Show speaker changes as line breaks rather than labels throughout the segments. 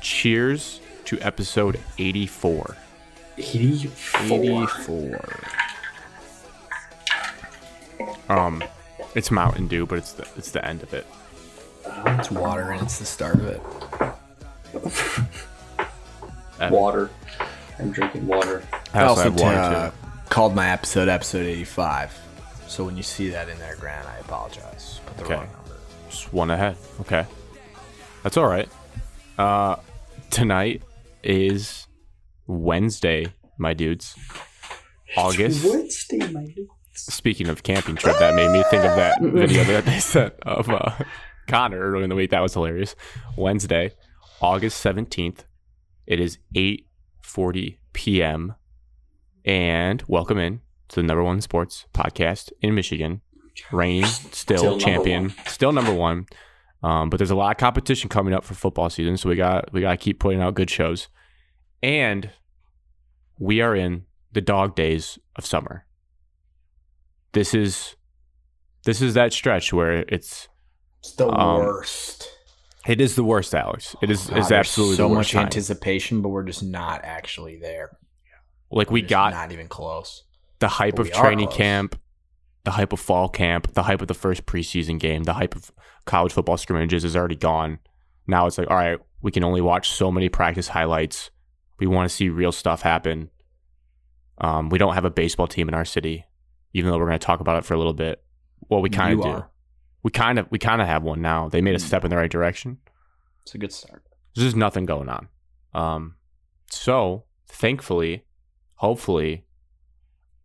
cheers to episode 84.
84.
84. Um, it's Mountain Dew, but it's the it's the end of it.
It's water and it's the start of it.
Water. I'm drinking water.
I also have water
uh,
too.
called my episode episode 85. So when you see that in there, Grant, I apologize. Put the
Okay.
wrong number.
Just one ahead. Okay, that's all right. Uh, tonight is Wednesday, my dudes. August.
Wednesday, my dude.
Speaking of camping trip, that made me think of that video that they sent of uh, Connor earlier in the week. That was hilarious. Wednesday, August seventeenth. It is eight forty p.m. And welcome in to the number one sports podcast in Michigan. Reigning still,
Still number
champion,
one.
still number one. Um, but there's a lot of competition coming up for football season, so we got we got to keep putting out good shows. And we are in the dog days of summer. This is this is that stretch where it's
It's the
Um,
worst.
it is the worst, Alex. It is
God,
is
there's
absolutely
so
the
much
worst time.
anticipation, but we're just not actually there.
Like we
Just
got
not even close.
the hype
But
of
we are
training
close.
camp, the hype of fall camp, the hype of the first preseason game, the hype of college football scrimmages is already gone. Now it's like, all right, we can only watch so many practice highlights. We want to see real stuff happen. Um, we don't have a baseball team in our city, even though we're going to talk about it for a little bit. Well, we kind
You
of do.
are. Hmm.
We kind of we kind of have one now. They made a step in the right direction
It's a good start.
there's just nothing going on. Um, so thankfully, hopefully,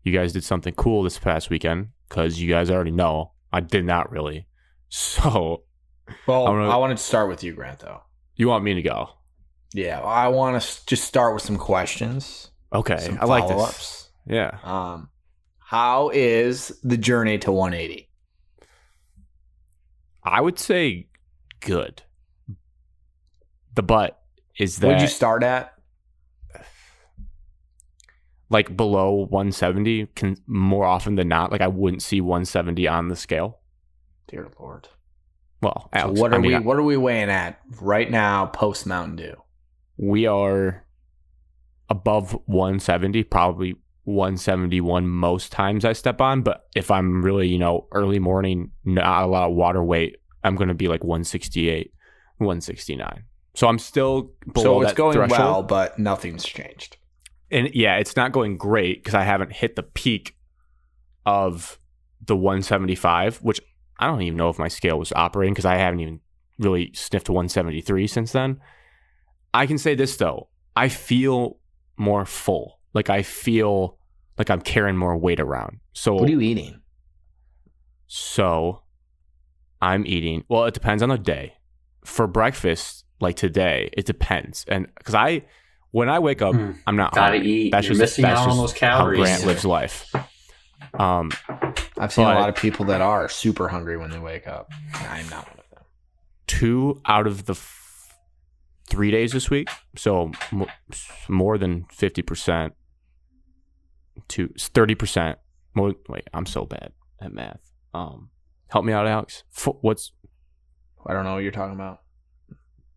you guys did something cool this past weekend because you guys already know I did not really. So
Well,
I'm gonna-
I wanted to start with you, Grant, though.
you want me to go?
Yeah, well, I want to just start with some questions.
Okay,
some
I like this.
follow-ups.
Yeah,
Um, how is the journey to 180?
I would say good. The but is
Where'd
that
you start at?
like below 170 can more often than not like I wouldn't see 170 on the scale.
Dear Lord.
Well,
So
Alex,
what are
I mean,
we?
I-
what are we weighing at right now? Post Mountain Dew.
we are above 170 probably 171 most times i step on but if i'm really you know early morning not a lot of water weight i'm going to be like 168 169 so i'm still below
so it's
that
going
threshold.
well, but nothing's changed.
and yeah it's not going great because i haven't hit the peak of the 175 which i don't even know if my scale was operating because i haven't even really sniffed 173 since then i can say this though i feel more full like i feel like i'm carrying more weight around so
What are you eating?
so I'm eating, well, it depends on the day. For breakfast, like today, it depends. And because I, when I wake
Hmm.
up,
Mm.
I'm not
Gotta
hungry.
eat. You're missing out on those
um, How
calories.
Grant lives life. Um,
I've seen
But-
a lot of people that are super hungry when they wake up. I'm not one of them.
two out of the f- three days this week, so m- more than fifty percent to thirty percent more. Wait, I'm so bad at math. Um, help me out, Alex. F- what's
I don't know what you're talking about.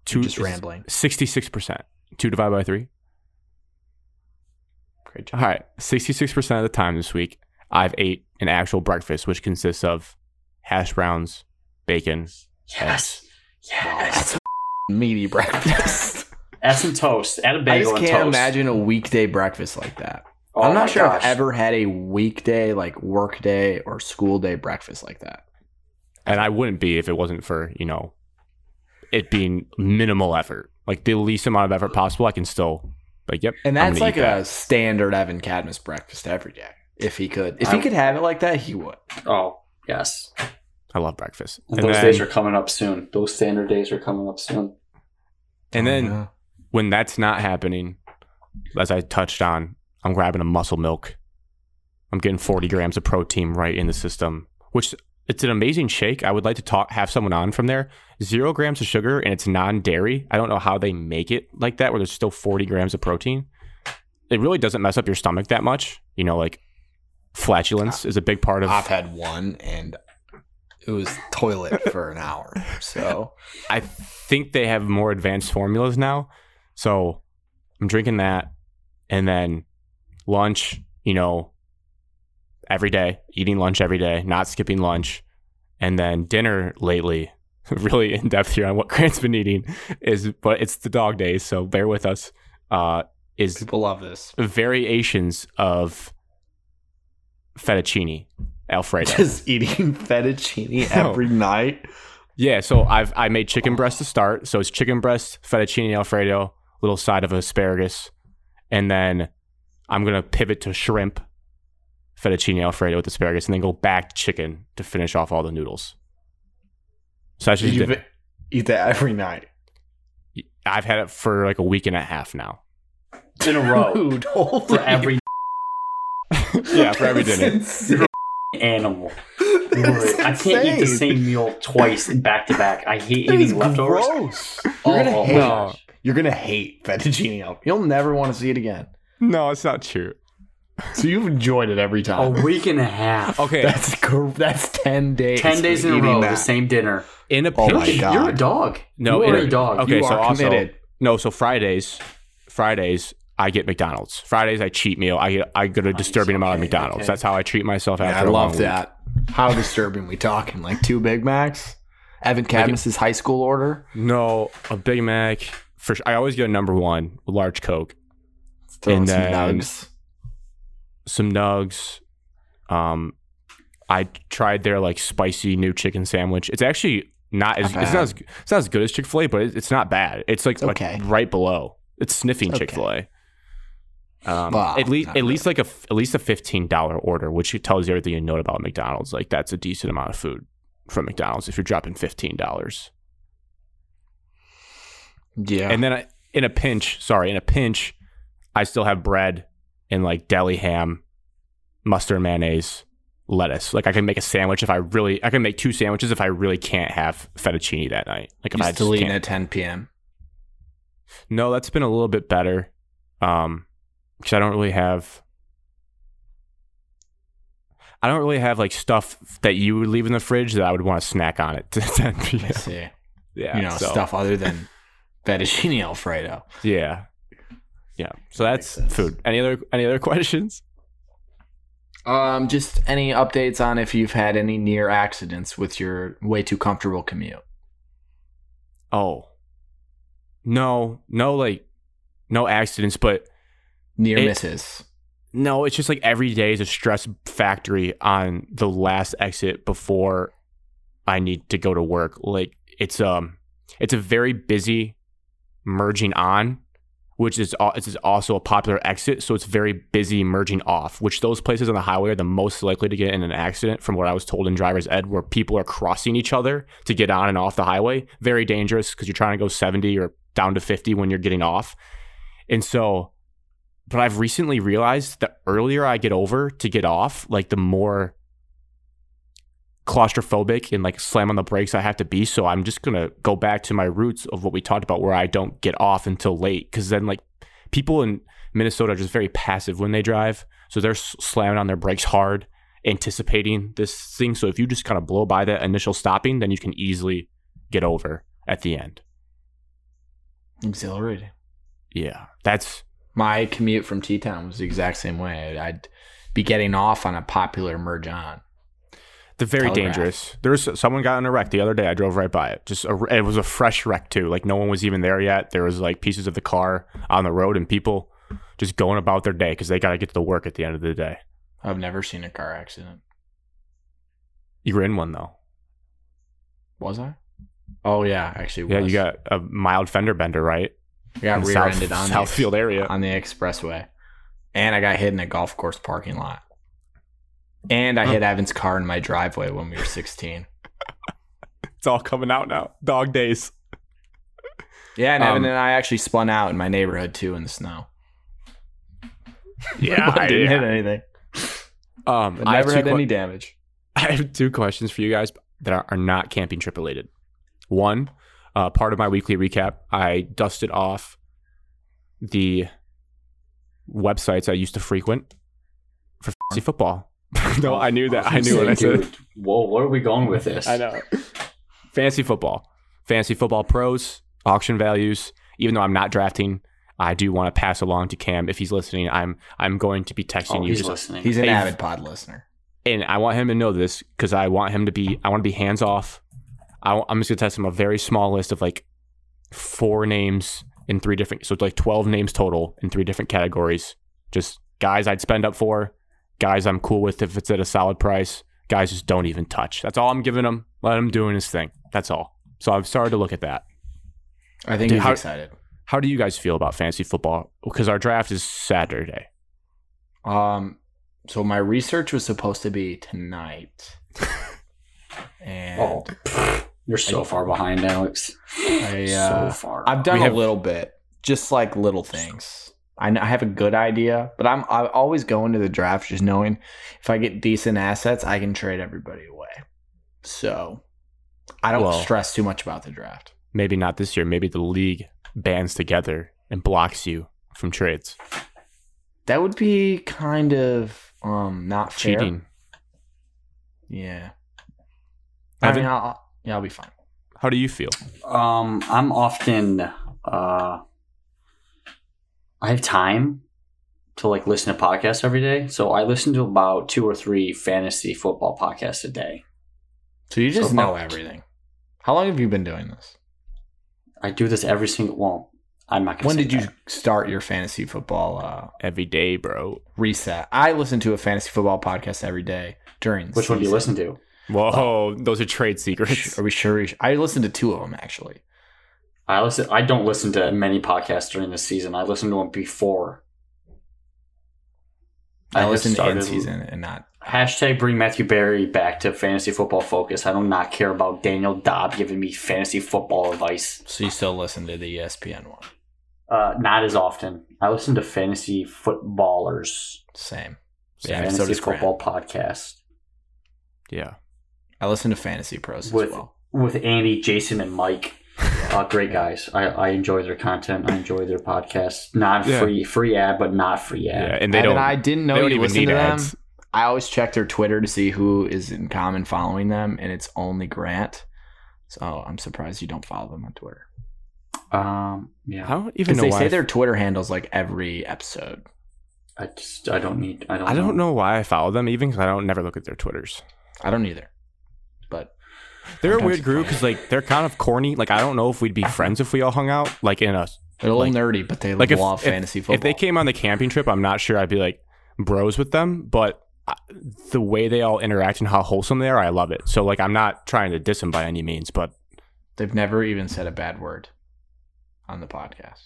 two?
You're just rambling.
Sixty-six percent. Two divided by three.
Great
All
job.
right, 66% of the time this week, I've ate an actual breakfast, which consists of hash browns, bacon.
Yes. Yes.
Meaty breakfast.
Add some toast. Add a
I
bagel
just
and toast.
can't imagine a weekday breakfast like that.
Oh
I'm
my
not sure
gosh.
I've ever had a weekday, like work day or school day breakfast like that.
And I wouldn't be if it wasn't for, you know, it being minimal effort, like the least amount of effort possible. I can still, like, yep.
And
I'm
that's
gonna
like
eat
a
that.
standard Evan Cadmus breakfast every day. If he could, if
I-
he could have it like that, he would.
Oh, yes.
I love breakfast.
And
And,
those
then,
days are coming up soon. Those standard days are coming up soon.
and then
Yeah.
when that's not happening, as I touched on, I'm grabbing a muscle milk. I'm getting 40 grams of protein right in the system, which it's an amazing shake. I would like to talk, have someone on from there. Zero grams of sugar and it's non dairy. I don't know how they make it like that, where there's still 40 grams of protein. It really doesn't mess up your stomach that much. You know, like flatulence is a big part of.
Ah, I've had one and it was toilet for an hour. So
I think they have more advanced formulas now. So I'm drinking that and then lunch, you know, every day, eating lunch every day, not skipping lunch. And then dinner lately, really in depth here on what Grant's been eating is, but it's the dog days. So bear with us. Uh, is
People love this.
variations of fettuccine alfredo.
Just eating fettuccine
No.
every night.
yeah, so I've I made chicken breast to start. So it's chicken breast, fettuccine alfredo, little side of asparagus, and then I'm gonna pivot to shrimp, fettuccine alfredo with asparagus, and then go back to chicken to finish off all the noodles. So I should.
You ve- eat that every night.
I've had it for like a week and a half now.
in a row
Dude, holy
for every
Yeah, for every dinner.
Insane.
animal. Lord, I can't eat the same meal twice back to back. I hate
That is
eating leftovers.
gross. You're gonna
Oh,
hate.
no.
You're gonna hate fettuccine. al- You'll never want to see it again.
No, it's not true.
So you've enjoyed it every
A
time.
week and a half.
Okay,
that's cor- that's ten days.
Ten days in a
eating
row, the
that.
same dinner.
in a
Oh
pinch,
my God.
You're a dog.
No,
you are
it-
a dog.
okay,
You
so
are
also-
committed.
No, so Fridays, Fridays I get McDonald's. Fridays I cheat meal. I get I get a disturbing amount of McDonald's.
okay.
That's how I treat myself
I
after. a long
love
week.
that.
How disturbing we talking? Like two Big Macs? Evan Cadmus's high school order?
No, a Big Mac. For sure. I always get a number one, a large Coke,
Throwing
And
some
then-
nugs.
some nugs. Um, I tried their like spicy new chicken sandwich. It's actually not as
Not
it's
bad.
not as, it's not as good as Chick Fil A, but it, it's not bad. It's like, like
okay.
right below. It's sniffing
Okay.
Chick Fil A. Um,
Wow,
at least
not
at least like a f- at least a fifteen dollar order, which it tells you everything you know about McDonald's. Like that's a decent amount of food from McDonald's if you're dropping fifteen dollars.
Yeah.
And then I, in a pinch, sorry, in a pinch, I still have bread and like deli ham, mustard and mayonnaise, lettuce. Like I can make a sandwich if I really I can make two sandwiches if I really can't have fettuccine that night. Like if
You
I
still
just
eating
can't.
at 10 p.m.
No, that's been a little bit better. Um, because I don't really have. I don't really have like stuff that you would leave in the fridge that I would want to snack on at 10 p.m.
I see.
Yeah,
you know,
so-
stuff other than fettuccine alfredo.
Yeah, yeah. So
Makes
that's
sense.
food. Any other any other questions?
Um, just any updates on if you've had any near accidents with your way too comfortable commute?
Oh, no, no, like no accidents, but
Near
It-
misses.
No, it's just like every day is a stress factory on the last exit before I need to go to work. Like it's um it's a very busy merging on, which is al- it's also a popular exit, so it's very busy merging off, which those places on the highway are the most likely to get in an accident from what I was told in driver's ed where people are crossing each other to get on and off the highway. Very dangerous cuz you're trying to go 70 or down to 50 when you're getting off. And so but I've recently realized the earlier I get over to get off, like the more claustrophobic and like slam on the brakes I have to be. So I'm just gonna go back to my roots of what we talked about, where I don't get off until late, because then like people in Minnesota are just very passive when they drive, so they're s- slamming on their brakes hard, anticipating this thing. So if you just kind of blow by that initial stopping, then you can easily get over at the end.
Exhilarating.
Yeah, that's
My commute from T Town was the exact same way. I'd be getting off on a popular merge on.
They're very
Telegraph.
dangerous. There was someone got in a wreck the other day. I drove right by it. Just a, it was a fresh wreck too. Like no one was even there yet. There was like pieces of the car on the road and people just going about their day because they got to get to work at the end of the day.
I've never seen a car accident.
You were in one though.
Was I? Oh yeah, actually.
Yeah,
was.
you got a mild fender bender, right?
I got
In the
rear-ended
South-
on
Southfield
the,
area.
on the expressway, and I got hit in a golf course parking lot, and I
Huh.
hit Evan's car in my driveway when we were 16.
It's all coming out now. Dog days.
Yeah, and Evan
Um,
and I actually spun out in my neighborhood too in the snow.
Yeah,
I didn't hit anything.
Um,
I
I have
never
two
had
que-
any damage.
I have two questions for you guys that are, are not camping trip related. One, uh, part of my weekly recap, I dusted off the websites I used to frequent for fantasy football. no, I knew that. I knew
it.
what I said.
Whoa, where are we going with this?
I know. Fantasy football, fantasy football pros, auction values, even though I'm not drafting, I do want to pass along to Cam if he's listening. I'm I'm going to be texting
Oh,
you
he's
just
listening.
He's an
Hey,
avid pod listener.
and I want him to know this because I want him to be. I want to be hands off. I, am just gonna test him a very small list of like four names in three different. So it's like twelve names total in three different categories. Just guys I'd spend up for, guys I'm cool with if it's at a solid price, guys just don't even touch. That's all I'm giving him. Let him doing his thing. That's all. So I've started to look at that.
I think
Dude,
he's
how-
excited.
How do you guys feel about fantasy football? Because our draft is Saturday.
Um, so my research was supposed to be tonight, and
Oh, pfft, you're so far behind, Alex.
I, uh,
so far.
I've done
We have-
a little bit, just like little things. I, kn- I have a good idea, but I'm I always go into the draft just knowing if I get decent assets, I can trade everybody away. So I don't
Well-
stress too much about the draft.
Maybe not this year. Maybe the league bands together and blocks you from trades.
That would be kind of um not fair.
Cheating.
Yeah.
I
I
think-
mean, I'll, yeah, I'll be fine.
How do you feel?
Um, I'm often uh, I have time to like listen to podcasts every day, so I listen to about two or three fantasy football podcasts a day.
So you just
So-
know everything. How long have you been doing this?
I do this every single. Well, I'm not gonna.
When
say
did you
that.
start your fantasy football uh,
Every day, bro.
reset? I listen to a fantasy football podcast every day during. the
Which one do you listen
season.
to?
Whoa, those are trade secrets.
Are we sure? we sh- I listened to two of them actually.
I listen. I don't listen to many podcasts during the season. I listen to them before.
I,
just
listened to in
started-
season and not.
Hashtag bring Matthew Barry back to fantasy football focus. I do not care about Daniel Dobb giving me fantasy football advice.
So you still listen to the E ESPN one?
Uh, not as often. I listen to fantasy footballers.
Same.
Same.
Yeah, so
fantasy
does Grant.
football podcast
Yeah.
I listen to fantasy pros
With-
as well.
with Andy, Jason, and Mike. Uh, great guys. I, I enjoy their content. I enjoy their podcasts. Not
Yeah.
free free ad, but not free
Yeah.
ad.
And they
Evan,
don't
I didn't know
they don't
you
even
listened
need
to them.
ads.
I always check their Twitter to see who is in common following them, and it's only Grant. So I'm surprised you don't follow them on Twitter
Um, yeah.
I don't even
because
know
they
why.
say their Twitter handles like every episode.
I just I don't need. I don't.
I don't know why I follow them even because I don't never look at their Twitters.
I don't either, but
They're a
Sometimes
weird
it's
group
funny.
because like they're kind of corny. Like I don't know if we'd be friends if we all hung out like in a
they're a little
Like-
nerdy. But they
like if-
love
if-
fantasy football.
If they came on the camping trip, I'm not sure I'd be like bros with them, but I- the way they all interact and how wholesome they are, I love it. So like I'm not trying to diss them by any means, but
They've never even said a bad word on the podcast.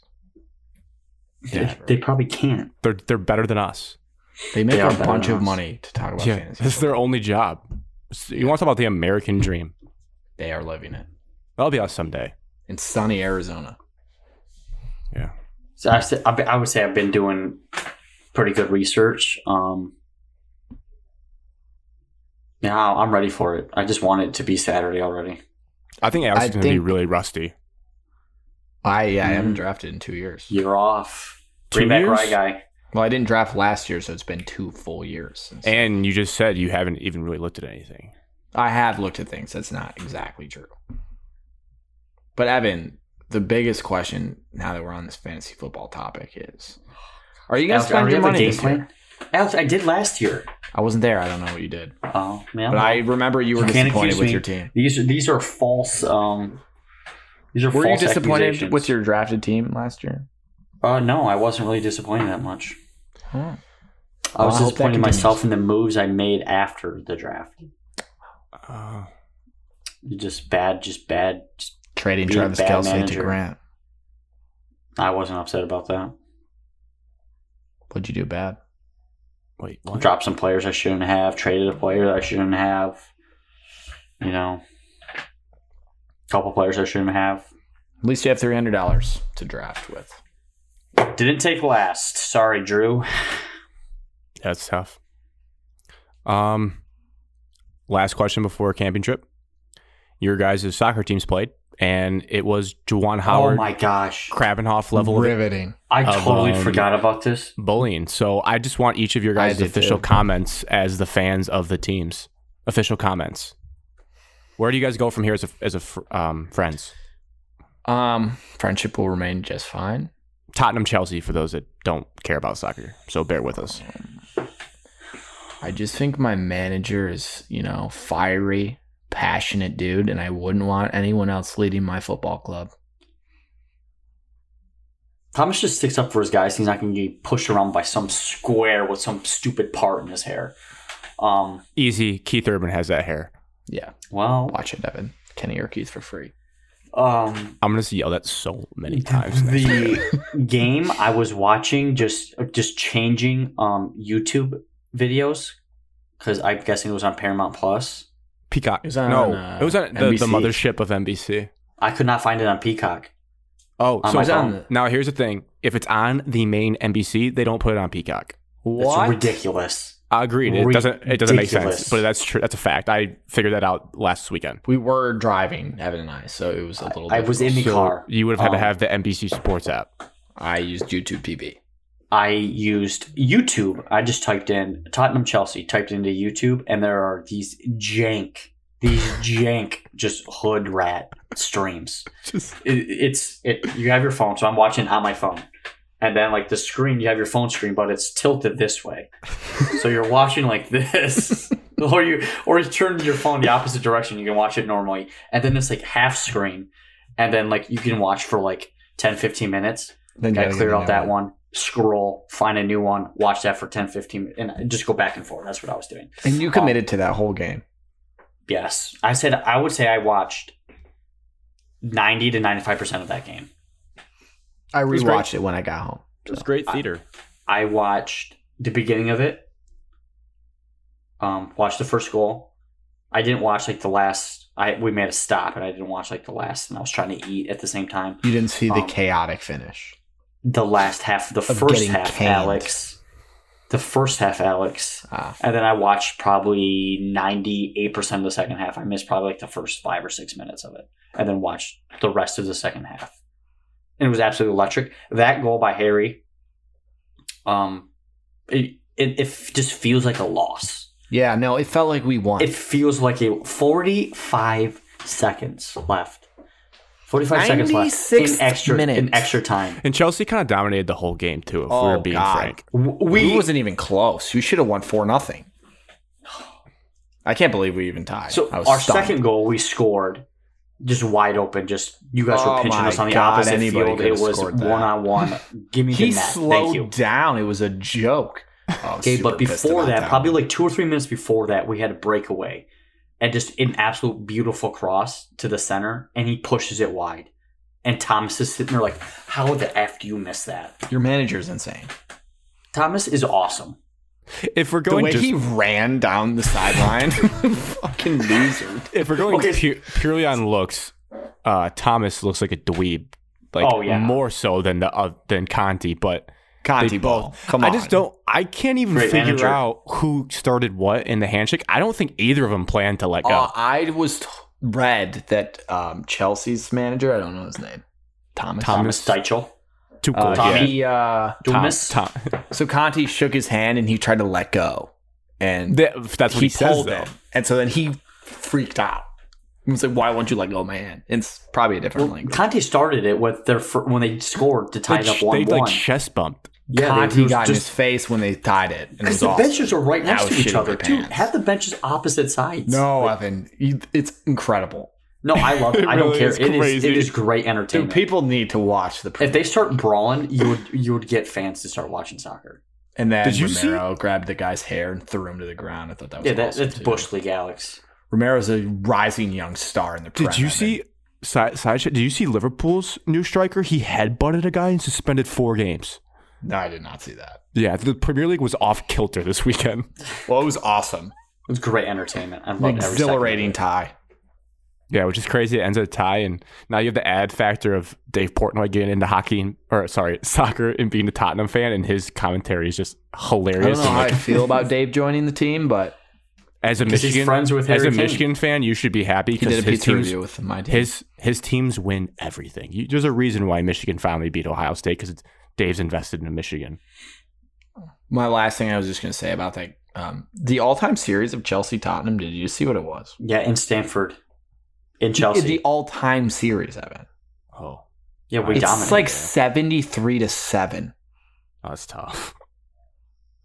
They, they probably can't.
they're they're better than us.
They make
They are
a
better
bunch
than
of
us.
money to talk about
Yeah,
fantasy.
this is their
football.
only job. So You want to talk about the American dream?
they are living it
That'll be us someday.
in sunny Arizona.
So I, said- I, I would say I've been doing pretty good research. Um, yeah, I'm ready for it. I just want it to be Saturday already.
I think Alex
I
is going to be
think-
really rusty.
I yeah, I haven't
Mhm.
drafted in two years.
You're off.
Two
Bring back
years?
Rye guy.
Well, I didn't draft last year, so it's been two full years. Since
And you just said you haven't even really looked at anything.
I have looked at things. That's not exactly true. But Evan, the biggest question now that we're on this fantasy football topic is: Are you going
Alex,
to
I
spend
already
your
have a
money
game
this year?
plan. Alex, I did last year.
I wasn't there. I don't know what you did,
Oh man.
but I remember you were
You can't
disappointed
accuse
with
me.
your team.
these are these are false. Um, these are
Were you
false
disappointed
accusations.
with your drafted team last year?
Uh, no, I wasn't really disappointed that much.
Huh.
I was
Well, I hope that
disappointed in
continues.
myself in the moves I made after the draft.
Uh,
Just bad, just bad. Just,
Trading
Being a
Travis
bad
Kelsey
manager.
to Grant.
I wasn't upset about that.
What'd you do bad?
wait, what?
Dropped some players I shouldn't have. Traded a player that I shouldn't have. You know, couple players I shouldn't have.
At least you have three hundred dollars to draft with.
Didn't take last. Sorry, Drew. Oh
That's tough. Um, last question before camping trip. Your guys' soccer teams played, and it was Juwan
Oh
Howard,
my gosh,
Krabenhoff level of
riveting.
I
Of,
totally
um,
forgot about this.
bullying. So I just want each of your
I
guys'
did
official
too.
comments as the fans of the teams. Official comments. Where do you guys go from here as a, as a fr- um, friends?
Um, friendship will remain just fine.
Tottenham Chelsea for those that don't care about soccer. So bear with us.
I just think my manager is, you know, fiery, passionate dude, and I wouldn't want anyone else leading my football club.
Thomas just sticks up for his guys. He's not going to get pushed around by some square with some stupid part in his hair. Um,
Easy. Keith Urban has that hair.
Yeah,
well,
watch it, Devin. Kenny Urquhart for free.
um,
I'm gonna yell that so many times. next year.
the game I was watching just just changing um YouTube videos because I'm guessing it was on Paramount Plus.
Peacock.
It was on,
no,
uh,
it was on the, the
NBC.
mothership of NBC.
I could not find it on Peacock.
Oh,
On
so
my
it's on-
phone.
now here's the thing: if it's on the main NBC, they don't put it on Peacock.
That's ridiculous.
I agreed. It doesn't. It doesn't make sense.
Ridiculous.
But that's true. That's a fact. I figured that out last weekend.
We were driving, Evan and I, so it was a little.
I was in the
So
car.
You would have had to
Oh.
Um,
have the NBC Sports app.
I used YouTube PB.
I used YouTube. I just typed in Tottenham Chelsea, typed into YouTube, and there are these jank, these jank, just hood rat streams. It, it's it. You have your phone, so I'm watching on my phone, and then like the screen, you have your phone screen, but it's tilted this way, so you're watching like this. Or you, or you turn your phone the opposite direction. You can watch it normally, and then it's like half screen, and then like you can watch for like 10, 15 minutes,
Then
Gotta
gotta
clear
get
out
another
that one, scroll, find a new one, watch that for 10, 15, and just go back and forth. That's what I was doing.
And you committed to that whole game.
Yes. I said, I would say I watched 90 to 95% of that game.
I
was great.
rewatched it when I got home.
It's great theater.
I watched the beginning of it, um, watched the first goal. I didn't watch like the last, I we made a stop and I didn't watch like the last, and I was trying to eat at the same time.
You didn't see the
Um,
chaotic finish.
The last half, the
Of
first
getting
half,
canned.
Alex. The first half, Alex.
Ah,
And then I watched probably 98% of the second half. I missed probably like the first five or six minutes of it. And then watched the rest of the second half. And it was absolutely electric. That goal by Harry, um, it, it, it f- just feels like a loss.
yeah, no, it felt like we won.
It feels like a 45 seconds left. 45 seconds left
96th
in extra, in
minute.
extra time.
And Chelsea kind of dominated the whole game too. If we
Oh,
were being
God.
frank,
W-
we
We,
wasn't even close. We should have won four nothing. I can't believe we even tied.
So
I was
our
stunned.
second goal we scored just wide open. Just you guys
Oh
were pinching
my
us on the
God,
opposite
anybody
field.
could
It
have
was
scored that.
one on one. Give me the
he
net. Thank you.
slowed down. It was a joke. Oh,
Okay,
super
but
pissed
before
about
that, probably
one.
like two or three minutes before that, we had a breakaway and just an absolute beautiful cross to the center, and he pushes it wide. And Thomas is sitting there like, "How the f do you miss that?"
your manager's insane.
Thomas is awesome.
if we're
The
going
way
just,
he ran down the sideline, fucking loser.
if we're going
Okay.
pu- purely on looks, uh, Thomas looks like a dweeb. Like
Oh, yeah.
more so than the uh, than Conti, but
Conti
They
ball. Come
I
on,
just don't. I can't even
Great
figure
manager.
out who started what in the handshake. I don't think either of them planned to let go.
Uh, I was t- read that um, Chelsea's manager. I don't know his name. Thomas.
Thomas, Deichel.
Too
Uh,
Tommy.
He, uh,
Dumas.
so Conti shook his hand and he tried to let go, and
that's what he, says
pulled
though.
it. And so then he freaked out. He was like, why won't you let go of my hand? It's probably a different
Well,
language.
Conte started it with their fir- when they scored to tie
They
it up
ch- they
one
like
one.
chest bumped.
Yeah, they- it
Conti
was
got in
just-
his face when they tied it. and it
Because
was
the
awesome.
benches are right next
That
to
was
each
shitting my
other, dude.
pants.
Have the benches opposite sides.
No, Evan, you, it's incredible.
no, I love. It I don't
really
care.
is
It is. It
crazy.
is great
Dude,
entertainment.
people need to watch the.
if they start brawling, you would you would get fans to start watching soccer.
and then
Did you
Romero grabbed the guy's hair and threw him to the ground. I thought that was
Yeah, that,
awesome,
that's
too.
Bush League, Alex.
Romero's a rising young star in the.
Did
Prem,
you
Evan.
see side, side shit? Did you see Liverpool's new striker? He headbutted a guy and suspended four games.
No, I did not see that.
Yeah, the Premier League was off kilter this weekend.
Well, it was awesome.
It's great entertainment. I love
An
every second of
exhilarating
it.
tie.
Yeah, which is crazy. It ends at a tie, and now you have the add factor of Dave Portnoy getting into hockey and, or sorry, soccer and being a Tottenham fan, and his commentary is just
I don't
hilarious.
know
And,
how
like,
I feel about Dave joining the team, but
as a
'Cause he's
Michigan,
friends with
as
Harry
a
Kane.
Michigan fan, you should be happy
he did
because
a
his
pizza
teams,
review with my team.
his his teams win everything. You, there's a reason why Michigan finally beat Ohio State because Dave's invested in Michigan.
My last thing I was just going to say about that um, the all time series of Chelsea Tottenham, did you see what it was?
Yeah, in Stanford, in Chelsea.
The all time series, Evan.
Oh,
Yeah, we
It's
dominate.
It's like 73 to 7.
that's tough.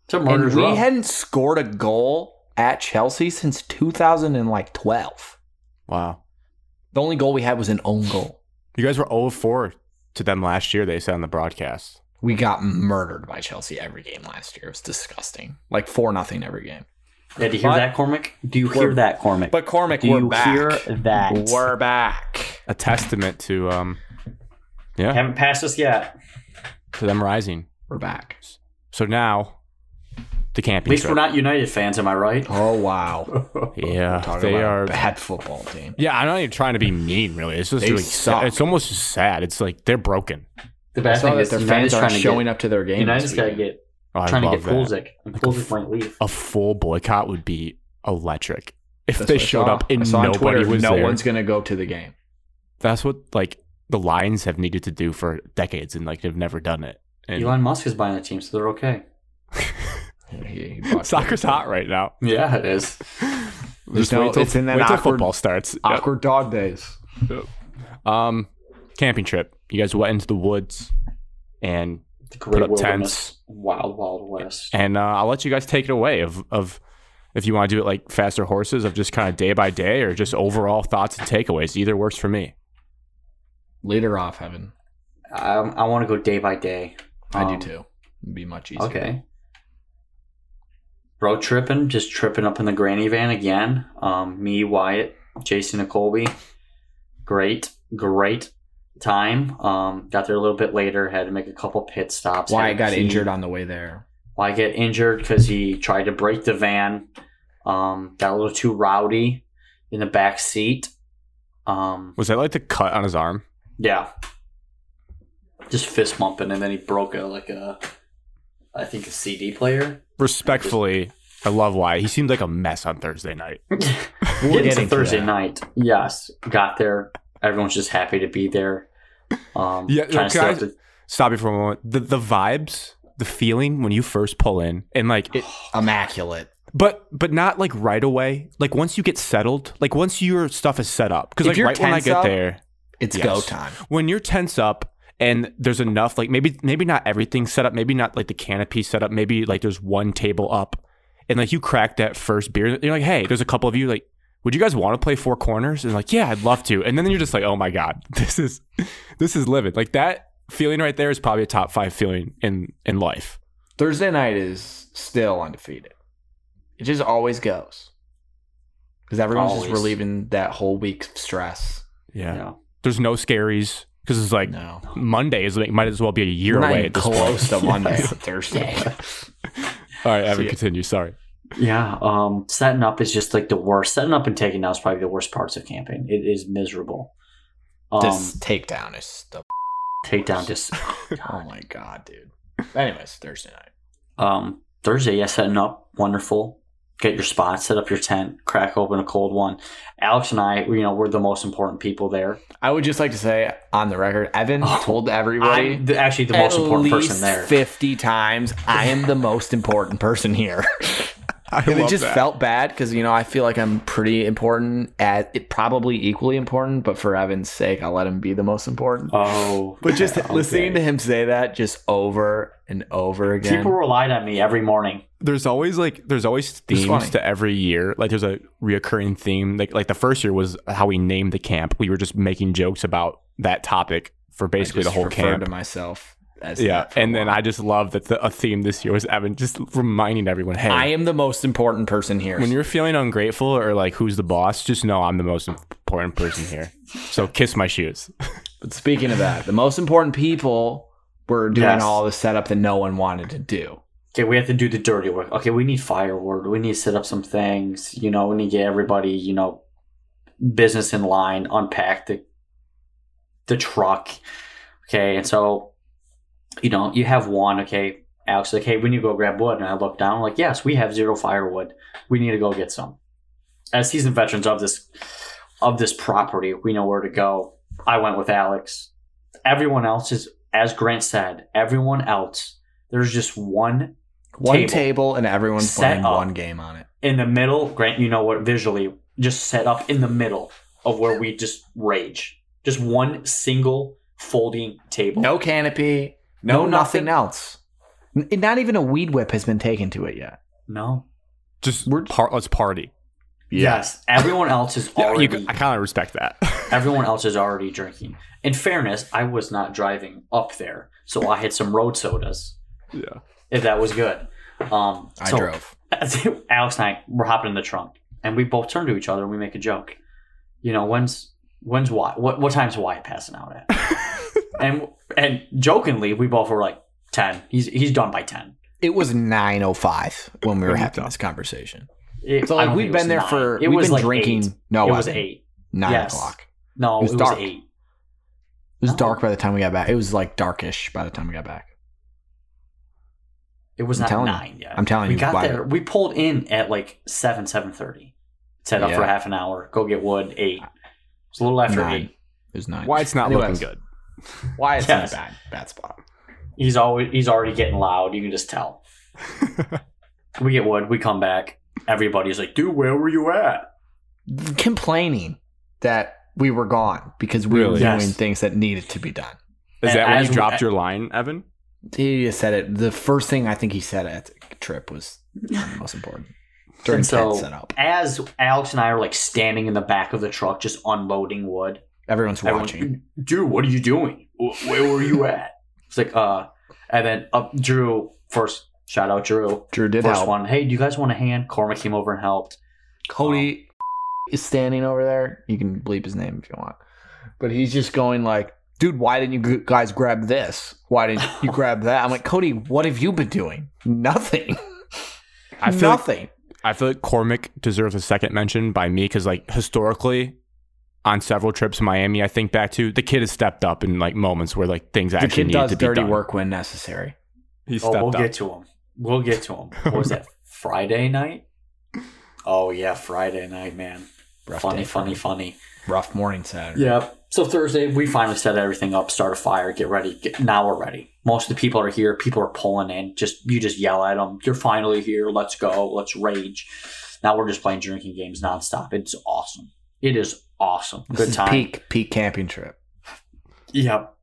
it's a
And
murder's
we
row.
hadn't scored a goal at Chelsea since 2012.
Wow.
The only goal we had was an own goal.
You guys were 0 of 4 to them last year, they said on the broadcast.
We got murdered by Chelsea every game last year. It was disgusting. Like 4 nothing every game.
yeah, do you hear
But-
that, Cormac? Do you hear that, Cormac?
But Cormac,
do
we're
you
back.
hear that?
We're back.
A testament to um yeah,
Haven't passed us yet.
to them rising.
We're back.
So now the
At
camping
least
trip.
we're not United fans, am I right?
Oh, wow.
yeah,
Talking
they
about a
are
bad football team.
Yeah, I'm not even trying to be mean really. It's just
They
really
suck.
sad. it's almost just sad. It's like they're broken.
The
I
bad
saw
thing
that
is
their
United's
fans
trying
aren't
to
showing
get,
up to their game.
United's
this
got to
weekend.
get
Oh, I
trying to
love
get
that.
Pulisic, and Pulisic might leave.
A full boycott would be electric. If
That's
they
what I
showed
saw.
up and
I saw on
nobody
Twitter,
was
no
there.
one's gonna go to the game.
That's what like the Lions have needed to do for decades and like they've never done it. And
Elon Musk is buying the team, so they're okay.
He- he bought
soccer's
Twitter.
hot right now.
Yeah, it is.
Just
no-
wait till,
it's in that
wait till
awkward-
football starts. Yep.
Awkward dog days.
Um, camping trip. You guys went into the woods, and
The great
up
wilderness,
tents.
wild, wild west.
and uh, I'll let you guys take it away. Of of if you want to do it like faster horses, of just kind of day by day, or just overall thoughts and takeaways. Either works for me.
Leader off heaven.
I, Um, I want to go day by day.
I
Um,
do too. It'd be much easier.
Okay. Road tripping, just tripping up in the granny van again. Um, me, Wyatt, Jason, and Colby. Great, great time. Um, got there a little bit later. Had to make a couple pit stops.
Why I
had a
got
pee.
injured on the way there.
Why get injured? Because he tried to break the van. Um, got a little too rowdy in the back seat. Um,
Was that like the cut on his arm?
yeah. Just fist bumping, and then he broke a like a, I think a CD player.
Respectfully, I love why he seemed like a mess on Thursday night.
We'll
it's
get
a
into
Thursday
that.
night. Yes, got there. Everyone's just happy to be there. Um,
Yeah,
trying to
can I-
start the-
Stop you for a moment. The the vibes, the feeling when you first pull in, and like it,
Immaculate.
but but not like right away. Like once you get settled, like once your stuff is set up, because
If
like
you're
right when I
tense
get
up-
there,
It's
Yes.
go time.
when you're tense up and there's enough like maybe maybe not everything's set up maybe not like the canopy set up maybe like there's one table up and like you crack that first beer you're like hey there's a couple of you like would you guys want to play four corners and like yeah i'd love to and then you're just like oh my god this is this is living like that feeling right there is probably a top five feeling in in life
Thursday night is still undefeated. It just always goes. Because everyone's
Always.
just relieving that whole week of stress.
yeah,
yeah.
there's no scaries because it's like
No.
monday is like might as well be a year
We're not
away
even
at this point
close to Monday
Yes.
on Thursday.
all right evan
See ya.
continue sorry
Yeah, um, setting up is just like the worst. Setting up and taking down is probably the worst parts of camping. It is miserable. Um,
this takedown is the
take down just
Oh my god, dude. Anyways, Thursday night.
um, Thursday. Yeah, setting up wonderful. Get your spot, set up your tent, crack open a cold one. Alex and I, you know, we're the most important people there.
I would just like to say on the record, Evan
Oh,
told everybody
I'm the, actually the most
at
important person
least
there.
50 times I am the most important person here.
I
and it
love
just
that.
felt bad cuz you know I feel like I'm pretty important at it probably equally important, but for Evan's sake I'll let him be the most important.
Oh,
but just
okay.
listening to him say that just over and over again.
People relied on me every morning.
there's always like there's always
It's
themes
funny.
to every year. Like there's a reoccurring theme. Like like the first year was how we named the camp. We were just making jokes about that topic for
I
basically the
just
whole
refer
camp.
to myself as
Yeah,
that for a
and then
while.
I just love that the, a theme this year was Evan just reminding everyone, hey,
I am the most important person here.
when you're feeling ungrateful or like who's the boss, just know I'm the most important person here. so kiss my shoes.
But speaking of that, the most important people were doing
Yes.
all the setup that no one wanted to do.
Okay, we have to do the dirty work. Okay, we need firewood. We need to set up some things. You know, we need to get everybody, you know, business in line, unpack the the truck. Okay, and so, you know, you have one. Okay, Alex, like, hey, we need to go grab wood. And I look down, like, yes, we have zero firewood. We need to go get some. As seasoned veterans of this of this property, we know where to go. I went with Alex. Everyone else is, as Grant said, everyone else. There's just one
One
Table.
table, and everyone's
Set
playing
up.
one game on it.
in the middle, Grant, you know what, visually, just set up in the middle of where we just rage. Just one single folding table.
No canopy, no,
No
nothing
nothing.
else. N- not even a weed whip has been taken to it yet.
No.
Just par- let's party.
Yes. Everyone else is
Yeah,
already
you, I kind of respect that.
everyone else is already drinking. In fairness, I was not driving up there, so I had some road sodas.
yeah.
If that was good. Um
I
so
drove.
Alex and I were hopping in the trunk and we both turn to each other and we make a joke. You know, when's when's Wyatt what what time's Wyatt passing out at? and and jokingly we both were like ten. He's he's done by ten.
It was nine oh five when we were
When you
having
talk.
this conversation.
It-
So
I
like
don't
we've
think it was
been there
nine.
for
it
we've
was
been
like
drinking.
eight. it
No, I
was
wasn't.
eight.
Nine
Yes.
o'clock.
No,
It
it
was
was,
dark.
eight.
It was
No.
dark by the time we got back. It was like darkish by the time we got back.
It was
I'm
not
telling you.
nine yet.
I'm telling
we
you,
got
why-
there. We pulled in at like seven, seven thirty. Set up for
Yeah.
half an hour. Go get wood. Eight. It's a little after
Nine.
eight.
It was nine.
Why it's not looking
Anyways.
good.
Why it's
Yes.
in a bad bad spot?
He's always he's already getting loud. You can just tell. we get wood. We come back. Everybody's like, "Dude, where were you at?"
Complaining that we were gone because we were
Really?
doing
Yes.
things that needed to be done.
Is
And
that when
as
you
we-
dropped your line, Evan?
He just said it. The first thing I think he said at the trip was the most important during
And so-
tent setup.
As Alex and I are like standing in the back of the truck, just unloading wood.
Everyone's
Everyone's,
watching.
Dude, what are you doing? Wh- Where were you at? It's like, uh, and then up Drew first. Shout out Drew.
Drew did
first
help.
one. Hey, do you guys want a hand? Cormac came over and helped.
Cody is standing over there. You can bleep his name if you want, but he's just going like, "Dude, why didn't you g- guys grab this? Why didn't you grab that?" I'm like, Cody, what have you been doing? Nothing.
I feel like-
Nothing.
I feel like Cormac deserves a second mention by me because, like, historically, on several trips to Miami, I think back to the kid has stepped up in like moments where like things
the
actually
kid
need
does
to be
dirty
done.
work when necessary.
He
Oh,
stepped
we'll
up.
get to him. We'll get to him. What was that? Friday night? Oh yeah, Friday night, man.
Rough
funny,
day for
funny,
him.
funny.
Rough morning Saturday.
Yep. So Thursday, we finally set everything up, start a fire, get ready. Get, now we're ready. Most of the people are here. People are pulling in. Just you just yell at them. You're finally here. Let's go. Let's rage. Now we're just playing drinking games nonstop. It's awesome. It is awesome.
This
Good
is
time.
peak peak camping trip.
Yep.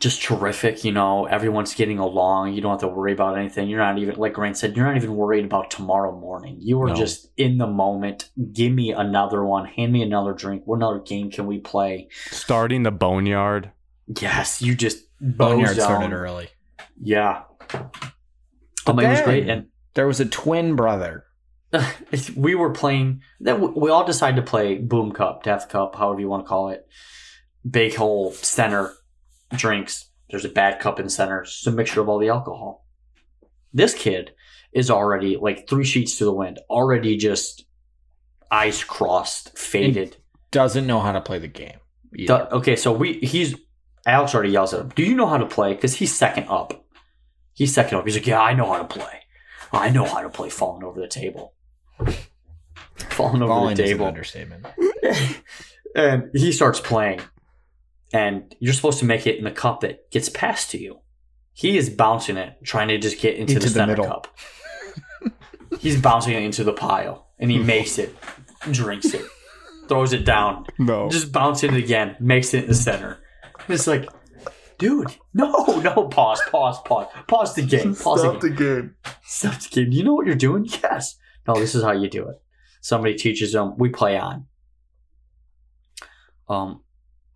Just terrific, you know. Everyone's getting along. You don't have to worry about anything. You're not even, like Grant said, you're not even worried about tomorrow morning. You are
No.
just in the moment. Give me another one. Hand me another drink. What another game can we play?
Starting the boneyard.
Yes, you just
Boneyard
boned
started
down.
early.
Yeah.
But
I mean, Oh, it was great,
then-
and
There was a twin brother.
it's- we were playing that we- we all decided to play boom cup death cup however you want to call it big hole center drinks there's a bad cup in center it's just a mixture of all the alcohol this kid is already like three sheets to the wind already just eyes crossed faded
Doesn't know how to play the game.
Du- okay so we he's alex already yells at him do you know how to play because he's second up he's second up he's like yeah i know how to play i know how to play falling over the table falling over
Falling
the
is an
table
understatement.
and he starts playing. And you're supposed to make it in the cup that gets passed to you. He is bouncing it, trying to just get into,
Into
the
the
center
middle.
cup. He's bouncing it into the pile, and he makes it, drinks it, throws it down,
No.
just bounces it again, makes it in the center. It's like, dude, no, no, pause, pause, pause, pause the game, pause the game.
game.
Stop the game. Do you know what you're doing? Yes. No, this is how you do it. Somebody teaches them. We play on. Um,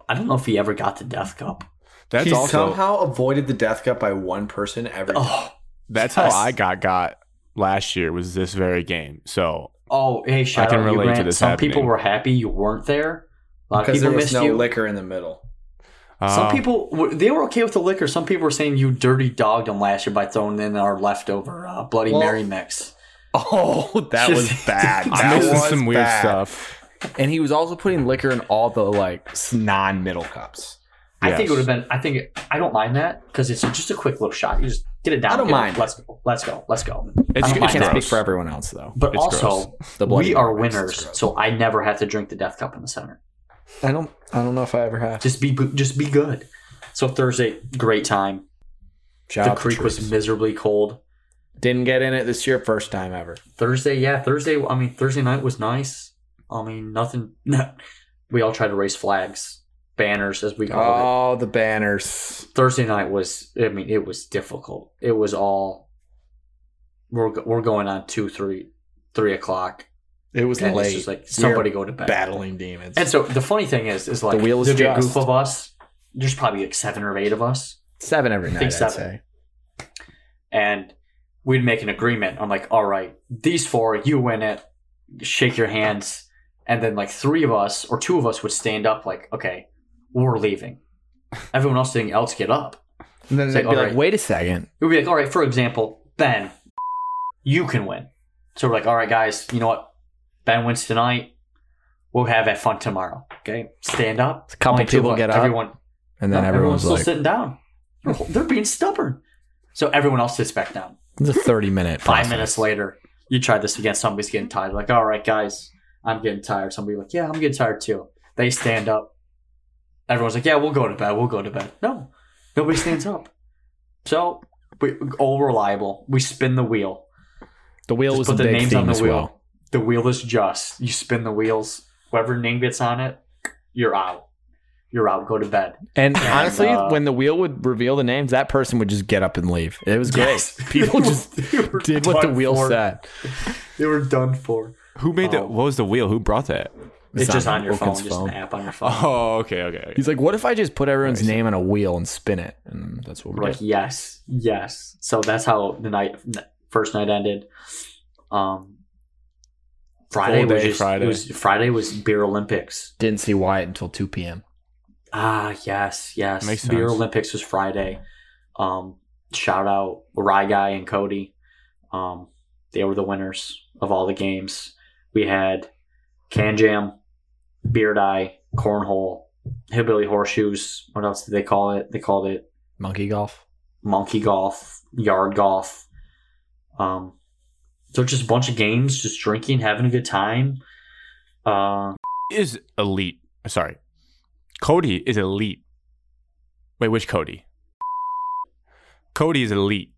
I don't know if he ever got to Death Cup.
That's
he
also
somehow avoided the death cup by one person every time.
Oh,
that's
Yes.
how I got got last year was this very game. So
oh, hey, shout
can
out you,
relate to
Grant.
this
Some
happening.
people were happy you weren't there. A lot of
because there
people
was
missed
no
you.
liquor in the middle.
uh,
Some people were, they were okay with the liquor. Some people were saying you dirty dogged them last year by throwing in our leftover uh, Bloody
Well-
Mary mix.
Oh, that
was
bad.
I'm missing some weird stuff.
And he was also putting liquor in all the like non-middle cups.
I
Yes.
think it would have been. I think I don't mind that because it's just a quick little shot. You just get it down.
I don't
get it.
mind.
Let's go. Let's go. Let's go.
It's,
I
I
don't
it's
mind
can't
gross.
speak for everyone else though.
Oh But
It's
also,
The Bloody
we are
Mary mix is
winners,
gross.
so I never have to drink the Death Cup in the center.
I don't. I don't know if I ever have.
Just be just be good. So Thursday, great time.
Shout
the
out to
creek was
Trees.
miserably cold.
didn't get in it this year. First time ever.
Thursday, yeah, Thursday. I mean, Thursday night was nice. I mean, nothing. we all tried to raise flags. banners as we call it.
Oh, the banners.
Thursday night was I mean it was difficult. It was all we're go- we're going on two three three o'clock
It was
and it's
late.
just like somebody go to bed.
battling demons.
And so the funny thing is is like
The wheel is
there'd be a
just.
group of us. There's probably like seven or eight of us.
seven every night.
think
I'd
seven.
say.
and we'd make an agreement. I'm like, all right, these four, you win it, shake your hands, and then like three of us or two of us would stand up, like, okay, we're leaving. Everyone else didn't else get up.
And then
It's
they'd
like,
be
all
like,
right.
"Wait a second.
It would be like, all right, for example, Ben, you can win. So we're like, all right, guys, you know what? Ben wins tonight. We'll have that fun tomorrow. Okay, stand up.
A couple
Only two of
people
us-
get up,
Everyone,
And then
no,
everyone's,
still
like,
sitting down. They're, they're being stubborn. So everyone else sits back down.
"It's a thirty-minute."
five minutes later, you try this again. Somebody's getting tired. Like, all right, guys, I'm getting tired. Somebody like, yeah, I'm getting tired too. They stand up. Everyone's like, yeah, we'll go to bed. We'll go to bed. No, nobody stands up. So we all reliable. We spin the wheel.
The wheel
Just
was
put
a
the
big
names
theme
on the
as
wheel.
well.
The wheel is just you spin the wheels. Whoever name gets on it, you're out. You're out. Go to bed.
And honestly,
uh,
when the wheel would reveal the names, that person would just get up and leave. It was great.
Yes.
People just
They were
did what the
done
wheel
for.
said.
They were done for.
Who made
Oh.
that? What was the wheel? Who brought that?
It's, just on your phone.
Wilkins'
Just an app on your phone.
Oh, okay, okay. okay.
He's like, "What if I just put everyone's name on a wheel and spin it?" And that's what we
We're like, yes, yes. So that's how the night first night ended. Um, Friday
Full
was
day
just, Friday.
Friday.
It was Friday was beer Olympics.
Didn't see Wyatt until two p.m.
Ah, yes, yes.
Makes
Beer
sense.
Olympics was Friday. Um, shout out Rye Guy and Cody. Um, they were the winners of all the games. We had Can Jam, Beard Eye, Cornhole, Hillbilly Horseshoes. What else did they call it? They called it
Monkey golf.
monkey golf, yard golf. Um, so just a bunch of games, just drinking, having a good time. Uh,
is elite. Sorry, Cody is elite. Wait, which Cody? Cody is elite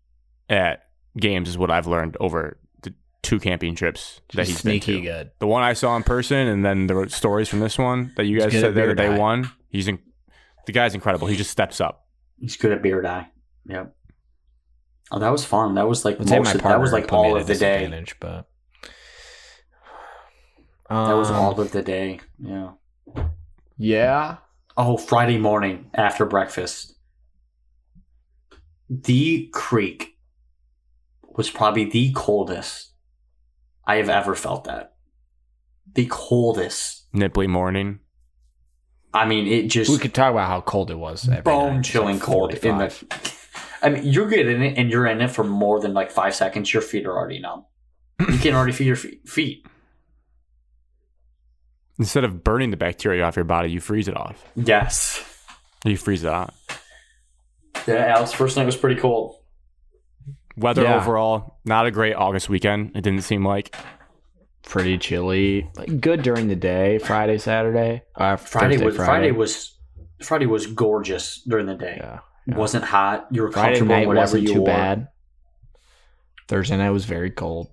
at games, is what I've learned over the two camping trips that he's been
sneaky
to.
good.
The one I saw in person, and then the stories from this one that you
He's
guys
good at
said the
beer
other day.
diet.
One, he's in, the guy's incredible. He just steps up.
he's good at beer dye. Yep. Oh, that was fun. That was like
I'd say my
most of, that was
partner
like
put me
all
at a
of the day.
disadvantage, But
That was
Um,
all of the day. Yeah.
Yeah.
Oh, Friday morning after breakfast. The creek was probably the coldest I have ever felt that. The coldest
Nipply morning.
I mean, it
We
just
could talk about how cold it was. every night.
bone
It's
chilling
like
cold. In
45.
the, I mean, you're getting it and you're in it for more than like five seconds. Your feet are already numb. You can already feel your fe- feet.
Instead of burning the bacteria off your body, you freeze it off.
Yes.
You freeze it out.
Yeah, Alex, first night was pretty cold.
Weather
Yeah.
overall, not a great August weekend. It didn't seem like.
pretty chilly. Like good during the day, Friday, Saturday. Uh,
Friday
Thursday,
was Friday.
Friday.
was Friday was gorgeous during the day.
yeah.
It wasn't hot. You were
Friday
comfortable
night
in whatever
wasn't
you
too
wore.
bad. Thursday night was very cold.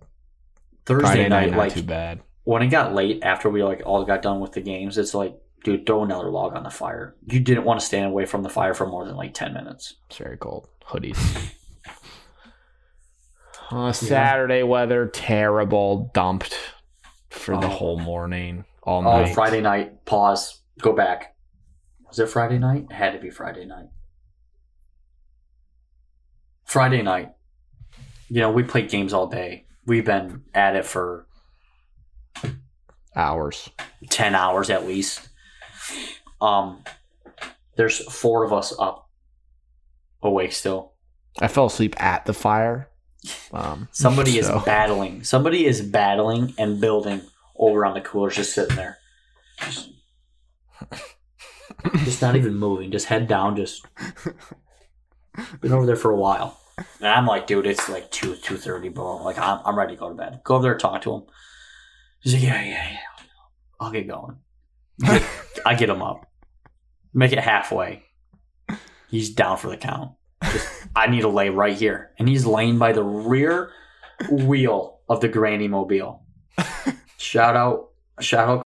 Thursday
Friday night,
night,
not
like
too bad.
when it got late after we like all got done with the games, it's like, dude, throw another log on the fire. You didn't want to stand away from the fire for more than like ten minutes.
It's very cold. Hoodies. Uh, Saturday weather terrible. Dumped for the
Oh.
whole morning, all
Oh,
night.
Friday night. Pause. Go back. Was it Friday night? It had to be Friday night. Friday night. You know, we played games all day. We've been at it for
hours.
10 hours at least. Um there's four of us up awake still.
I fell asleep at the fire. Um,
Somebody
so-
is battling. Somebody is battling and building over on the cooler just sitting there. Just, just not even moving, just head down, just been over there for a while. And I'm like, dude, it's like two two thirty, bro. Like I'm I'm ready to go to bed. Go over there, talk to him. He's like, yeah, yeah, yeah. I'll get going. Get- I get him up. Make it halfway. He's down for the count. Just, I need to lay right here, and he's laying by the rear wheel of the granny mobile. shout out, shout out.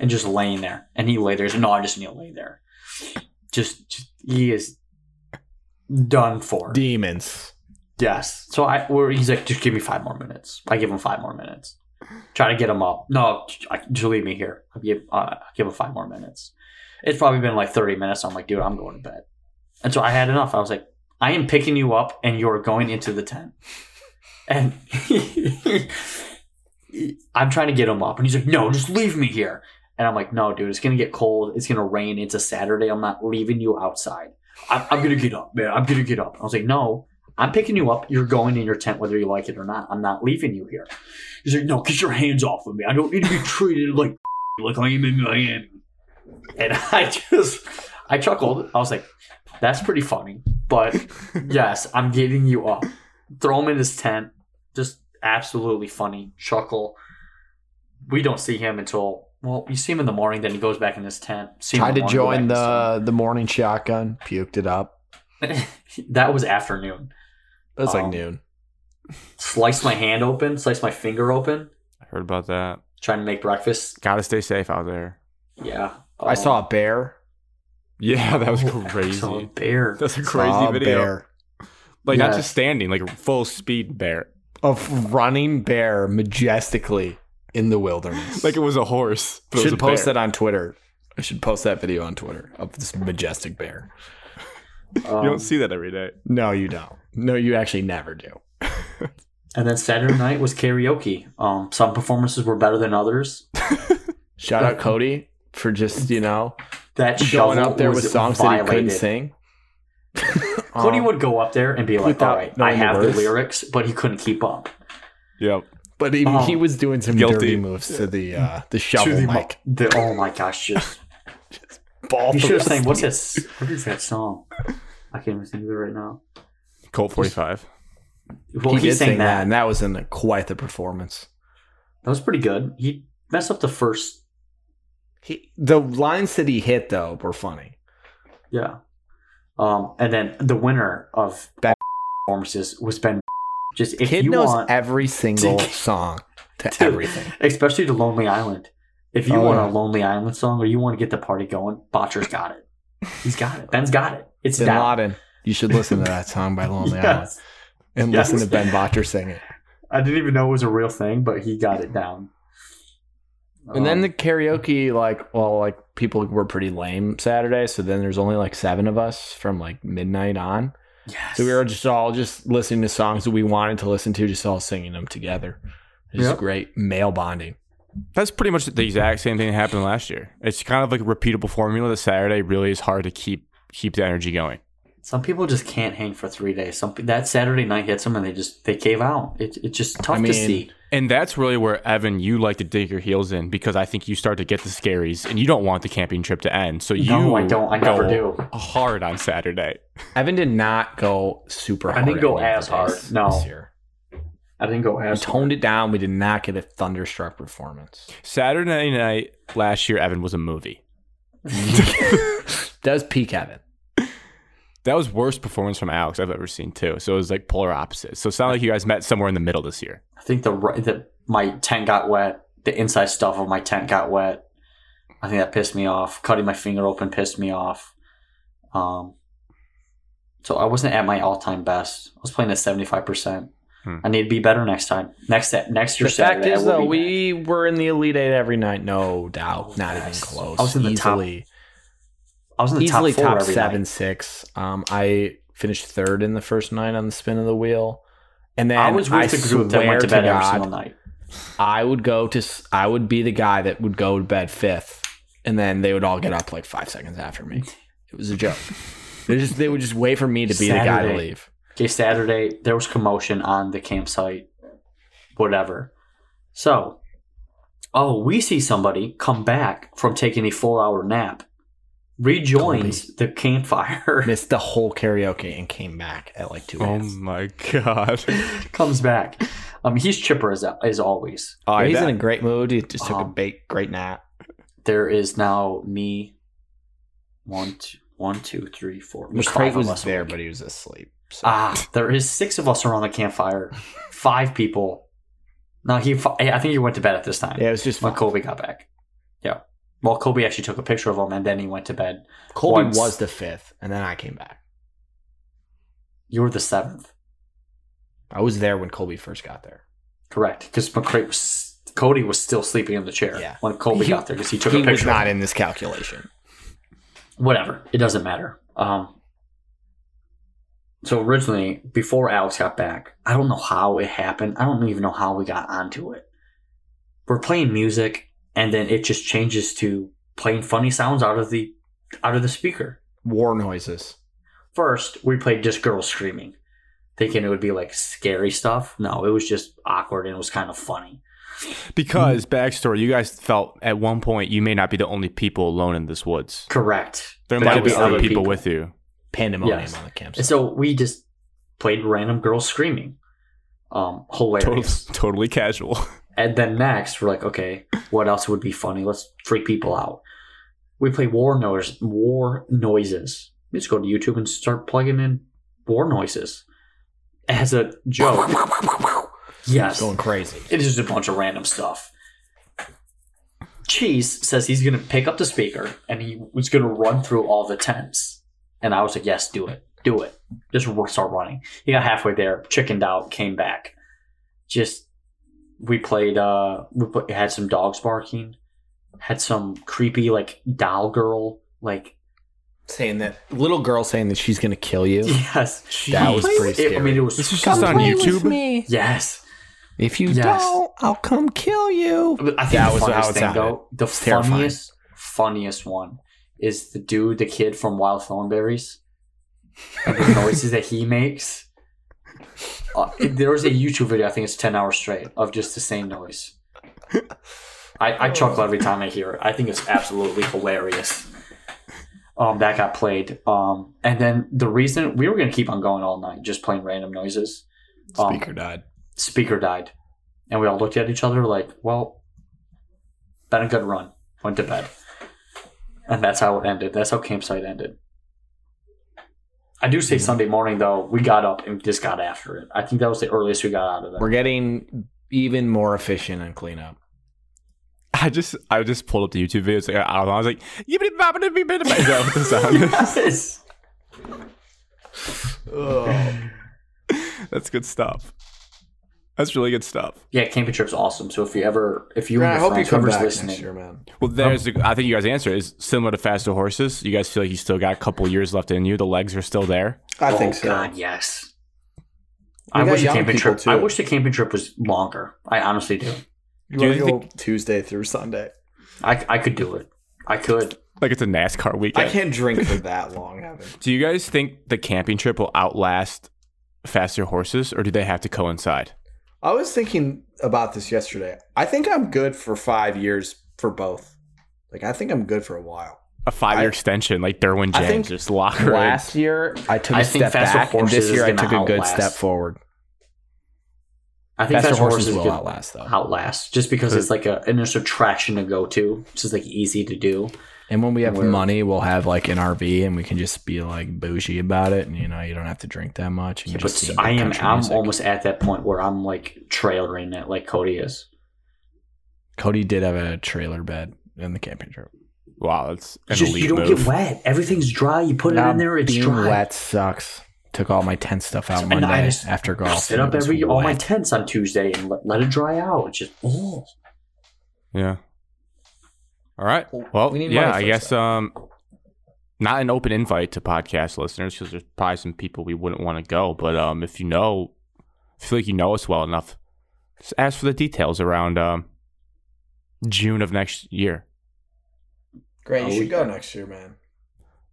and just laying there. And he lay there. He's, no, I just need to lay there. Just, just he is done for.
Demons.
Yes. So I, where he's like, just give me five more minutes. I give him five more minutes. Try to get him up. No, I, just leave me here. I give, uh, I give him five more minutes. It's probably been like thirty minutes. I'm like, dude, I'm going to bed. And so I had enough. I was like, I am picking you up, and you're going into the tent. And I'm trying to get him up, and he's like, no, just leave me here. And I'm like, no, dude, it's gonna get cold. It's gonna rain. It's a Saturday. I'm not leaving you outside. I'm, I'm gonna get up, man. I'm gonna get up. I was like, no, I'm picking you up. You're going in your tent, whether you like it or not. I'm not leaving you here. He's like, no, get your hands off of me. I don't need to be treated like like I am in Miami. And I just, I chuckled. I was like, that's pretty funny. But yes, I'm getting you up. Throw him in his tent. Just absolutely funny. Chuckle. We don't see him until well, you see him in the morning. Then he goes back in his tent. See him in
Tried to
morning, go
join
back in his
the the morning shotgun, puked it up.
tent. That was afternoon.
It was
Um,
like noon.
Sliced my hand open. Sliced my finger open.
I heard about that.
Trying to make breakfast.
Gotta stay safe out there.
Yeah.
I saw a bear.
Yeah, that was
I saw a
crazy.
bear.
That's a
Saw
crazy
a
video.
Bear.
Like
Yeah.
not just standing, like full speed bear.
A f- running bear majestically in the wilderness.
Like it was a horse. But it was
should
a
post
bear.
that on Twitter. I should post that video on Twitter of this majestic bear.
You
Um,
don't see that every day.
No, you don't. No, you actually never do.
And then Saturday night was karaoke. Um, some performances were better than others.
Shout out Cody for just you know
That
showing
shovel
up there
was
with songs
violated.
that he couldn't sing.
Cody
Um,
would go up there and be like,
without
"All right, I
knowing the
have the
words.
lyrics," but he couldn't keep up.
Yep.
but he,
Oh.
he was doing some
Guilty.
dirty moves to the uh, the
To
shovel
the,
mic.
mi- the- oh my gosh, just
Ball
you should have sang.
thrust.
What's that? s- What is that song? I can't even think of it right now.
Colt forty five.
Well, he,
did
sang
sing
that.
and that was in a, quite the performance.
That was pretty good. He messed up the first.
He, the lines that he hit though were funny.
Yeah. Um, and then the winner of
Ben-
performances was Ben. Just if
Kid
you
knows
want,
every single
Dude.
song to
Dude.
everything.
especially to Lonely Island. If you
Oh,
want a
yeah.
Lonely Island song or you want to get the party going, Botcher's got it. He's got it. Ben's got it. It's
Bin
down.
Laden. You should listen to that song by Lonely Island
Yes.
and
Yes.
listen to Ben Botcher sing it.
I didn't even know it was a real thing, but he got it down.
And then
Um,
the karaoke, like, well, like people were pretty lame Saturday, so then there's only like seven of us from like midnight on.
yes.
So we were just all just listening to songs that we wanted to listen to, just all singing them together. It was
Yep.
great male bonding.
That's pretty much the exact same thing that happened last year. It's kind of like a repeatable formula that Saturday really is hard to keep keep the energy going.
some people just can't hang for three days. Some pe- that Saturday night hits them and they just they cave out. It, it's just tough
mean,
to see.
And that's really where Evan, you like to dig your heels in because I think you start to get the scaries and you don't want the camping trip to end. So you
No, I don't. I
go
never do.
hard on Saturday.
Evan did not go super
I
hard.
didn't
at
go
any of
as
the days
hard, no.
This year.
I didn't go
We
as
toned it down. We did not get a thunderstruck performance.
Saturday night last year, Evan was a movie.
That was peak Evan.
That was worst performance from Alex I've ever seen too. So it was like polar opposites. So it sounded like you guys met somewhere in the middle this year.
I think the ri- the my tent got wet. The inside stuff of my tent got wet. I think that pissed me off. Cutting my finger open pissed me off. Um, so I wasn't at my all time best. I was playing at seventy five percent.
Hmm.
I need to be better next time. Next set, next year.
The fact
Saturday, I
is,
will
though,
be
we were in the Elite Eight every night, no doubt.
Oh,
not
yes.
even close.
I was in the top
easily,
back. I was in the
easily
top four
top,
every
seven,
night.
six. Um, I finished third in the first night on the spin of the wheel, and then
I was with the group that
swear
went to bed every
God,
single night.
I would go to. s- I would be the guy that would go to bed fifth, and then they would all get up like five seconds after me. It was a joke. they just they would just wait for me to be the guy to
Saturday.
leave.
Okay, Saturday there was commotion on the campsite, whatever. So, oh, we see somebody come back from taking a four-hour nap, rejoins the campfire,
Missed the whole karaoke and came back at like two.
Oh
a.m.
Um,
my god!
comes back. Um, he's chipper as as always.
I
he's
bet.
in a great mood. He just took a
Um,
big, great nap.
There is now me. One, two, one, two, three, four. There's
McCray
five of
was
us.
there, but he was asleep. So.
Ah, there is six of us around the campfire. Five people. No, he. fi- I think he went to bed at this time.
yeah, it was just
when
fun.
Kobe got back. Yeah. Well, Kobe actually took a picture of him and then he went to bed.
Colby
Once.
was the fifth, and then I came back.
You were the seventh,
I was there when Colby first got there.
correct? Because McCray was Cody was still sleeping in the chair
Yeah.
when Kobe
He-
got there because he took
He
a picture.
was
of
not
him.
in this calculation.
Whatever, it doesn't matter. Um, so originally, before Alex got back, I don't know how it happened. I don't even know how we got onto it. We're playing music, and then it just changes to playing funny sounds out of the out of the speaker.
War noises.
first we played just girls screaming thinking it would be like scary stuff no it was just awkward and it was kind of funny
Because backstory, you guys felt at one point you may not be the only people alone in this woods.
correct
There
That
might have
was
been other
other
people,
people.
with you.
Pandemonium
Yes.
on the
and
campsite.
so we just played random girls screaming um
Totally,
hilarious
totally casual.
and then next we're like okay what else would be funny let's freak people out we play war noise war noises we just go to youtube and start plugging in war noises as a joke yes
Going crazy.
It is just a bunch of random stuff. Cheese says he's going to pick up the speaker and he was going to run through all the tents. And I was like, yes, do it. Do it. Just r- start running. He got halfway there, chickened out, came back. Just, we played, uh, we put, had some dogs barking, had some creepy, like, doll girl, like,
Saying that little girl saying that she's gonna kill you.
yes.
That was pretty
It- I mean,
scary.
it was,
This is
so-
just on YouTube.
me.
yes.
If you
Yes.
don't, I'll come kill you.
But I think
That
the
was how
funniest
it
thing
sounded.
though, the
It's terrifying.
funniest, funniest one is the dude, the kid from Wild Thornberries, and the noises that he makes. Uh, there was a YouTube video, I think it's ten hours straight, of just the same noise. I, I chuckle every time I hear it. I think it's absolutely hilarious. Um, that got played. Um, and then the reason we were gonna keep on going all night, just playing random noises. Um,
Speaker died.
speaker died. And we all looked at each other like, well, been a good run. Went to bed. And that's how it ended. That's how campsite ended. I do say Sunday morning, though, we got up and just got after it. I think that was the earliest we got out of
We're
that.
getting even more efficient on cleanup.
I just, I just pulled up the YouTube videos. Like, I, don't know, I was like, "Yippity boppity beep bidi bop." Is that what the sound is?
Yes.
That's good stuff. That's really good stuff.
Yeah, camping trip's awesome. So if you ever, if you
Grant,
and
I
your
hope you
friends,
come
whoever's
back
listening,
next year, man.
Well, there's. the I think you guys' answer is similar to Faster Horses. You guys feel like you still got a couple years left in you. The legs are still there.
I
oh
think so.
God, yes.
We
I
got
wish the
young
camping
people,
trip.
too.
I wish the camping trip was longer. I honestly do.
You
Do
want
you
to go Tuesday through Sunday?
I I could do it. I could.
Like it's a NASCAR
I
weekend.
can't drink for that long, Evan.
Do you guys think the camping trip will outlast Faster Horses, or do they have to coincide?
I was thinking about this yesterday. I think I'm good for five years for both. Like I think I'm good for a while.
A five-year
I-
extension, like Derwin
I
James,
think
just lock her in.
Last year I took a
I think
step
Faster
back, and
Horses
this year
is
I
gonna
took a good
outlast.
step forward.
I think
Faster,
that's
horses, will
good.
outlast though.
Outlast, just because it's like a an attraction to go to. It's just like easy to do.
And when we have
Where-
money, we'll have like an RV, and we can just be like bougie about it, and you know you don't have to drink that much. And you
But
just sing
I
good
am
country
I'm
music.
almost at that point where I'm like trailering it like Cody is.
Cody did have a trailer bed in the camping trip.
Wow, that's an
Just
elite
you don't
move.
get wet. Everything's dry. You put it
Nah,
in there, it's
being
dry.
wet sucks. Took all my tent stuff out
And I
Monday
just
after
I
golf.
set
and
up
it was
every all my
wet.
tents on Tuesday and let, let it dry out. It's just oh.
Yeah. All right.
Well,
Well,
we need
yeah,
money
I
for
guess
stuff.
um, not an open invite to podcast listeners because there's probably some people we wouldn't want to go. But um, if you know, if you feel like you know us well enough, just ask for the details around um, June of next year. uh,
Great,
Oh,
you should
yeah.
go next year, man.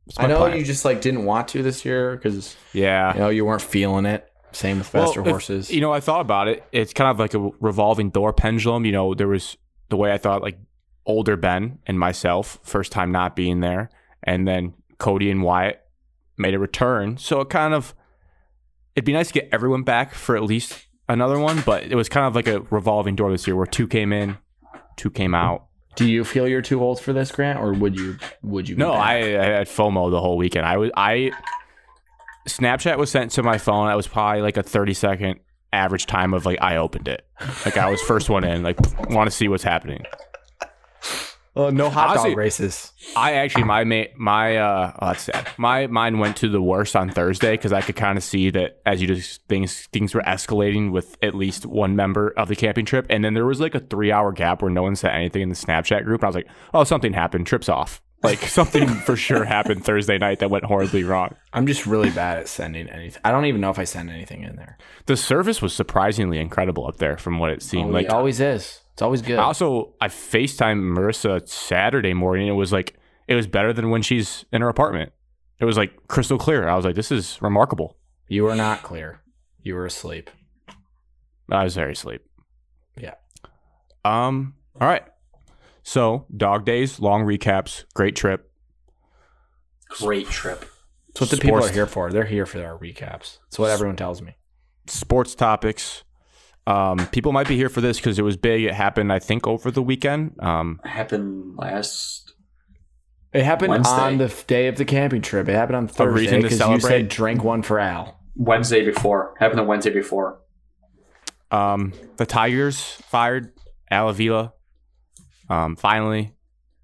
That's
I
my
know
plan.
you just like didn't want to this year because
Yeah.
You know you weren't feeling it. Same with
Well,
faster
if-
horses.
you know, I thought about it. It's kind of like a revolving door pendulum. You know, there was the way I thought, like older Ben and myself, first time not being there, and then Cody and Wyatt made a return. So it kind of, it'd be nice to get everyone back for at least another one. But it was kind of like a revolving door this year, where two came in, two came out.
Do you feel you're too old for this, Grant, or would you? Would you? be
No,
back?
I, I had FOMO the whole weekend. I was I Snapchat was sent to my phone. That was probably like a thirty second average time of like I opened it. Like I was first one in. Like want to see what's happening.
Oh, no hot
Honestly-
dog races.
I actually my ma- my uh oh, that's sad. My mine went to the worst on Thursday because I could kind of see that as you just things things were escalating with at least one member of the camping trip, and then there was like a three hour gap where no one said anything in the Snapchat group. I was like, oh, something happened. Trip's off. Like something for sure happened Thursday night that went horribly wrong.
I'm just really bad at sending anything. I don't even know if I send anything in there.
The service was surprisingly incredible up there from what it
Oh,
seemed like.
Oh, it always is. It's always good.
I also I FaceTime Marissa Saturday morning. It was like it was better than when she's in her apartment. It was like crystal clear. I was like, this is remarkable.
you were not clear. You were asleep.
I was very asleep.
Yeah.
Um. All right. So dog days, long recaps, great trip.
Great trip.
That's what the people
Sports-
are here for. They're here for our recaps. That's what everyone tells me.
sports topics. Um, people might be here for this because it was big. It happened, I think, over the weekend. Um,
Happened last.
It happened
Wednesday.
on the f- day of the camping trip. It happened on Thursday
reason to
because you
celebrate?
said drink one for Al.
Wednesday before. Happened the Wednesday before.
um, the Tigers fired Alavila. Um, finally,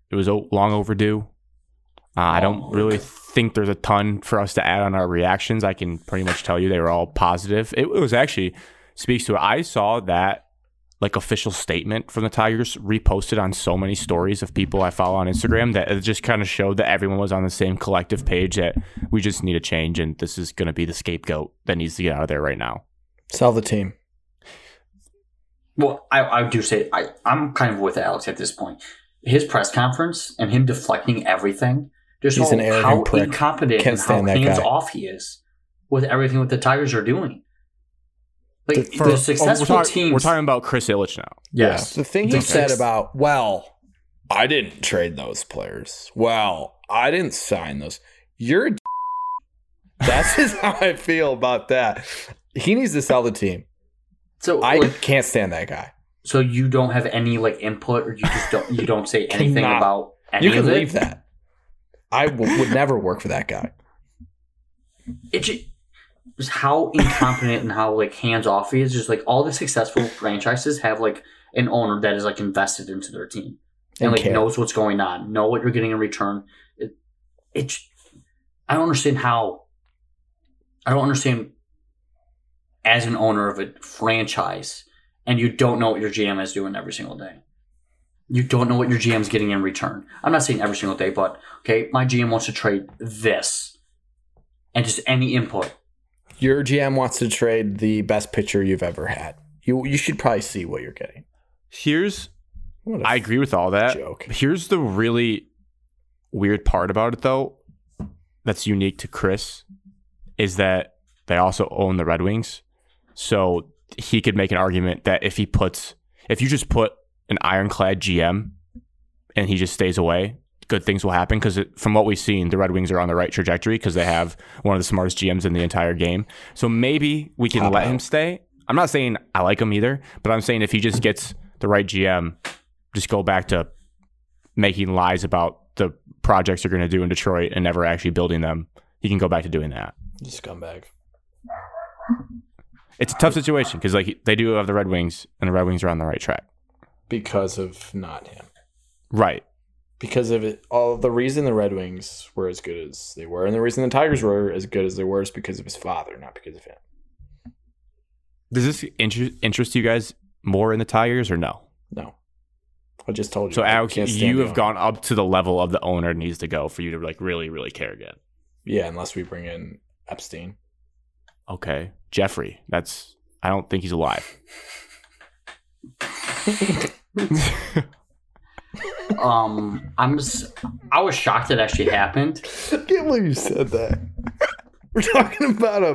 it was o- long overdue. Uh, I don't really think there's a ton for us to add on our reactions. I can pretty much tell you they were all positive. It was actually speaks to it. I saw that like official statement from the Tigers reposted on so many stories of people I follow on Instagram that it just kind of showed that everyone was on the same collective page that we just need a change and this is going to be the scapegoat that needs to get out of there right now.
Sell the team.
Well, I, I do say I, I'm kind of with Alex at this point. His press conference and him deflecting everything, just
He's
how,
an arrogant
how
prick.
incompetent
Can't
and how
stand that guy.
hands off he is with everything what the Tigers are doing. Like
The-
the,
for- oh,
successful
we're, talk-
teams.
we're talking about Chris Illich now.
yes.
The thing he
The
said
fix-
about, well, I didn't trade those players. Well, I didn't sign those. You're a d- That's just how I feel about that. He needs to sell the team.
So
I
like,
can't stand that guy.
so you don't have any like input, or you just don't you don't say
Cannot.
anything about any
You can
of
leave
it.
that. I w- would never work for that guy.
it ju- just how incompetent and how like hands off he is. Just like all the successful franchises have like an owner that is like invested into their team and,
And
like
care.
knows what's going on, know what you're getting in return. It, it ju- I don't understand how. I don't understand as an owner of a franchise, and you don't know what your GM is doing every single day. You don't know what your GM's getting in return. I'm not saying every single day, but okay, my GM wants to trade this and just any input.
Your GM wants to trade the best pitcher you've ever had. You you should probably see what you're getting.
Here's
What a
I agree with all that.
joke.
Here's the really weird part about it though that's unique to Chris is that they also own the Red Wings. So he could make an argument that if he puts if you just put an ironclad GM and he just stays away, good things will happen because from what we've seen, the Red Wings are on the right trajectory because they have one of the smartest GMs in the entire game. So maybe we can let him stay. I'm not saying I like him either, but I'm saying if he just gets the right GM, just go back to making lies about the projects they're going to do in Detroit and never actually building them. He can go back to doing that.
scumbag.
It's a tough situation because like they do have the Red Wings and the Red Wings are on the right track.
Because of not him.
Right.
because of it, all the reason the Red Wings were as good as they were, and the reason the Tigers were as good as they were is because of his father, not because of him.
Does this inter- interest you guys more in the Tigers or no?
No, I just told you.
So
I
Alex,
can't stand
you
the
have
owner.
gone up to the level of the owner needs to go for you to like really, really care again.
Yeah, unless we bring in Epstein.
Okay, Jeffrey, that's I don't think he's alive.
Um, I'm just, I was shocked it actually happened.
I can't believe you said that. We're talking about a,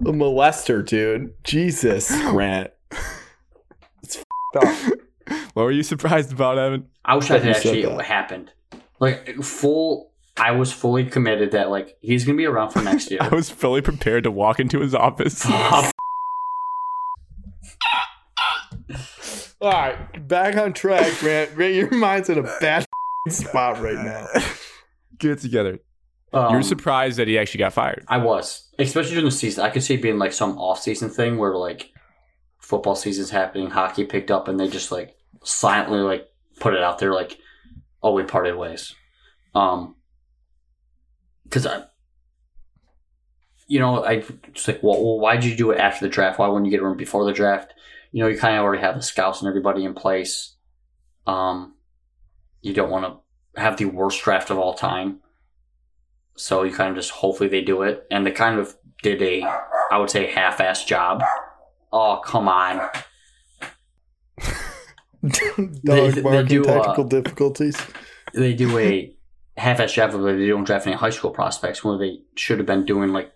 a molester, dude. Jesus, Grant. It's up.
What were you surprised about, Evan?
I was shocked
That you
it
said
actually
that.
happened. Like full, I was fully committed that like he's gonna be around for next year.
I was fully prepared to walk into his office.
All right, back on track, Grant. Grant, your mind's in a bad spot right now.
Get it together.
Um,
You're surprised that he actually got fired.
I was, especially during the season. I could see it being like some off-season thing where like football season's happening, hockey picked up, and they just like silently like put it out there like, oh, we parted ways. Um, because I, you know, I just like, well, well, why'd you do it after the draft? Why wouldn't you get him before the draft? You know, you kind of already have the scouts and everybody in place. Um, you don't want to have the worst draft of all time. So you kind of just hopefully they do it, and they kind of did a, I would say, half-ass job. Oh come on!
Dog
They- they
barking
do, uh,
technical difficulties.
They do a half-ass job, but they don't draft any high school prospects. Where they should have been doing like,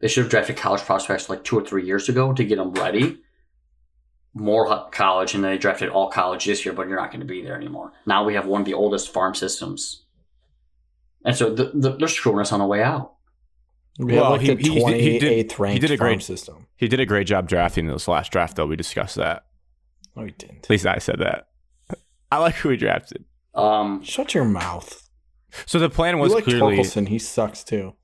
they should have drafted college prospects like two or three years ago to get them ready. More hu- college, and then they drafted all college this year, but you're not going to be there anymore. Now we have one of the oldest farm systems, and so the, the, they're screwing us on the way out.
We
Well,
have like
he-
the
he- he did- he did
28th ranked
a
farm
great-
system.
He did a great job drafting this last draft, though. We discussed that.
No, he didn't.
At least I said that. I like who we drafted.
Um,
Shut your mouth.
So the plan
You
was
like
clearly
Torkelson. He sucks too.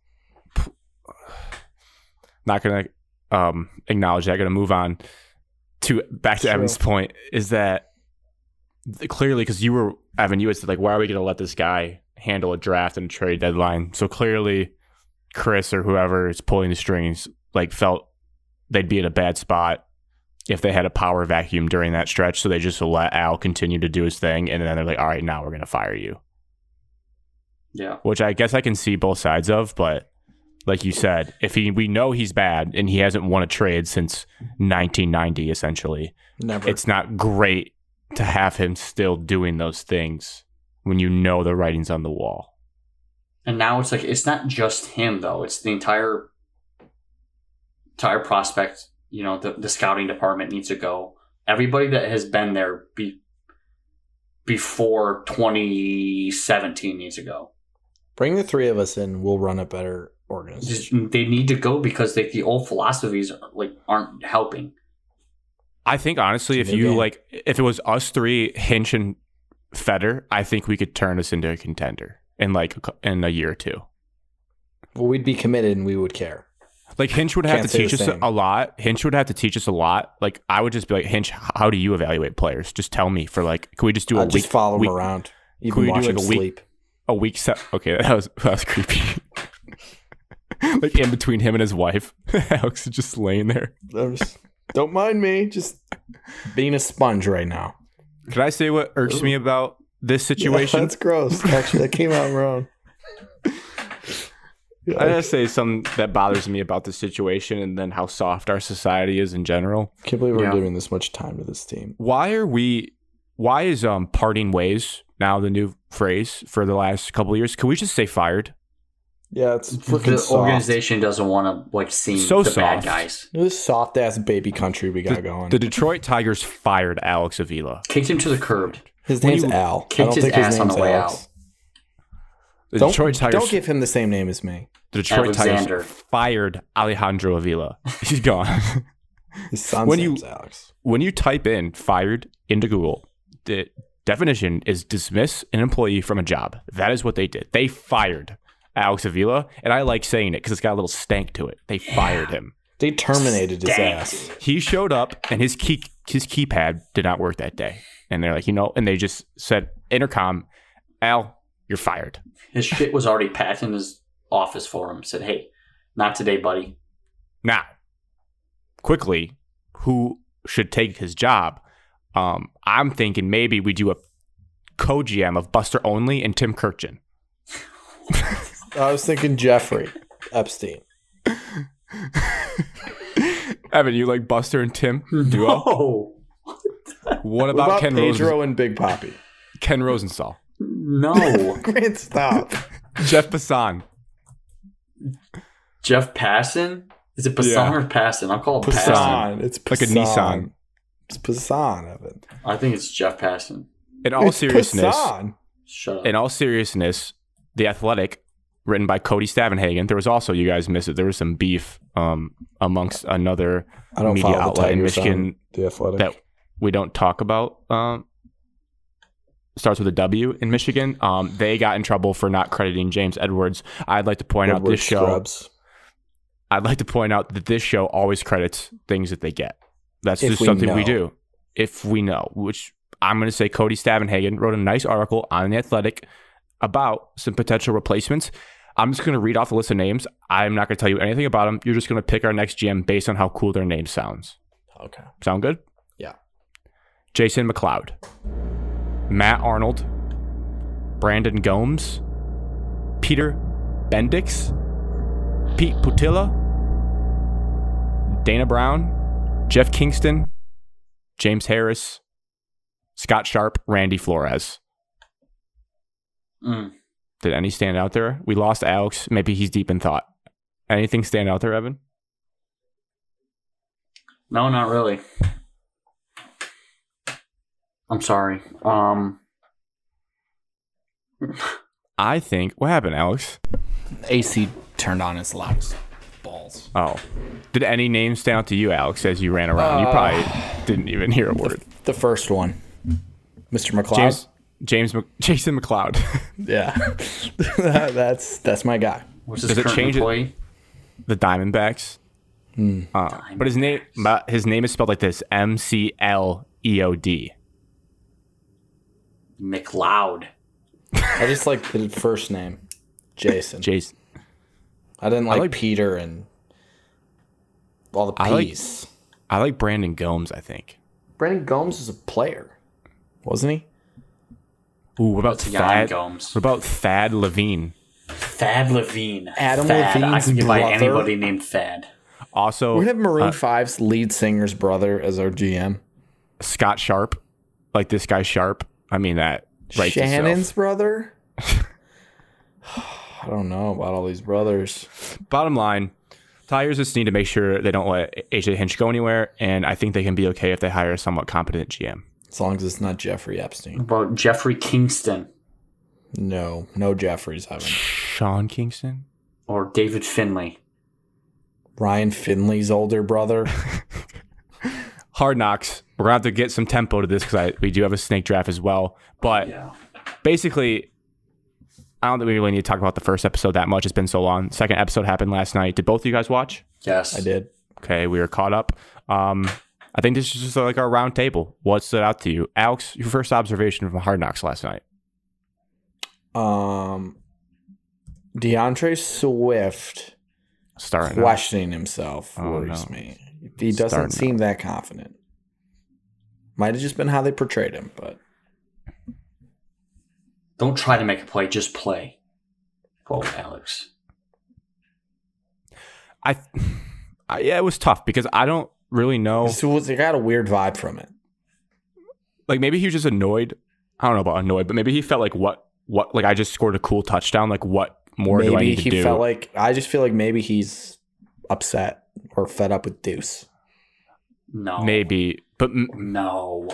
not going to um, acknowledge that. Going to move on to back to
Sure.
Evan's point is that th- clearly because you were Evan, you had said like, why are we going to let this guy handle a draft and a trade deadline? So clearly, Chris or whoever is pulling the strings like felt they'd be in a bad spot if they had a power vacuum during that stretch. So they just let Al continue to do his thing, and then they're like, all right, now we're going to fire you
yeah,
which I guess I can see both sides of, but like you said, if he we know he's bad and he hasn't won a trade since 1990 essentially.
Never.
It's not great to have him still doing those things when you know the writing's on the wall.
and now it's like it's not just him though; it's the entire entire prospect. You know, the, the scouting department needs to go. Everybody that has been there be, before 2017 needs to go.
Bring the three of us in. We'll run a better
Just-
organization.
they need to go because they, the old philosophies are, like aren't helping.
I think honestly,
It's
if
a new
you
game.
like, if it was us three, Hinch and Feder, I think we could turn us into a contender in like a cou- in a year or two.
Well, we'd be committed and we would care.
Like Hinch would have
Can't
to
say the
teach us
same.
a lot. Hinch would have to teach us a lot. Like I would just be like, Hinch, how do you evaluate players? Just tell me for like, could we just do a
I'd Uh,
week?
just follow
week-
him around. You
Could
can
we do,
watch
like,
him
a week-
sleep.
A week set. Okay, that was that was creepy. like in between him and his wife, Alex is just laying there.
I'm just- don't mind me. Just being a sponge right now.
Can I say what irks me about this situation?
Yeah, that's gross. Actually, that came out wrong.
I gotta say something that bothers me about the situation and then how soft our society is in general.
can't believe we're
Yeah.
doing this much time to this team.
Why are we? Why is um parting ways now the new phrase for the last couple of years? Can we just say fired?
Yeah, it's freaking
The
soft.
organization doesn't want to like see
So
the bad
soft.
guys.
This soft ass baby country we got going.
The Detroit Tigers fired Alex Avila.
Kicked him to the curb.
his
when
name's
you-
Al. I
kicked
don't
his
think his
ass on
name's
the way
Alex.
out.
The
Don't,
Detroit Tigers.
don't give him the same name as me.
the Detroit
Alexander.
Tigers fired Alejandro Avila. He's gone.
His son's
When you-
name's Alex.
when you type in "fired" into Google, the definition is dismiss an employee from a job. That is what they did. They fired Alex Avila, and I like saying it because it's got a little stank to it. They fired him.
They terminated his
Dang.
ass.
He showed up, and his key his keypad did not work that day. And they're like, you know, and they just said intercom, Al, you're fired.
His shit was already packed in his office for him. Said, "Hey, not today, buddy."
Now, quickly, who should take his job? Um, I'm thinking maybe we do a co-GM of Buster only and Tim Kirchin.
I was thinking Jeffrey Epstein.
Evan, you like Buster and Tim duo?
Oh
What
Mm-hmm. What about,
about, Ken, Rosen-
Pedro and Big Poppy?
Ken Rosenthal?
no,
Grant, stop.
Jeff Passan.
Jeff Passan. Is it Passan
Yeah.
or Passan? I'll call it Passan.
Passan. It's
Like a
Passan.
Nissan.
It's Passan, Evan.
I think it's Jeff Passan.
In all
It's
seriousness,
Passan.
Shut up.
in all seriousness, The Athletic, written by Cody Stavenhagen, there was also, you guys missed it, there was some beef um, amongst another
I don't
media
follow the
outlet in
Tigers um, on
Michigan
The athletic.
that we don't talk about um, starts with a W in Michigan. Um, they got in trouble for not crediting James Edwards. I'd like to point out
Edward
this show.
Scrubs.
I'd like to point out that this show always credits things that they get. That's
If
just
we
something we
know.
do if we know, which I'm going to say Cody Stavenhagen wrote a nice article on The Athletic about some potential replacements. I'm just going to read off a list of names. I'm not going to tell you anything about them. You're just going to pick our next GM based on how cool their name sounds.
Okay.
Sound good?
Yeah.
Jason McLeod, Matt Arnold, Brandon Gomes, Peter Bendix, Pete Putilla, Dana Brown, Jeff Kingston, James Harris, Scott Sharp, Randy Flores.
Mm.
Did any stand out there? We lost Alex. Maybe he's deep in thought. Anything stand out there, Evan?
No, not really. I'm sorry. Um,
I think. What happened, Alex?
AC turned on his locks. Balls.
Oh. Did any names stand out to you, Alex, as you ran around? you probably didn't even hear a word.
Uh, The first one, Mr. McLeod.
James, James, Mc- Jason McLeod.
Yeah, that's that's my guy.
was this
Does it
current
change it?
employee?
the Diamondbacks.
Hmm.
Uh, but his name, but his name is spelled like this: M C L E O D.
McLeod.
I just like the first name, Jason.
Jason.
I didn't like,
like-
Peter and all the
I like-
P's.
I like Brandon Gomes. I think.
Brandon Gomes is a player, wasn't he?
Ooh, what about
That's a guy
Thad?
named Gomes.
What about Thad Levine?
Thad Levine.
Adam
Thad. I
Levine's
can get by
brother.
anybody named Thad.
Also,
We have Maroon
uh,
5's lead singer's brother as our GM.
Scott Sharp. Like this guy Sharp. I mean that. Right.
Shannon's brother. I don't know about all these brothers.
Bottom line, Tigers just need to make sure they don't let AJ Hinch go anywhere, and I think they can be okay if they hire a somewhat competent GM.
As long as it's not Jeffrey Epstein.
About Jeffrey Kingston
No, no Jeffrey's having.
Sean Kingston.
or David Finley.
Ryan Finley's older brother.
Hard knocks. We're gonna have to get some tempo to this because we do have a snake draft as well. But
Yeah.
basically, I don't think we really need to talk about the first episode that much. It's been so long. Second episode happened last night. Did both of you guys watch?
Yes.
I did.
Okay, we are caught up. Um, I think this is just like our round table. What stood out to you, Alex? Your first observation from Hard Knocks last night.
Um, DeAndre Swift
Starting. out.
questioning himself
Oh,
worries
no.
me. He doesn't
Starting
seem that confident. Might have just been how they portrayed him, but
Don't try to make a play, just play. Quote Alex.
I, I yeah, it was tough because I don't really know.
so it was- it got a weird vibe from it.
like maybe he was just annoyed. I don't know about annoyed, but maybe he felt like what what like I just scored a cool touchdown. Like what more do I
maybe
need to
he
do?
felt like I just feel like maybe he's upset or fed up with Deuce. oh.
No.
maybe, but m-
No.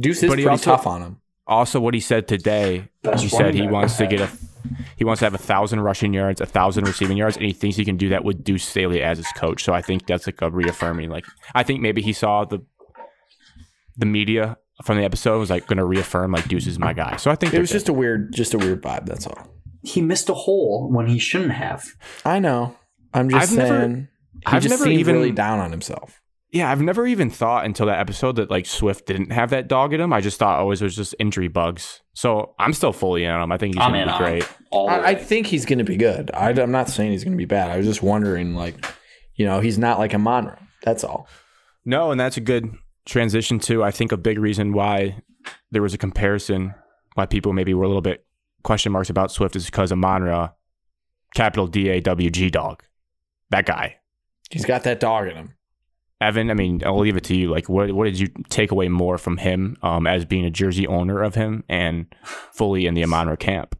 Deuce is
But he
pretty
also-
tough on him.
also what he said today,
Best
he said
running
he
back
wants to
I've
get a he wants to have a thousand rushing yards, a thousand receiving yards, and he thinks he can do that with Deuce Staley as his coach. So I think that's like a reaffirming. Like I think maybe he saw the the media from the episode was like going to reaffirm like Deuce is my guy. So I think
It was
they're
just a weird, just a weird vibe. That's all.
He missed a hole when he shouldn't have.
I know. I'm just
I've never-
saying. he
I've
just
never
seemed
even-
really down on himself.
good. yeah. I've never even thought until that episode that like Swift didn't have that dog in him. I just thought always was just injury bugs. So I'm still fully in on him. I think he's
I'm
going
in
to be
on him.
great.
All the
I, I
way.
think he's going to be good. I, am not saying he's going to be bad. I was just wondering, like, you know, he's not like a Monroe. That's all.
No, and that's a good transition to I think a big reason why there was a comparison why people maybe were a little bit question marks about Swift is because of Monra, capital D A W G dog. That guy.
He's got that dog in him.
Evan, I mean, I'll leave it to you. Like what what did you take away more from him um, as being a jersey owner of him and fully in the Amonra camp?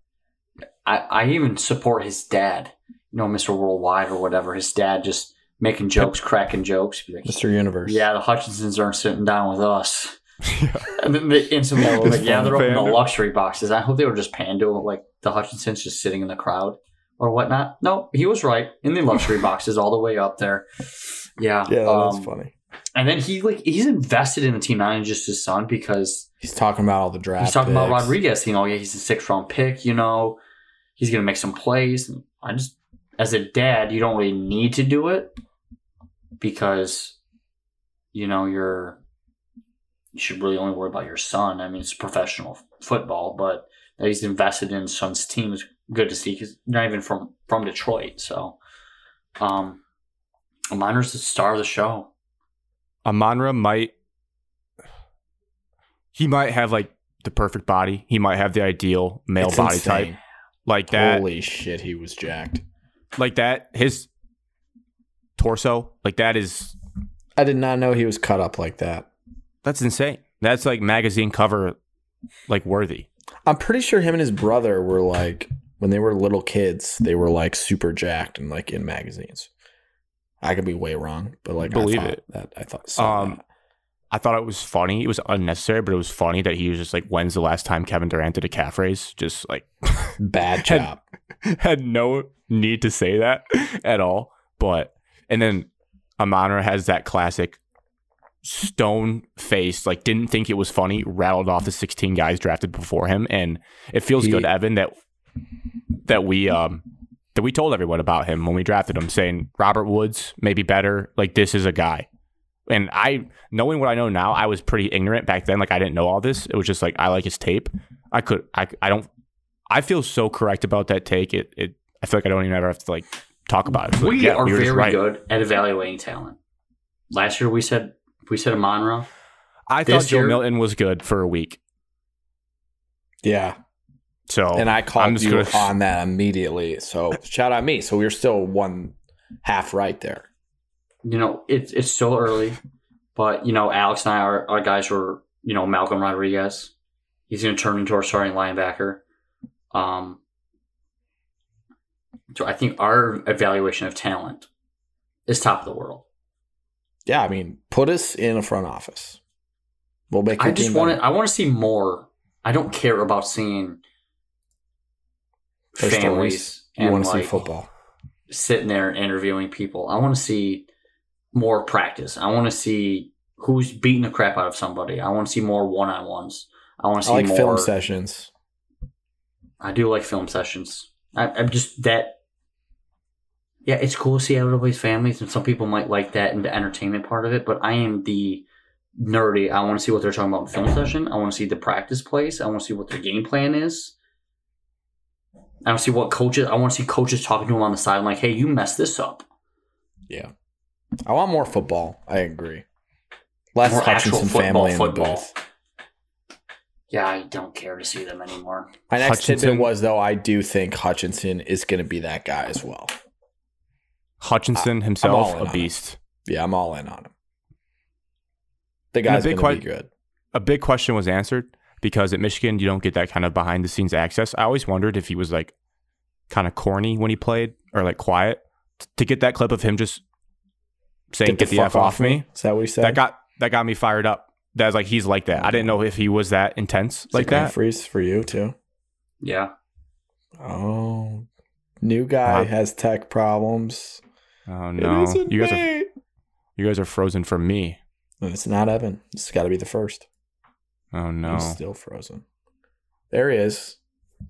I, I even support his dad, you know, Mr. Worldwide or whatever. His dad just making jokes, cracking jokes. Be like,
Mr. Universe.
yeah, the Hutchinsons aren't sitting down with us. and then they instantly were
Just
like, yeah, they're up in the
Pando.
luxury boxes. I hope they were just Pando, like the Hutchinsons just sitting in the crowd or whatnot. No, he was right. In the luxury boxes all the way up there. Yeah.
Yeah, that was
um,
funny.
And then he like he's invested in the team, not in just his son, because
He's talking about all the draft.
he's talking about
picks.
Rodriguez. You know, yeah, he's a sixth round pick. You know, he's gonna make some plays. And I just, as a dad, you don't really need to do it because, you know, you're you should really only worry about your son. I mean, it's professional f- football, but that he's invested in his son's team is good to see because not even from from Detroit. So, um, Miner's the star of the show.
Amonra might he might have like the perfect body. He might have the ideal male
It's
body
insane.
type. Like that
Holy shit, he was jacked.
like that his torso, like that is
I did not know he was cut up like that.
that's insane. That's like magazine cover like worthy.
I'm pretty sure him and his brother were like when they were little kids, they were like super jacked and like in magazines. I could be way wrong, but like
Believe
I thought
it.
That I thought.
Um, I thought it was funny. It was unnecessary, but it was funny that he was just like, "When's the last time Kevin Durant did a calf raise?" Just like
bad
had-
job.
had no need to say that at all. But and then Amonra has that classic stone face, like didn't think it was funny, rattled off the 16 guys drafted before him, and it feels
He-
good, Evan, that that we um that we told everyone about him when we drafted him, saying Robert Woods maybe better. Like this is a guy. And I, knowing what I know now, I was pretty ignorant back then. Like I didn't know all this. It was just like I like his tape. I could, I, I don't, I feel so correct about that take. It, it, I feel like I don't even ever have to like talk about it. It's like,
We
yeah,
are
were just
very
right.
good at evaluating talent. Last year we said we said Amonra.
I
This
thought Joe
year-
Milton was good for a week.
Yeah,
So
and I
Oh, I'm
called
just
you
gonna-
on that immediately. So shout out me. So we are still one half right there.
You know, it's it's still early, but you know, Alex and I are our guys were you know Malcolm Rodriguez. He's going to turn into our starting linebacker. Um, so I think our evaluation of talent is top of the world.
Yeah, I mean, put us in a front office. We'll make.
I
your
just
team
want
better.
to. I want to see more. I don't care about seeing
Their stories.
families.
You
and,
want to see
like,
football?
sitting there interviewing people. I want to see more practice. I want to see who's beating the crap out of somebody. I want to see more one on ones. I want to
I
see
like
more.
film sessions.
I do like film sessions. I, I'm just that. Yeah, it's cool to see everybody's families, and some people might like that and the entertainment part of it. But I am the nerdy. I want to see what they're talking about in film session. I want to see the practice place. I want to see what their game plan is. I want to see what coaches. I want to see coaches talking to them on the side, like, "Hey, you messed this up."
Yeah. I want more football. I agree. Less
More actual
Hutchinson
football,
family in the
football.
booth.
Yeah, I don't care to see them anymore.
My next
Hutchinson-
tidbit was though I do think Hutchinson is going to be that guy as well.
Hutchinson himself,
all in
a
on
beast.
Yeah, I'm all in on him. The
the
guy's
big
going to be good.
A big question was answered because at Michigan you don't get that kind of behind the scenes access. I always wondered if he was like kind of corny when he played or like quiet. T- to get that clip of him just saying "Get the,
fuck
f off me,"
Is that what he said?
that got that got me fired up. That's like he's like that. I didn't know if he was that intense
Is it
like that.
Humphries for you too.
Yeah,
Oh, new guy
Wow.
has tech problems.
Oh
It
no,
isn't
you guys are
me.
you guys are frozen from me.
And It's not Evan. It's got to be the first.
Oh no,
He's still frozen. There he is.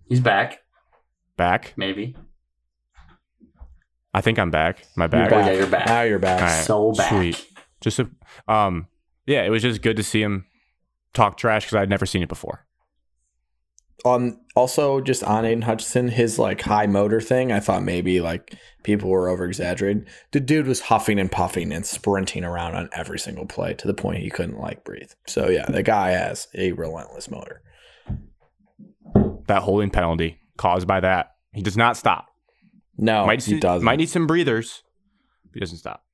he's back.
back.
Maybe
I think I'm back. My
You're
back.
back.
Yeah, you're back.
Now you're back.
All right,
so back.
sweet. Just a, um, yeah, it was just good to see him talk trash because I'd never seen it before.
on Um, also just on Aiden Hutchinson, his like high motor thing, I thought maybe like people were over exaggerating. The dude was huffing and puffing and sprinting around on every single play to the point he couldn't like breathe. So yeah, the guy has a relentless motor.
That holding penalty caused by that, he does not stop.
No,
might
Oh, he
see-
doesn't.
might need some breathers. He doesn't stop.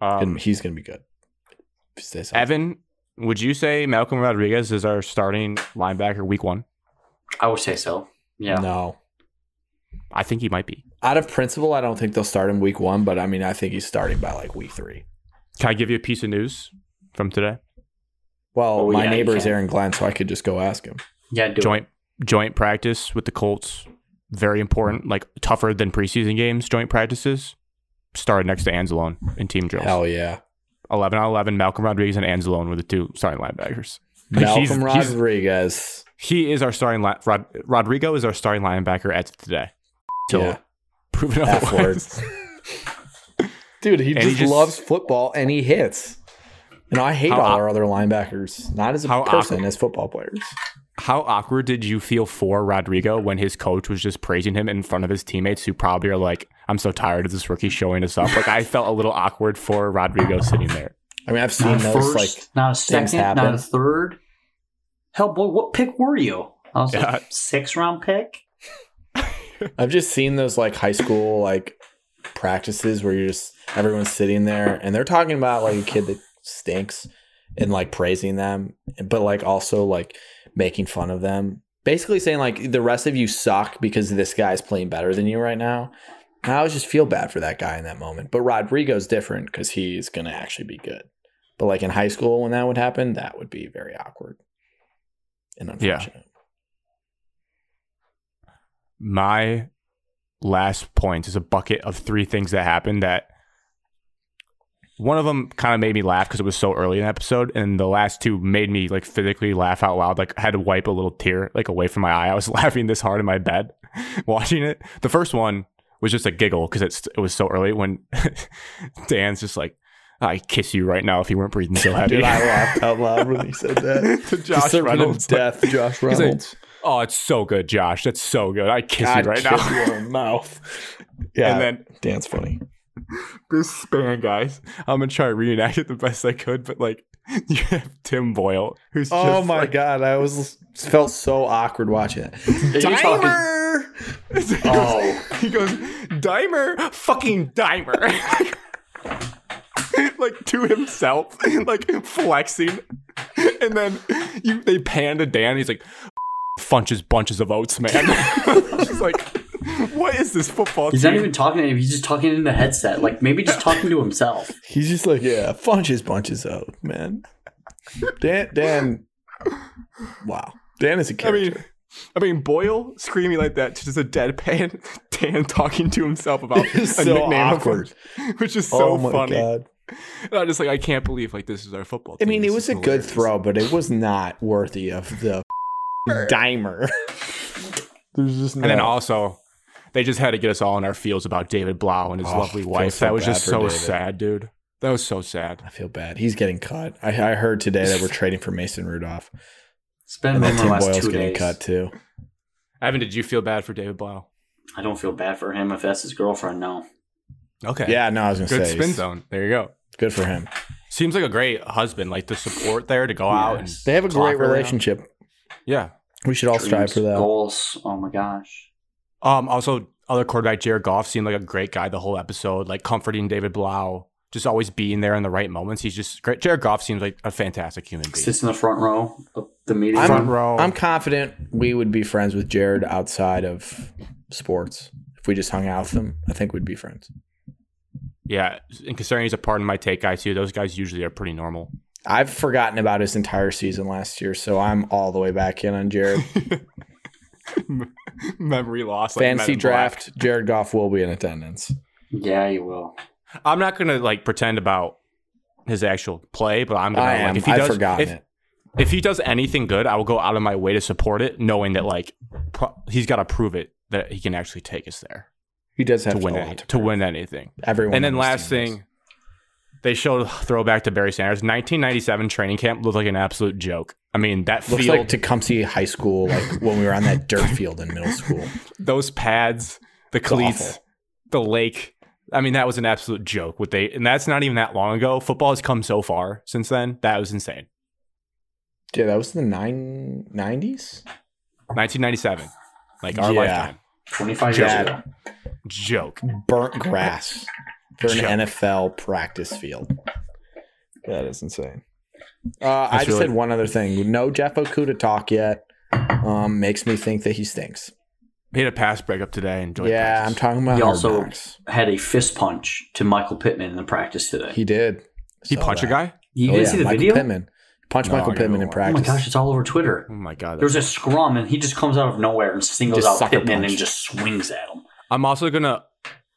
Um,
And he's gonna be good. If he stays healthy.
Evan, would you say Malcolm Rodriguez is our starting linebacker week one?
I would say so. Yeah.
No.
I think he might be.
Out of principle, I don't think they'll start him week one, but I mean I think he's starting by like week three.
Can I give you a piece of news from today?
Well,
Oh,
my
yeah, you
neighbor is
can.
Aaron Glenn, so I could just go ask him.
Yeah, do it.
joint joint practice with the Colts, very important, like tougher than preseason games. Joint practices started next to Anzalone in team drills.
Hell yeah.
Eleven on eleven, Malcolm Rodriguez and Anzalone were the two starting linebackers. Like,
Malcolm
he's- he's-
Rodriguez.
He is our starting li- Rod- Rodrigo is our starting linebacker as of today. Till
Yeah.
proven
F
otherwise.
Dude, he
And
just,
he just-
loves football and he hits. And I hate
How
all
au-
our other linebackers, not as a
How
person,
awkward.
as football players.
How awkward did you feel for Rodrigo when his coach was just praising him in front of his teammates who probably are like, I'm so tired of this rookie showing us up? Like, I felt a little awkward for Rodrigo sitting there.
I mean, I've seen
Not a
those
first,
like
not a second, not
happen.
a third. Hell, boy, what pick were you? I was
Yeah.
like six round pick.
I've just seen those like high school like practices where you're just everyone's sitting there and they're talking about like a kid that stinks and like praising them, but like also like making fun of them. Basically saying like the rest of you suck because this guy's playing better than you right now. And I always just feel bad for that guy in that moment. But Rodrigo's different because he's gonna actually be good. But like in high school when that would happen, that would be very awkward and
Yeah.
unfortunate.
my last point is a bucket of three things that happened that one of them kind of made me laugh because it was so early in the episode and the last two made me like physically laugh out loud like i had to wipe a little tear like away from my eye i was laughing this hard in my bed watching it the first one was just a giggle because it's it was so early when dan's just like i kiss you right now if you weren't breathing so heavy
Dude, I laughed out loud when he said that.
to josh
Serpent
reynolds
of death, Josh
like,
Reynolds.
oh it's so good josh that's so good i kiss
God,
you right
kiss
now
your mouth. Yeah,
and then
dance funny.
this span, guys. I'm gonna try to reenact it the best I could, but like you have Tim Boyle, who's
Oh
just
my
like,
god, I was felt so awkward watching that.
You're talking-
Dimer!
Oh,
he goes, Dimer, fucking Dimer. like to himself, like flexing. And then you they pan to Dan, he's like, Funches bunches of oats, man. She's like, what is this football
he's
team?
not even talking to him. He's just talking in the headset. Like maybe just talking to himself.
He's just like, yeah, funches bunches out, man. Dan, Dan, wow, Dan is a
I
character.
mean, I mean Boyle screaming like that to just a deadpan Dan talking to himself about a
It's so
nickname, of
awkward.
him, which is so
oh my
funny.
god.
And I'm just like, I can't believe like this is our football.
I
team.
mean, it
This
was
is
a good
hilarious.
throw, but it was not worthy of the dimer. There's just no.
And then also, they just had to get us all in our feels about David Blau and his
Oh,
lovely
feel
wife.
so
that was
bad
just
for
so
David.
sad, dude. That was so sad.
I feel bad. He's getting cut. I, I heard today that we're trading for Mason Rudolph.
It's been
And
one of
then
the
Tim
last
Boyle's
two
getting
days.
cut too.
Evan, did you feel bad for David Blau?
I don't feel bad for him if that's his girlfriend. No,
Okay.
Yeah, no, I was gonna
Good
say
spin
he's-
zone. There you go.
Good for him.
Seems like a great husband. Like the support there to go out and
They have a
Clock
great
around.
relationship.
yeah.
We should all strive
Dreams,
for that.
Goals. Oh my gosh.
Um, also, other quarterback Jared Goff seemed like a great guy the whole episode, like comforting David Blau, just always being there in the right moments. He's just great. Jared Goff seems like a fantastic human being.
Sits in the front row of the media.
I'm-
Front row.
I'm confident we would be friends with Jared outside of sports. If we just hung out with him, I think we'd be friends.
yeah, and considering he's a part of my take guy too, those guys usually are pretty normal.
I've forgotten about his entire season last year, so I'm all the way back in on Jared.
Memory loss. like Men
Fantasy
in Black.
draft, Jared Goff will be in attendance.
yeah, you will.
I'm not gonna like pretend about his actual play, but I'm gonna
I
like
am.
if he
I've
does
forgotten
if,
it.
if he does anything good, I will go out of my way to support it, knowing that like pro- he's got to prove it that he can actually take us there
He does have
to win
a
any-
lot
to,
to,
win anything.
Everyone.
and then last
understands
thing, they showed a throwback to Barry Sanders. 1997 training camp looked like an absolute joke. I mean, that
this. looks
field,
like Tecumseh High School, like when we were on that dirt field in middle school.
those pads, the cleats,
awful.
the lake. I mean, that was an absolute joke. What they and that's not even that long ago. Football has come so far since then. That was insane.
Yeah, that was in the nine nineties.
1997, like our
Yeah.
lifetime
Twenty five years
Jared.
ago.
joke.
burnt grass for an
Chuck.
NFL practice field. That is insane. Uh, I
That's
just
really-
said one other thing. No Jeff Okuda talk yet. Um, makes me think that he stinks.
He had a pass breakup today. and joint
yeah,
practice.
I'm talking about.
He
Hard
also-
Knocks.
had a fist punch to Michael Pittman in the practice today.
he did.
He
Saw
punched a
that.
guy.
you
Oh,
didn't
yeah,
see the
Michael
video?
Pittman. Punched
No,
Michael
I gotta
Pittman in
watch.
Oh my
practice. Mm.
gosh, it's all over Twitter.
Oh my god.
There's a scrum and he just comes out of nowhere and singles
Just
out
sucker
Pittman
punch.
and just swings at him.
I'm also gonna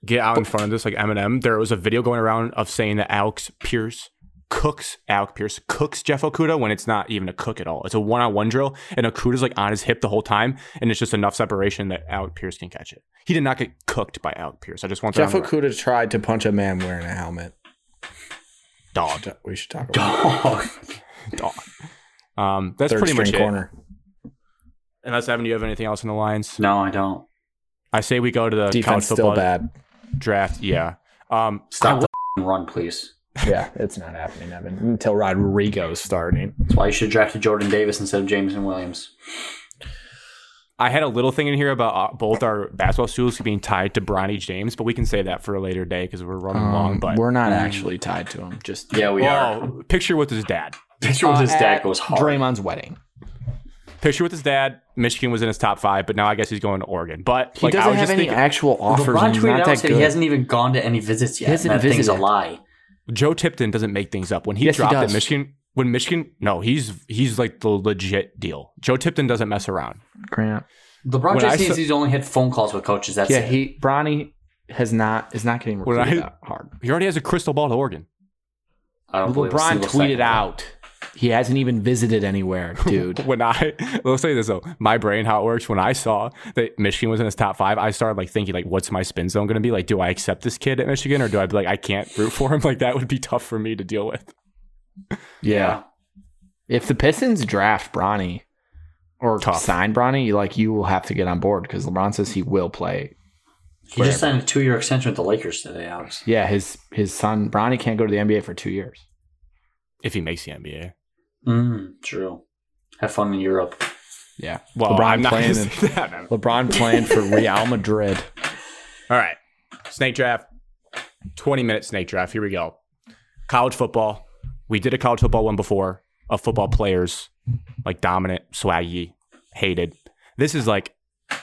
get out in front of this like Eminem. There was a video going around of saying that Alex Pierce cooks Alex Pierce cooks Jeff Okuda when it's not even a cook at all. It's a one on one drill, and Okuda's like on his hip the whole time, and it's just enough separation that Alex Pierce can catch it. He did not get cooked by Alex Pierce. I just want that
Jeff
on the record.
Okuda tried to punch a man wearing a helmet.
Dog.
We should talk about
Dog.
Dog. Um, that's
third
pretty much
string
corner.
corner.
it. Unless Evan, do you have anything else in the Lions?
No, I don't.
I say we go to the college
Defense
football
still bad.
draft. Yeah. Um,
Stop the f***ing run, please.
yeah, it's not happening, Evan. Until Rodrigo's starting.
That's why you should have drafted Jordan Davis instead of Jameson Williams.
I had a little thing in here about uh, both our basketball schools being tied to Bronny James, but we can say that for a later day because we're running long. But
Um, we're Oh, not actually tied to him. Just
Yeah, we are.
Well, picture with his dad.
Picture with his
Uh,
dad goes hard.
Draymond's wedding.
Picture with his dad. Michigan was in his top five, but now I guess he's going to Oregon. But
He
like, I
doesn't
was
have
just
any
thinking,
actual offers.
LeBron
and he's
tweeted
not
out
that
said
good.
he hasn't even gone to any visits yet.
hasn't
and that thing's a
visited.
lie.
Joe Tipton doesn't make things up. When he
Yes, he
dropped at
does.
Michigan, when Michigan, no, he's he's like the legit deal. Joe Tipton doesn't mess around.
Grant.
LeBron
When I
just needs
saw-
he's only had phone calls with coaches. That's
yeah,
it.
he Bronny has not is not getting
When
recruited
I-
that hard.
He already has a crystal ball to Oregon.
I don't believe a
LeBron
single second of
tweeted
that.
out. He hasn't even visited anywhere, dude.
When I let's say this though, my brain how it works. When I saw that Michigan was in his top five, I started like thinking like, what's my spin zone going to be? Like, do I accept this kid at Michigan or do I be like, I can't root for him? Like that would be tough for me to deal with.
yeah. If the Pistons draft Bronny or
Tough.
sign Bronny, you- like you will have to get on board because LeBron says he will play.
He just signed a two-year extension with the Lakers today, Alex.
Yeah, his his son Bronny can't go to the NBA for two years.
If he makes the NBA,
Mm, true. Have fun in Europe.
Yeah,
well,
LeBron
I'm not
playing
going
in-
that. man.
LeBron playing for Real Madrid.
All right, snake draft, twenty minute snake draft. Here we go. College football. We did a college football one before of football players like dominant, swaggy, hated. This is like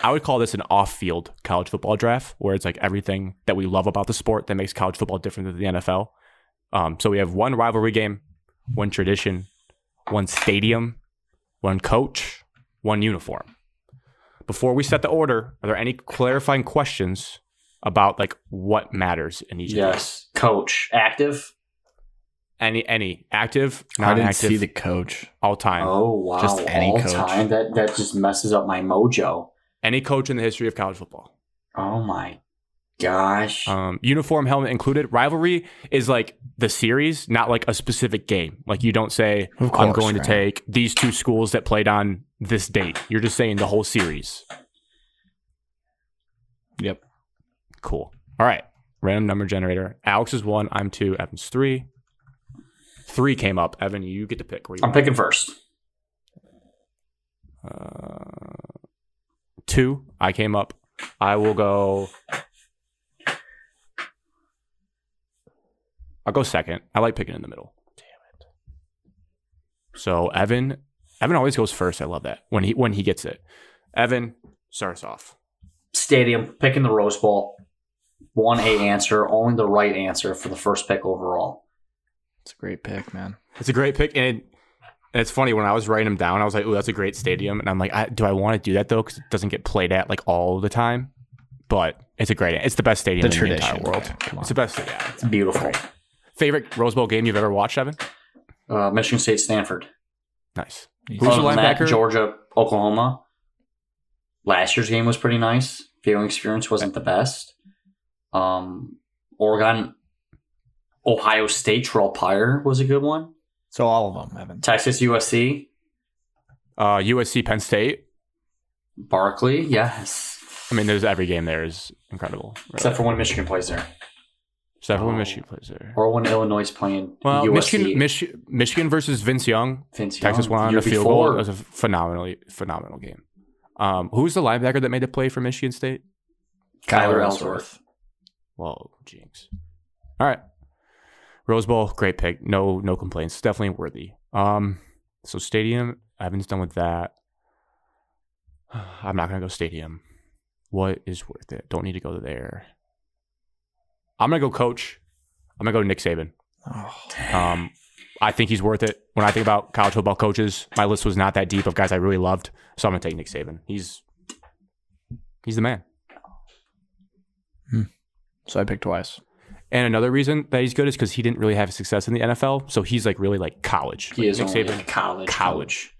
I would call this an off-field college football draft, where it's like everything that we love about the sport that makes college football different than the NFL. Um, so we have one rivalry game, one tradition, one stadium, one coach, one uniform. Before we set the order, are there any clarifying questions about like what matters in each? Of these?
Yes. Coach. Active?
Any any active,
I
non
didn't see
active,
the coach.
all time.
Oh, wow.
Just any
All
coach.
time? That, that just messes up my mojo.
Any coach in the history of college football.
Oh, my gosh.
um, uniform helmet included. Rivalry is like the series, not like a specific game. Like you don't say
Of
I'm
course,
going
right.
to take these two schools that played on this date. You're just saying the whole series.
Yep.
Cool. All right. Random number generator. Alex is one. I'm two. Evan's three. Three came up. Evan, you get to pick. Where you
I'm
want.
picking first.
Uh, two. I came up. I will go. I'll go second. I like picking in the middle. Damn it. So Evan, Evan always goes first. I love that when he when he gets it. Evan starts off.
Stadium. Picking the Rose Bowl. 1A answer. Only the right answer for the first pick overall.
It's a great pick, man.
It's a great pick, and, and it's funny when I was writing him down, I was like, "Oh, that's a great stadium," and I'm like, I, "Do I want to do that though? Because it doesn't get played at like all the time." But it's a great. It's the best stadium
The
in the
tradition.
entire world.
man. Come on.
It's the best. Yeah.
It's beautiful.
Favorite Rose Bowl game you've ever watched, Evan?
Uh, Michigan State, Stanford.
Nice.
He's-
Who's
Other
the
than that,
linebacker?
Georgia, Oklahoma. Last year's game was pretty nice. Viewing experience wasn't the best. Um, Oregon, Ohio State, Terrell Pryor was a good one.
so all of them, Evan.
Texas, USC,
Uh, USC, Penn State.
Barkley, yes.
I mean, there's every game there is incredible. really.
Except for when Michigan plays there,
Except for when
Oh.
Michigan plays there.
or when Illinois is playing
Well,
USC.
Michigan, Mich- Michigan versus Vince Young.
Vince Young,
Texas won
the
on
year
a field
before.
goal. It was a phenomenally phenomenal game. Um, who was the linebacker that made the play for Michigan State?
Kyler Ellsworth.
Whoa, jinx. All right. Rose Bowl, great pick. No, no complaints. Definitely worthy. Um, so stadium, Evan's done with that. I'm not gonna go stadium. What is worth it? Don't need to go there. I'm gonna go coach. I'm gonna go Nick Saban.
Oh,
Um, I think he's worth it. When I think about college football coaches, my list was not that deep of guys I really loved, so I'm gonna take Nick Saban. He's he's the man.
so I picked twice.
And another reason that he's good is because he didn't really have success in the NFL, so he's like really like college.
He
Like,
is
Nick
only
Saban,
a college.
college.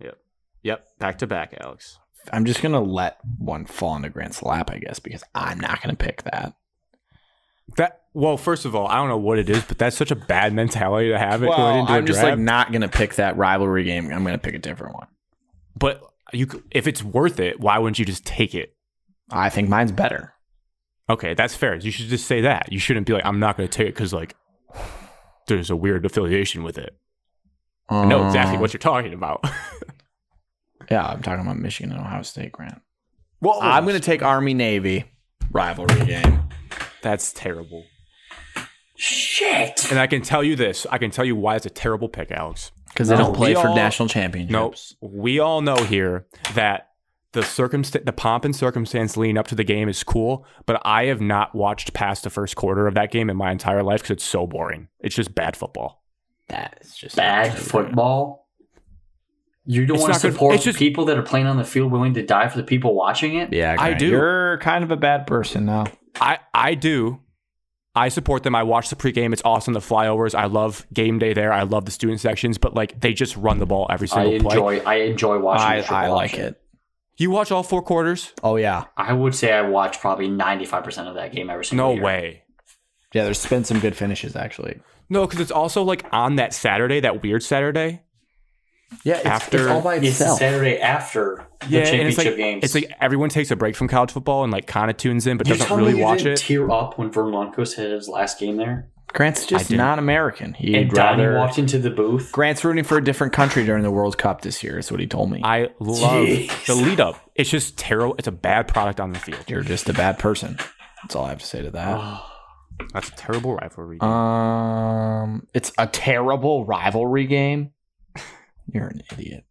Yep, yep, back to back, Alex.
I'm just gonna let one fall into Grant's lap, I guess, because I'm not gonna pick that.
That well, first of all, I don't know what it is, but that's such a bad mentality to have it going into
I'm
a
just
draft.
like not gonna pick that rivalry game. I'm gonna pick a different one.
but you, c- if it's worth it, why wouldn't you just take it?
I think mine's better.
Okay, that's fair. You should just say that. You shouldn't be like, I'm not going to take it because like there's a weird affiliation with it. I know exactly what you're talking about.
Um, Yeah, I'm talking about Michigan and Ohio State, Grant.
well,
I'm gonna take Army Navy rivalry game.
That's terrible.
Shit.
And I can tell you this. I can tell you why it's a terrible pick, Alex.
Because they
No,
don't
we
play for
all-
national championships.
Nope. We all know here that the circumstance, the pomp and circumstance leading up to the game is cool, but I have not watched past the first quarter of that game in my entire life because it's so boring. It's just bad football.
That is just
Bad football. You don't
It's
want to
not good-
support
it's just-
people that are playing on the field willing to die for the people watching it?
Yeah,
I
Grant,
do.
You're kind of a bad person now.
I I do. I support them. I watch the pregame. It's awesome. The flyovers. I love game day there. I love the student sections, but like they just run the ball every
I
single play.
enjoy I enjoy watching
I,
the
I
football.
like it.
you watch all four quarters?
Oh yeah.
I would say I watch probably 95% of that game every single
No
year.
way.
Yeah, there's been some good finishes actually.
No, because it's also like on that Saturday, that weird Saturday.
Yeah, it's,
After-
it's all by
It's the
itself.
Saturday after the
and it's
championship
like,
games.
It's like everyone takes a break from college football and like kind of tunes in, but
you
doesn't
tell me
really
you
watch
didn't
it.
Tear up when Vern Lundquist had his last game there,
Grant's
I
just
didn't.
not American. He'd
and Donnie
rather
walked into the booth.
Grant's rooting for a different country during the World Cup this year. Is what he told me.
I love
Jeez.
the lead up. It's just terrible. It's a bad product on the field.
You're just a bad person. That's all I have to say to that.
That's a terrible rivalry.
Um, it's a terrible rivalry game. You're an idiot.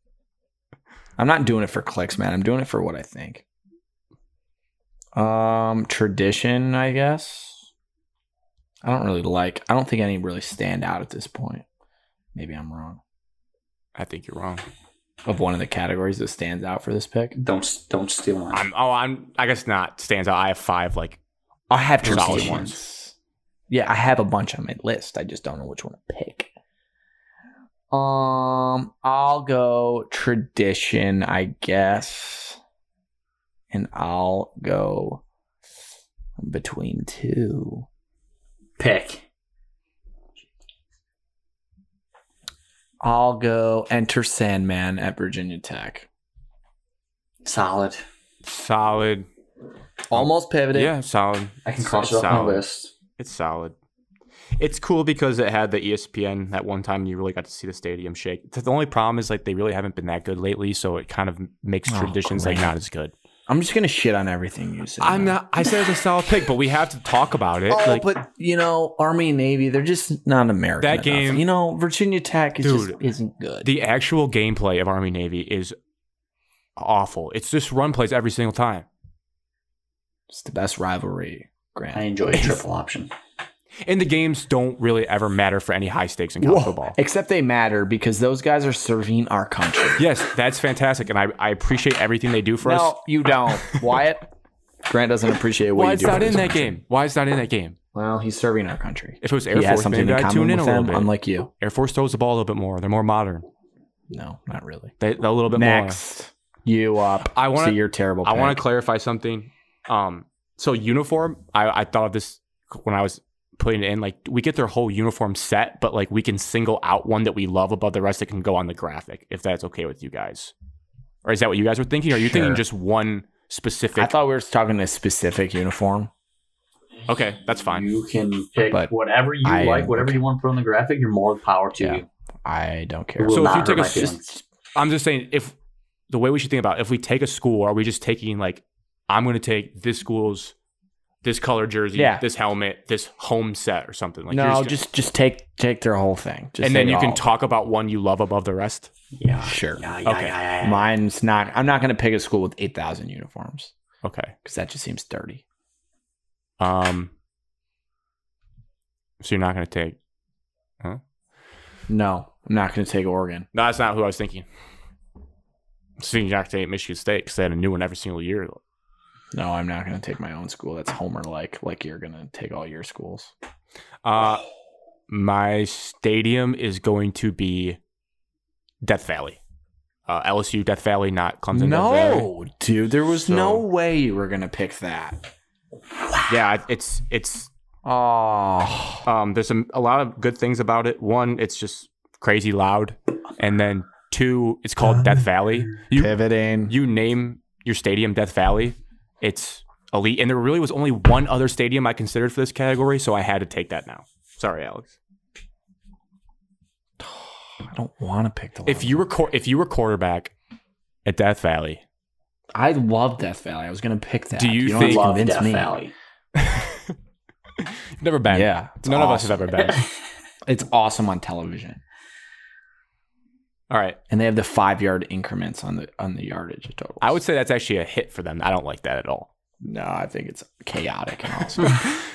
I'm not doing it for clicks, man. I'm doing it for what I think. Um, tradition, I guess. I don't really like. I don't think any really stand out at this point. Maybe I'm wrong.
I think you're wrong.
Of one of the categories that stands out for this pick,
Don't s- don't steal mine.
I'm. Oh, I'm. I guess not. Stands out. I have five. Like
I have
Solid
traditions. Yeah, I have a bunch on my list. I just don't know which one to pick. Um, I'll go tradition, I guess, and I'll go between two.
Pick.
I'll go enter Sandman at Virginia Tech.
Solid.
solid.
Almost pivoted.
Yeah, solid.
I can
It's-
cross it
it's
off my
solid.
list.
It's solid. It's cool because it had the E ESPN that one time. and You really got to see the stadium shake. The only problem is like they really haven't been that good lately, so it kind of makes
Oh,
traditions like
great.
not as good.
I'm just gonna shit on everything you said.
I'm
man.
not. I said it's a solid pick, but we have to talk about it.
Oh,
like,
but you know, Army and Navy, they're just not American.
That
enough.
game-
you know, Virginia Tech is
Dude.
just isn't good.
the actual gameplay of Army Navy is awful. It's just run plays every single time.
It's the best rivalry,
I
Grant.
enjoy triple option.
And the games don't really ever matter for any high stakes in college football.
Except they matter because those guys are serving our country.
Yes, that's fantastic, and I, I appreciate everything they do for us.
No, you don't, Wyatt. Grant doesn't appreciate what
Why
you
is
do.
not
for
in
this
that
country.
game? Why is not in that game?
Well, he's serving our country.
If it was Air
He has
Force,
something
maybe
in
I'd
common
tune in a
with
little
them,
bit.
unlike you.
Air Force throws the ball a little bit more. They're more modern.
No, not really.
They, they're a little bit more.
Next, you up?
I wanna-
see your terrible.
I want
pick.
to clarify something. Um, so uniform, I, I thought of this when I was putting it in. Like we get their whole uniform set, but like we can single out one that we love above the rest that can go on the graphic, if that's okay with you guys. Or is that what you guys were thinking? Or are you thinking
Sure.
just one specific?
I thought we were talking a specific uniform.
okay, that's fine.
You can pick
But
whatever you
I-
like, whatever you want to put on the graphic. You're more power to
Yeah.
you.
I don't care.
It will
So if
not
you
hurt
take a
my
s-
feelings.
I'm just saying if the way we should think about it, if we take a school, are we just taking like I'm going to take this school's this color jersey,
Yeah.
this helmet, this home set, or something like? you're
no,
gonna-
just just take take their whole thing. Just
and then
take
you
it
can
all.
talk about one you love above the rest.
Yeah.
Sure.
Yeah, yeah,
Okay.
yeah, yeah, yeah.
Mine's not. I'm not going to pick a school with eight thousand uniforms
Okay.
because that just seems dirty.
Um. So you're not going to take?
No, I'm not going to take Oregon.
No, that's not who I was thinking. I was thinking you're not going to take Michigan State because they had a new one every single year.
No, I'm not going to take my own school. That's Homer like. Like you're going to take all your schools.
Uh, my stadium is going to be Death Valley, uh, LSU Death Valley, not Clemson. Death Valley.
No, dude, there was
So-
no way you were going to pick that.
yeah, I- it's it's
Oh,
Um, there's some, a lot of good things about it. One, it's just crazy loud, and then two, it's called Death Valley. You
pivoting.
you name your stadium Death Valley, it's elite. And there really was only one other stadium I considered for this category, so I had to take that now. Sorry, Alex.
I don't want to pick the.
If you were quar- if you were quarterback at Death Valley,
I love Death Valley. I was gonna pick that.
do you,
you don't
think
Love
convince
Death
me.
Valley.
never been?
yeah, it's
None of us have
awesome.
ever been.
It's awesome on television,
All right.
and they have the five yard increments on the on the yardage total.
I would say that's actually a hit for them. I don't like that at all.
no, I think it's chaotic and awesome.
it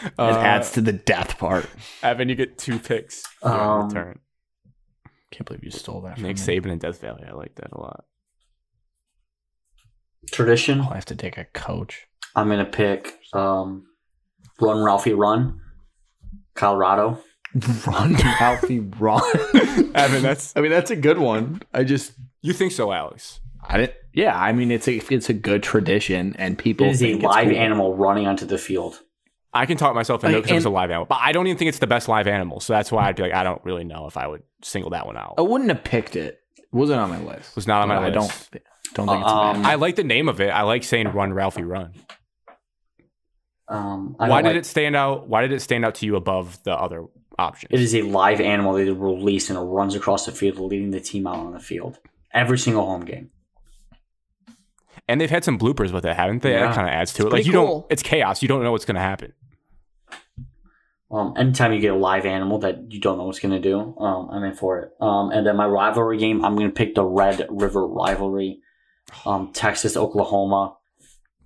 it adds to the death part.
Uh, Evan, you get two picks for your
Um,
return.
Can't believe you stole that.
Nick Saban and Death Valley. I like that a lot.
Tradition.
I have to take a coach.
I'm gonna pick um, Run Ralphie Run, Colorado.
Run, Alfie, run.
Evan, that's
I mean, that's a good one. I just
you think so, Alex?
I didn't. Yeah, I mean it's a it's a good tradition, and people
It is a
think it's
live
cool.
animal running onto the field.
I can talk myself into it
Like,
because it's a
and-
live animal, but I don't even think it's the best live animal. So that's why I'd be like, I don't really know if I would single that one out.
Oh.
I wouldn't have picked it. It wasn't on my list.
was not on my
I
list.
don't thi- don't think it's a bad.
Um,
I like the name of it. I like saying "Run, Ralphie, Run."
Um, I don't
Why did
like-
it stand out? Why did it stand out to you above the other options?
It is a live animal that they release and it runs across the field, leading the team out on the field every single home game.
and they've had some bloopers with it, haven't they?
Yeah.
That kind of adds to it.
pretty
Like you
cool.
don't. It's chaos. You don't know what's going to happen.
Um, anytime you get a live animal that you don't know what's gonna do, um, I'm in for it. Um, and then my rivalry game, I'm gonna pick the Red River rivalry, um, Texas Oklahoma.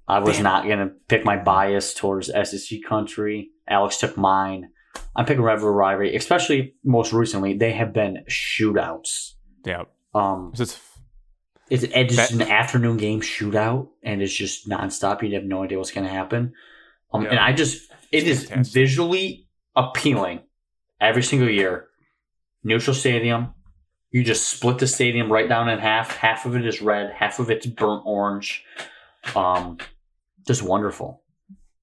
I was not gonna pick my bias towards SEC country. Alex took mine. I'm picking Red River rivalry, especially most recently. They have been shootouts.
Yeah.
Um,
It's just-
It's, it's just
That-
an afternoon game shootout, and it's just nonstop. You have no idea what's going to happen. Um, And
Yeah.
I just, it
It's
is
fantastic.
visually appealing every single year. Neutral stadium. You just split the stadium right down in half. Half of it is red, half of it's burnt orange. Um, just wonderful.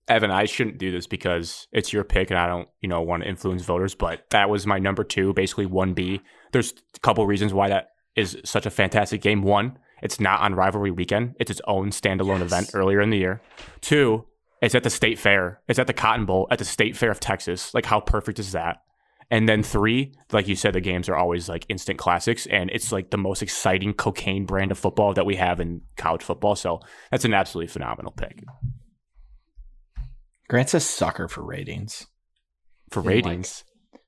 Evan, I shouldn't do this because it's your pick and I don't, you know, want to influence voters, but that was my number two, basically 1B. There's a couple reasons why that is such a fantastic game. One, it's not on rivalry weekend, it's its own standalone event earlier in the year. Two, it's at the state fair, it's at the Cotton Bowl, at the state fair of Texas. Like, how perfect is that? And then three, like you said, the games are always like instant classics, and it's like the most exciting cocaine brand of football that we have in college football. So that's an absolutely phenomenal pick
Grant's a sucker for ratings.
for
like-
ratings.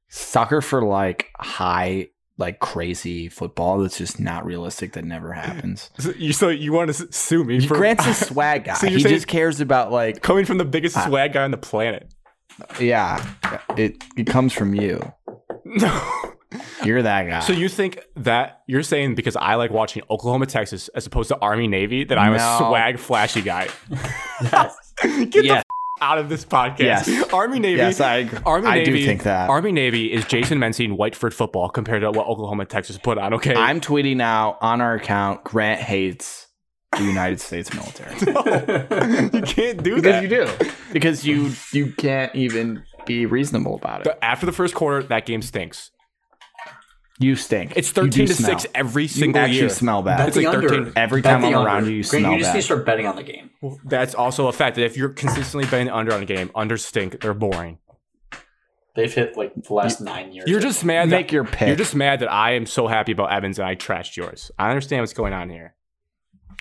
Sucker for like high, like crazy football that's just not realistic that never happens.
So you, so you want to sue me for
Grant's a swag guy.
So you're
he
saying-
just cares about like
coming from the biggest
Ah.
swag guy on the planet?
yeah. It it comes from you. Ah.
No.
You're that guy.
So you think that you're saying because I like watching Oklahoma Texas as opposed to Army Navy that I'm
No.
a swag flashy guy? Get the
Yes.
f- out of this podcast.
Yes.
Army Navy.
yes, I agree.
Army
I
Navy.
do think that.
Army Navy is Jason Mensing Whiteford football compared to what Oklahoma Texas put on. Okay.
I'm tweeting now on our account. Grant hates the United States military
you can't do
because
that.
you do because you you can't even be reasonable about it.
The- After the first quarter, that game stinks.
You stink.
It's
You do
13 to
smell.
6 every
You
single
actually
year.
smell bad.
Bet
It's like
the
13.
Every
Bet
time
the
I'm
under.
around you, you
Grant,
smell
you just
bad.
need to start betting on the game.
Well, that's also a fact that if you're consistently betting under on a game, under stink, they're boring.
They've hit like the last nine years.
You're just mad.
Make
That,
your pick.
you're just mad that I am so happy about Evans and I trashed yours. I understand what's going on here.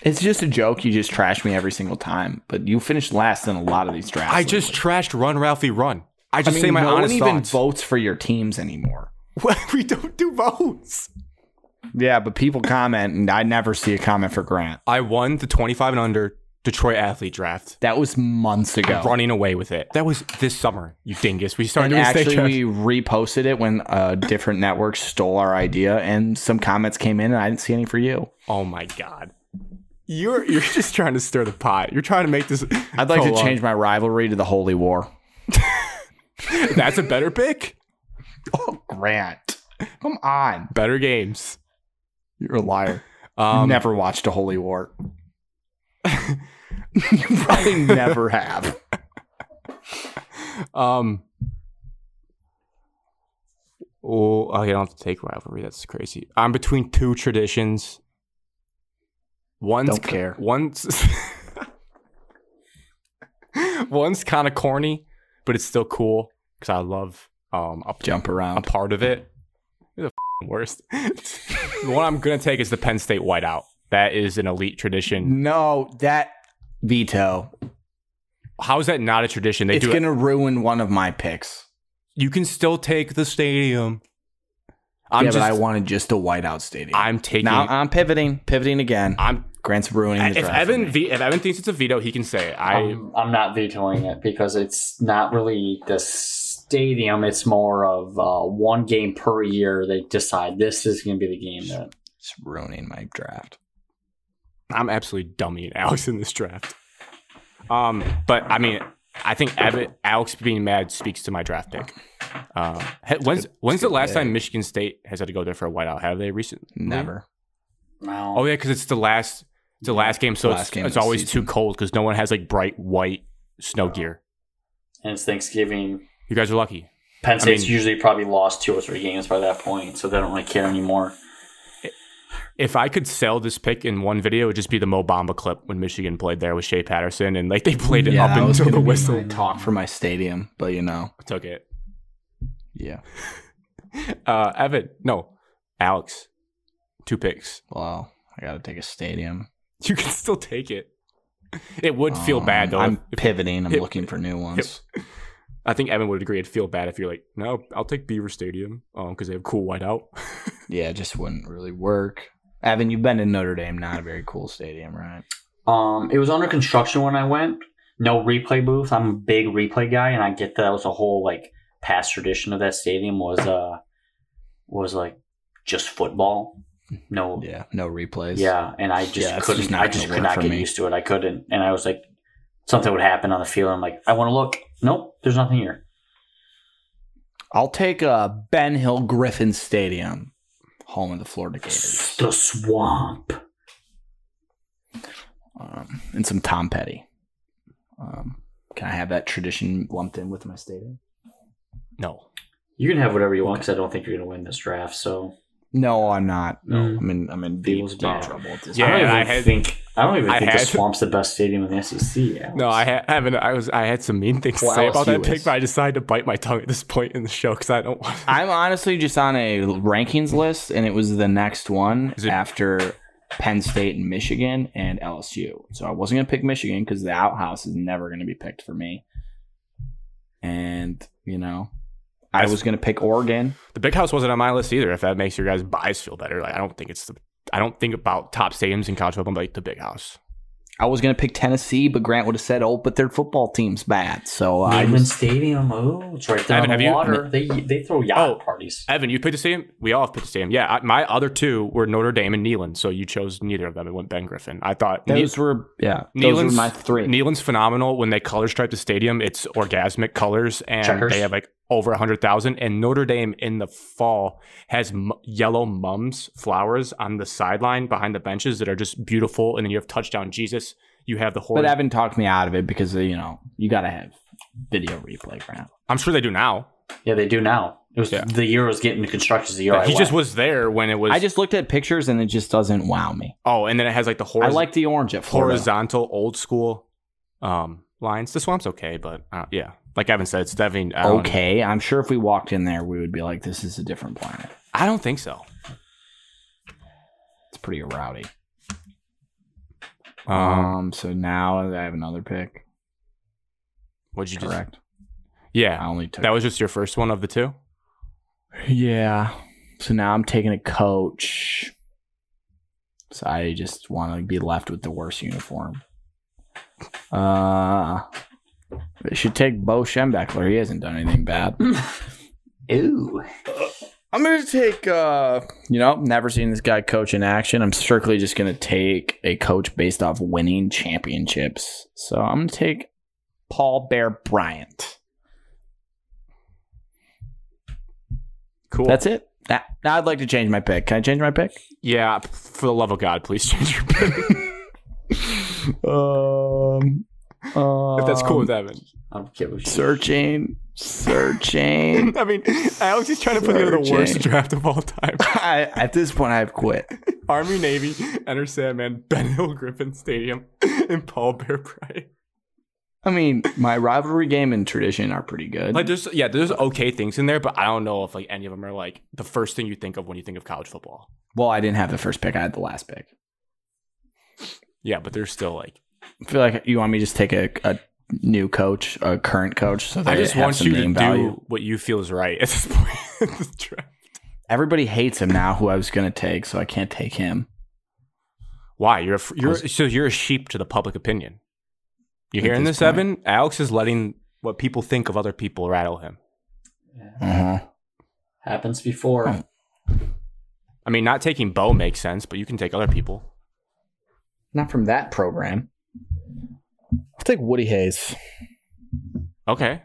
it's just a joke. You just trash me every single time. But you finished last in a lot of these drafts.
I just trashed Run Ralphie Run. I just
I mean,
say my
no
honest
one even
thoughts.
votes for your teams anymore.
we don't do votes.
Yeah, but people comment, and I never see a comment for Grant.
I won the 25 and under Detroit athlete draft,
That was months ago.
running away with it. That was this summer, you dingus. We started
And
doing state
actually,
draft.
we reposted it when a different network stole our idea, and some comments came in, and I didn't see any for you.
oh my god. You're you're just trying to stir the pot. You're trying to make this.
I'd like
go
to
on.
change my rivalry to the Holy War.
That's a better pick.
Oh, Grant, come on!
Better games.
You're a liar.
Um,
never watched a holy war. you probably never have.
Um, Oh, okay, I don't have to take rivalry. That's crazy. I'm between two traditions. One's
Don't
ki-
care.
One's one's kind of corny, but it's still cool because I love um a,
Jump
a
around.
part of it. You're the f***ing worst. the one I'm gonna take is the Penn State whiteout. That is an elite
Mm.
tradition.
No, that veto.
How is that not a tradition? They
it's
do it.
going to ruin one of my picks.
You can still take the stadium. I'm
yeah,
just.
but I wanted just a whiteout stadium.
I'm taking.
now I'm pivoting, pivoting again.
I'm
Grant's ruining the
if
draft. Um, for
Evan
me.
v- if Evan thinks it's a veto, he can say it. I
I'm, I'm not vetoing it because it's not really the stadium. It's more of uh, one game per year. They decide this is going to be the game that.
it's ruining my draft.
I'm absolutely dummying Alex in this draft. Um, but I mean, I think Evan, Alex being mad speaks to my draft pick. Uh, he- when's when's the last time Michigan State has had to go there for a whiteout? Have they recently?
Never.
Well,
Oh yeah, because it's the last it's the last game, so
Last
it's,
game of
it's
the
always
season.
too cold because no one has like bright white snow gear.
and it's Thanksgiving.
You guys are lucky.
Penn State's
mean-
usually probably lost two or three games by that point, so they don't really care anymore.
If I could sell this pick in one video, it would just be the Mo Bamba clip when Michigan played there with Shea Patterson, and like they played it
Yeah,
up
that was
until the
gonna be
whistle.
my Talk for my stadium, but you know,
Took it.
yeah.
Uh, Evan, no, Alex, two picks.
Well, I got to take a stadium.
You can still take it. It would feel
Um,
bad though.
I'm
if- if-
pivoting. I'm
if-
looking for new ones.
I think Evan would agree. It'd feel bad if you're like, no, I'll take Beaver Stadium because they have cool whiteout.
Yeah, it just wouldn't really work. Evan, you've been to Notre Dame, not a very cool stadium, right?
Um, it was under construction when I went. No replay booth. I'm a big replay guy, and I get that was a whole like past tradition of that stadium was uh was like just football. No,
Yeah, no replays.
Yeah, and I just
Yeah, it's
couldn't.
just not
I just
gonna
could
work
not
for
get
me.
used to it. I couldn't, and I was like, something would happen on the field. I'm like, I want to look. Nope, there's nothing here.
I'll take uh, Ben Hill Griffin Stadium, home of the Florida Gators,
The swamp.
um, and some Tom Petty. Um, can I have that tradition lumped in with my stadium?
no,
You can have whatever you want because I don't think you're gonna win this draft. So
No, I'm not.
no,
I'm in. I'm in deep,
Feels
deep
bad.
trouble at this
Yeah,
I don't
and
even
I had-
think I don't even
I
think the
had-
swamp's the best stadium in the SEC. Alex.
no, I ha- haven't. I was. I had some mean things to
Well,
say about that
LSU
pick,
is.
but I decided to bite my tongue at this point in the show because I don't want.
I'm honestly just on a rankings list, and it was the next one
Is it-
after Penn State and Michigan and LSU. So I wasn't gonna pick Michigan because the outhouse is never gonna be picked for me. And you know, I
That's-
was gonna pick Oregon.
The Big House wasn't on my list either. If that makes your guys' buys feel better, like I don't think it's the. I don't think about top stadiums in college football, but like the Big House.
I was gonna pick Tennessee, but Grant would have said, "Oh, but their football team's bad." So I
Neyman
just,
Stadium. Oh, it's right
Evan,
down
have
the
you-
water. They they throw yacht
Oh.
parties.
Evan, you picked the same. We all have picked the same. Yeah, I, my other two were Notre Dame and Neyland, so you chose neither of them. It went Ben Griffin. I thought Ne-
those were yeah, those were
Neyland's-
my three.
Neyland's phenomenal when they color stripe the stadium. It's orgasmic colors, and
Checkers.
they have like over hundred thousand. And Notre Dame in the fall has m- yellow mums flowers on the sideline behind the benches that are just beautiful. And then you have touchdown Jesus. You have the
but
horn.
Evan talked me out of it because you know you gotta have video replay, Grant.
I'm sure they do now.
Yeah, they do now. It was
Yeah.
the year it was getting constructed. The year I
he just
went.
was there when it was.
I just looked at pictures and it just doesn't wow me.
oh, and then it has like the
I
horizontal.
like the orange at Florida.
horizontal old school um lines. The swamp's okay, but uh, yeah, like Evan said, it's definitely I don't-
Okay, I'm sure if we walked in there, we would be like, "This is a different planet."
I don't think so.
It's pretty rowdy.
Um,
Um, so now I have another pick.
what'd you just?
Correct. Uh, I
Yeah,
only took.
that was just your first one of the two.
yeah. So now I'm taking a coach. So I just want to be left with the worst uniform. Uh, I should take Bo Schembechler. He hasn't done anything bad.
Ooh,
I'm gonna take uh you know, never seen this guy coach in action. I'm strictly just gonna take a coach based off winning championships. So I'm gonna take Paul Bear Bryant.
Cool.
That's it. Now, now I'd like to change my pick. Can I change my pick?
yeah. For the love of God, please change your pick.
Um,
if that's cool with
um,
Evan.
I'm kidding.
Searching, Searching.
I mean, Alex is trying to put together the worst
Searching.
draft of all time.
I, at this point, I've quit.
Army, Navy, Enter Sandman, Ben Hill Griffin Stadium, and Paul Bear Bryant.
I mean, my rivalry game and tradition are pretty good.
Like there's yeah, there's okay things in there, but I don't know if like any of them are like the first thing you think of when you think of college football.
well, I didn't have the first pick; I had the last pick.
Yeah, but there's still like
I feel like you want me to just take a, a new coach, a current coach, so they
I just
have
want
some
you to
name
do
value.
what you feel is right at this point in this draft.
Everybody hates him now. Who I was going to take, so I can't take him.
Why you're a, fr- you're so you're a sheep to the public opinion. You
At
hearing
this
this, Evan? Alex is letting what people think of other people rattle him.
Uh-huh.
Happens before.
Oh.
I mean, not taking Bo makes sense, but you can take other people.
Not from that program.
I'll take Woody Hayes.
Okay,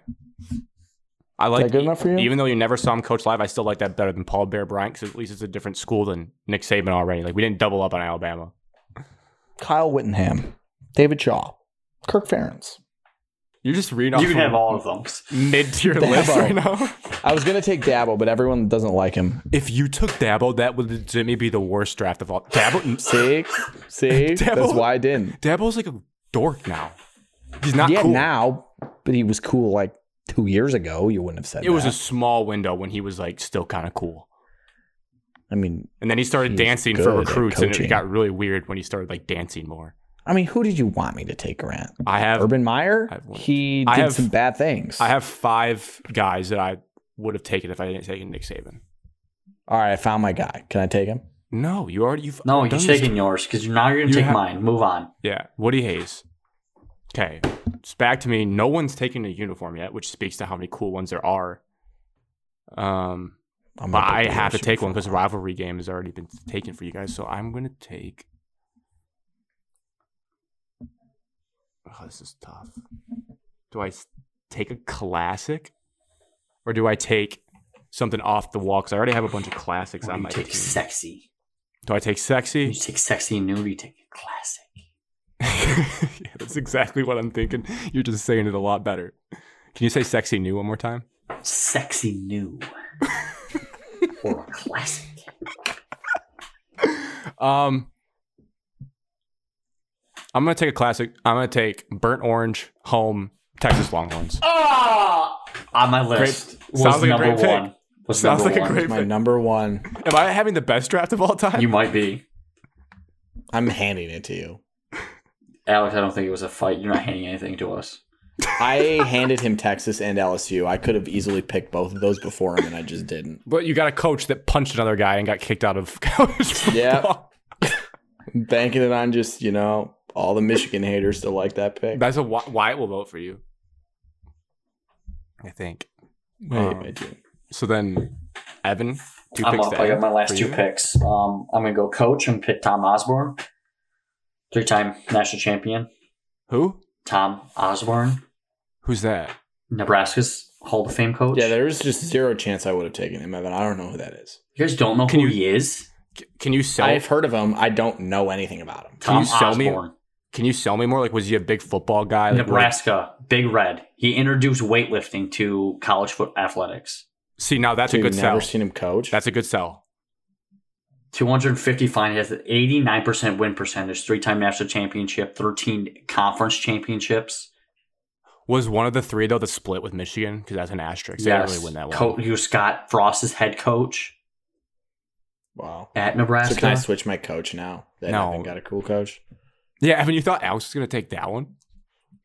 I
Is
like
that good enough for you?
Even though you never saw him coach live, I still like that better than Paul Bear Bryant because at least it's a different school than Nick Saban already. Like we didn't double up on Alabama.
Kyle Whittingham, David Shaw, Kirk Ferentz.
You're just reading off
You can have all of them.
mid tier
Dabo.
list right now.
I was gonna take Dabble, but everyone doesn't like him.
If you took Dabo, that would legitimately be the worst draft of all. Dabo,
See, see, that's
Dabble.
why I didn't.
Dabo's like a dork now. He's not
yeah,
cool.
now, but he was cool like two years ago. You wouldn't have said
it was
that.
a small window when he was like still kind of cool,
I mean,
and then he started
He's
dancing
good
for
at
recruits, and it
coaching.
got really weird when he started like dancing more.
I mean, who did you want me to take, Grant?
I have
Urban Meyer.
I have one.
He did
I have-
some bad things.
I have five guys that I would have taken if I didn't take Nick Saban.
All right, I found my guy. Can I take him?
No, you already you've
No, you're
done this-
taking yours because now you're gonna
You
take
have-
mine. Move on.
Yeah, Woody Hayes. Okay, it's back to me. No one's taken a uniform yet, which speaks to how many cool ones there are. Um,
I'm
but
gonna
I
the
have to
Bears.
take one because the rivalry game has already been taken for you guys. So I'm gonna take. Oh, this is tough. Do I s- take a classic, or do I take something off the wall? Because I already have a bunch of classics
Or
on
you
my
take
team.
sexy.
Do I take
You
sexy?
take sexy and nude. You take classic.
yeah, that's exactly what I'm thinking. You're just saying it a lot better. Can you say sexy new one more time?
Sexy new. or a classic.
Um I'm gonna take a classic. I'm gonna take burnt orange, home, Texas Longhorns.
Ah! On my list
Great-
was
sounds like a
number
great pick.
one. Was
Sounds
number
like a
one.
great
my number one.
Am I having the best draft of all time?
You might be.
I'm handing it to you.
Alex, I don't think it was a fight. You're not handing anything to us.
I handed him Texas and LSU. I could have easily picked both of those before him, and I just didn't.
but you got a coach that punched another guy and got kicked out of college football.
Yeah. Banking it on just you know all the Michigan haters to like that pick.
That's a why, why it will vote for you. I think.
Wait,
um,
wait, dude.
So then Evan, two
I'm
picks
up.
to
I got
Evan
my last
for
two
you.
picks. Um, I'm gonna go coach and pick Tom Osborne, three-time national champion.
Who?
Tom Osborne,
Who's that?
Nebraska's Hall of Fame coach.
Yeah, there's just zero chance I would have taken him, Evan. I don't know who that is.
you guys don't know
Can
who
you-
he is.
C- can you sell
I've heard of him. I don't know anything about him.
Can you
Tom
sell me-
Osborne,
Can you sell me more? Like, was he a big football guy? Like,
Nebraska, Big Red. He introduced weightlifting to college foot athletics.
what- See, now that's
Dude,
a good
never
sell.
seen him coach.
That's a good sell.
250 fine. He has an 89% win percentage, three-time national championship, 13 conference championships.
Was one of the three though the split with Michigan because that's an asterisk. They didn't really win that one.
Co- he was Scott Frost's head coach
wow.
at Nebraska.
So can I switch my coach now? That
No.
Evan got a cool coach.
yeah, Evan, you thought Alex was gonna take that one?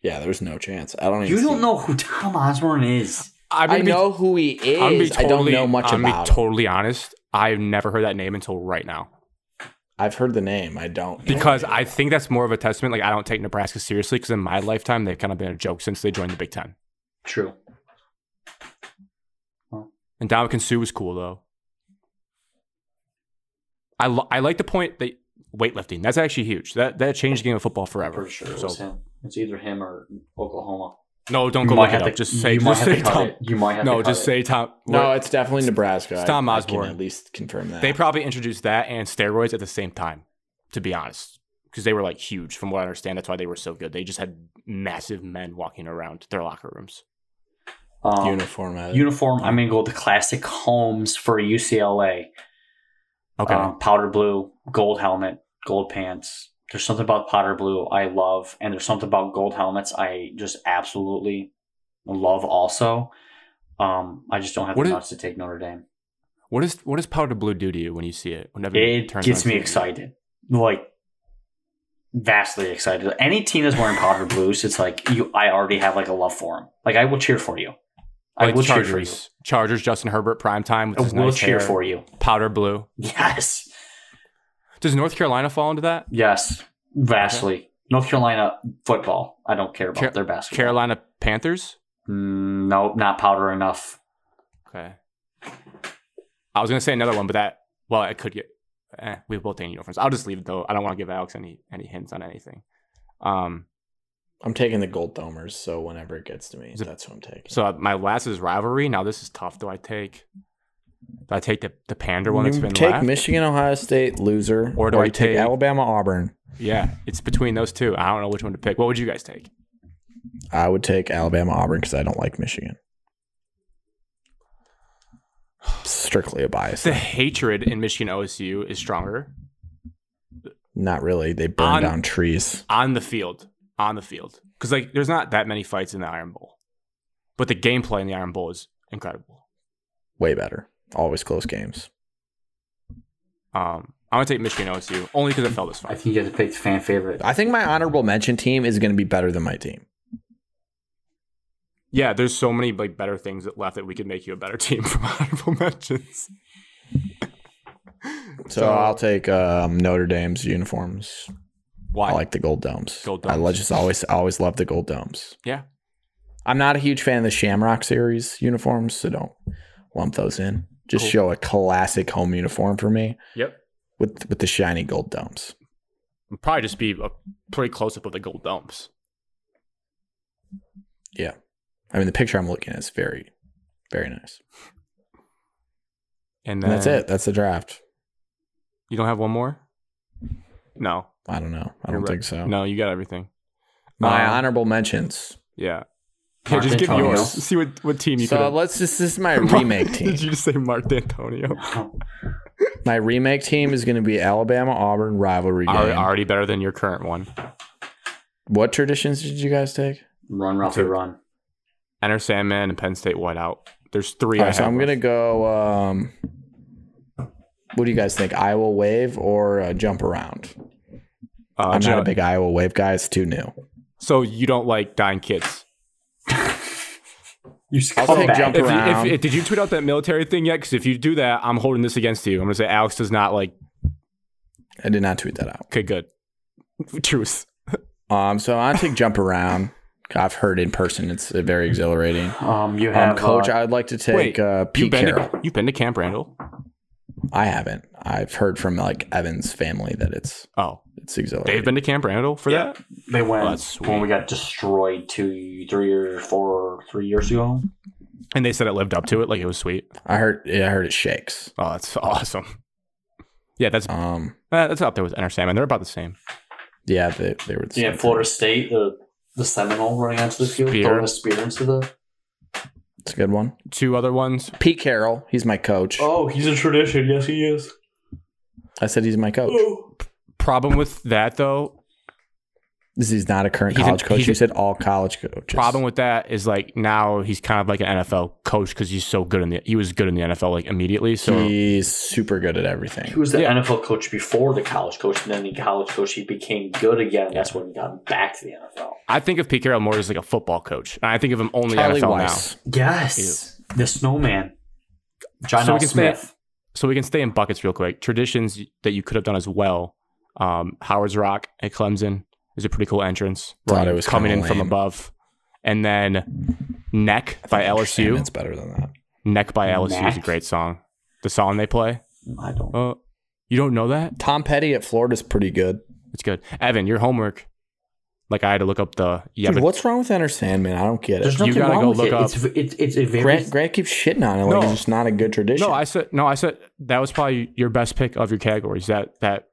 Yeah, there's no chance. I don't. Even
You don't
see-
know who Tom Osborne is.
I'm
I
gonna be-
know who he is.
I'm gonna be
I don't
totally-
know much
I'm gonna
about
be
him.
totally honest. I've never heard that name until right now
I've heard the name. I don't know
because
anything
I
about
think that's more of a testament. Like I don't take Nebraska seriously because in my lifetime they've kind of been a joke since they joined the Big Ten.
True.
And Dominican Sue was cool though. I lo- I like the point that weightlifting that's actually huge. That that changed the game of football
I'm
forever.
pretty sure it
So-
was him. It's either him or Oklahoma.
No, don't
You
go
might
look it
have
up.
to-
just say,
you might
just
have to
say
cut
Tom.
it. You might have
No,
to cut
just
it.
say Tom.
him. No, it's definitely Nebraska.
It's
I-
Tom
I,
Osborne.
can at least confirm that.
they probably introduced that and steroids at the same time. To be honest, because they were like huge, from what I understand. That's why they were so good. They just had massive men walking around their locker rooms.
Um,
Uniform. uh,
uniform, I'm going to go with the classic Holmes for UCLA.
Okay.
Um, powder blue, gold helmet, gold pants. There's something about powder blue I love, and there's something about gold helmets I just absolutely love also. Um, I just don't have
What
the
is-
nuts to take Notre Dame.
what is what does powder blue do to you when you see it? Whenever
It
turns
gets
on
me
TV?
excited, like vastly excited. Any team that's wearing powder blues, it's like you. I already have like a love for them. Like I will cheer for you. I
Like
will
Chargers.
cheer for you.
Chargers. Justin Herbert prime time with
I
his
will
nice
cheer
hair.
for you.
Powder blue.
Yes.
Does North Carolina fall into that?
Yes, vastly. North Carolina football. I don't care about
Car-
their basketball.
Carolina Panthers.
Mm, nope, not powder enough.
Okay. I was gonna say another one, but that well, I could get. Eh, we both need uniforms. I'll just leave it though. I don't want to give Alex any any hints on anything. Um.
I'm taking the Gold Domers, so whenever it gets to me,
Is it-
that's what I'm taking.
So my last is rivalry. Now this is tough. Do I take? Do I take the the pander one that's
You
been
take
left?
Michigan, Ohio State, loser,
Or do I
you take,
take-
Alabama, Auburn?
yeah, it's between those two. I don't know which one to pick. What would you guys take?
I would take Alabama, Auburn because I don't like Michigan. Strictly a bias.
The hatred in Michigan OSU is stronger
Not really. They burn
On-
down trees.
on the field. On the field, because like there's not that many fights in the Iron Bowl, but the gameplay in the Iron Bowl is incredible.
Way better. Always close games.
Um, I'm gonna take Michigan OSU only because it felt this far.
I think you have to pick the fan favorite.
I think my honorable mention team is going to be better than my team.
Yeah, there's so many like better things that left that we could make you a better team from honorable mentions.
So, I'll take um, Notre Dame's uniforms.
why?
I like the gold domes.
Gold
I lo-
domes.
just always always love the gold domes.
Yeah.
I'm not a huge fan of the Shamrock series uniforms, so don't lump those in. Just
Cool.
show a classic home uniform for me
yep.
with with the shiny gold domes.
It'd probably just be a pretty close up of the gold dumps.
I mean, the picture I'm looking at is very, very nice.
And,
And
then
that's it. That's the draft.
You don't have one more? No.
I don't know. I
You're right.
don't think so.
No, you got everything.
My
Um,
honorable mentions.
Yeah. Here, just
Mark
give
Antonio.
yours. See what, what team you
So
could
let's just this is my remake team.
Did you just say Mark D'Antonio?
My remake team is going to be Alabama Auburn rivalry game.
Already, already better than your current one.
What traditions did you guys take?
Run, Ralphie, run.
Enter Sandman and Penn State Whiteout. There's three.
All
I
right, so
have
I'm gonna
left.
go. Um, what do you guys think? Iowa wave or uh, jump around?
Uh,
I'm not
Joe-
a big Iowa wave guy. It's too new.
so you don't like dying kids?
You
I'll
scumbag.
take jump
If you, if,
around.
if, did you tweet out that military thing yet? Because if you do that, I'm holding this against you. I'm gonna say Alex does not like.
I did not tweet that out.
Okay, good. Truth.
Um, so I take jump around. I've heard in person. It's uh, very exhilarating.
Um, you have
Um, coach,
uh,
I'd like to take
wait,
uh,
You've
Pete
been
Carroll.
to, you've been to Camp Randall.
I haven't. I've heard from like Evan's family that it's
Oh,
it's exhilarating.
they've been to Camp Randall for
Yeah.
that.
they went
Oh, that's
when we got destroyed two, three or four, three years ago.
And they said it lived up to it, like it was sweet.
I heard. Yeah, I heard it shakes.
Oh, that's awesome. Yeah, that's uh,
Um,
that's up there with Enter Salmon. They're about the same.
yeah, they they were. the
Yeah,
same
Florida
thing.
State, the the Seminole running onto the field,
Spear.
throwing a spear into the.
It's a good one.
Two other ones.
Pete Carroll. He's my coach.
Oh, he's a tradition. Yes, he is.
I said he's my coach.
Oh.
Problem with that though.
This is not a current
He's a-
college coach.
he's
You
a-
said all college coaches.
Problem with that is like now he's kind of like an NFL coach because he's so good in the he was good in the NFL like immediately. So
he's super good at
He
everything.
was the
Yeah.
NFL coach before the college coach, and then the college coach he became good again. and That's when he got back to the NFL.
I think of Pete Carroll more as like a football coach, and I think of him only
Charlie
NFL now.
Weiss.
Yes, the Snowman, John
So
L.
we can say-
Smith.
so we can stay in buckets real quick. Traditions that you could have done as well. Um, Howard's Rock at Clemson is a pretty cool entrance.
Thought it
Running-
was
coming in
kinda
from
lame.
above, and then Neck by LSU.
It's better than that.
Neck by LSU is a
Neck.
great song. The song they play.
I don't.
Uh, you don't know that?
Tom Petty at Florida's pretty good.
It's good. Evan, your homework. Like I had to look up the yeah,
Dude,
but
what's wrong with Enter Sandman? I don't get it.
There's nothing
gotta
wrong
go
with
look
it.
up-
It's, it's it's a very
Grant, Grant keeps shitting on it like
No.
it's just not a good tradition.
no, I said no, I said that was probably your best pick of your categories. That that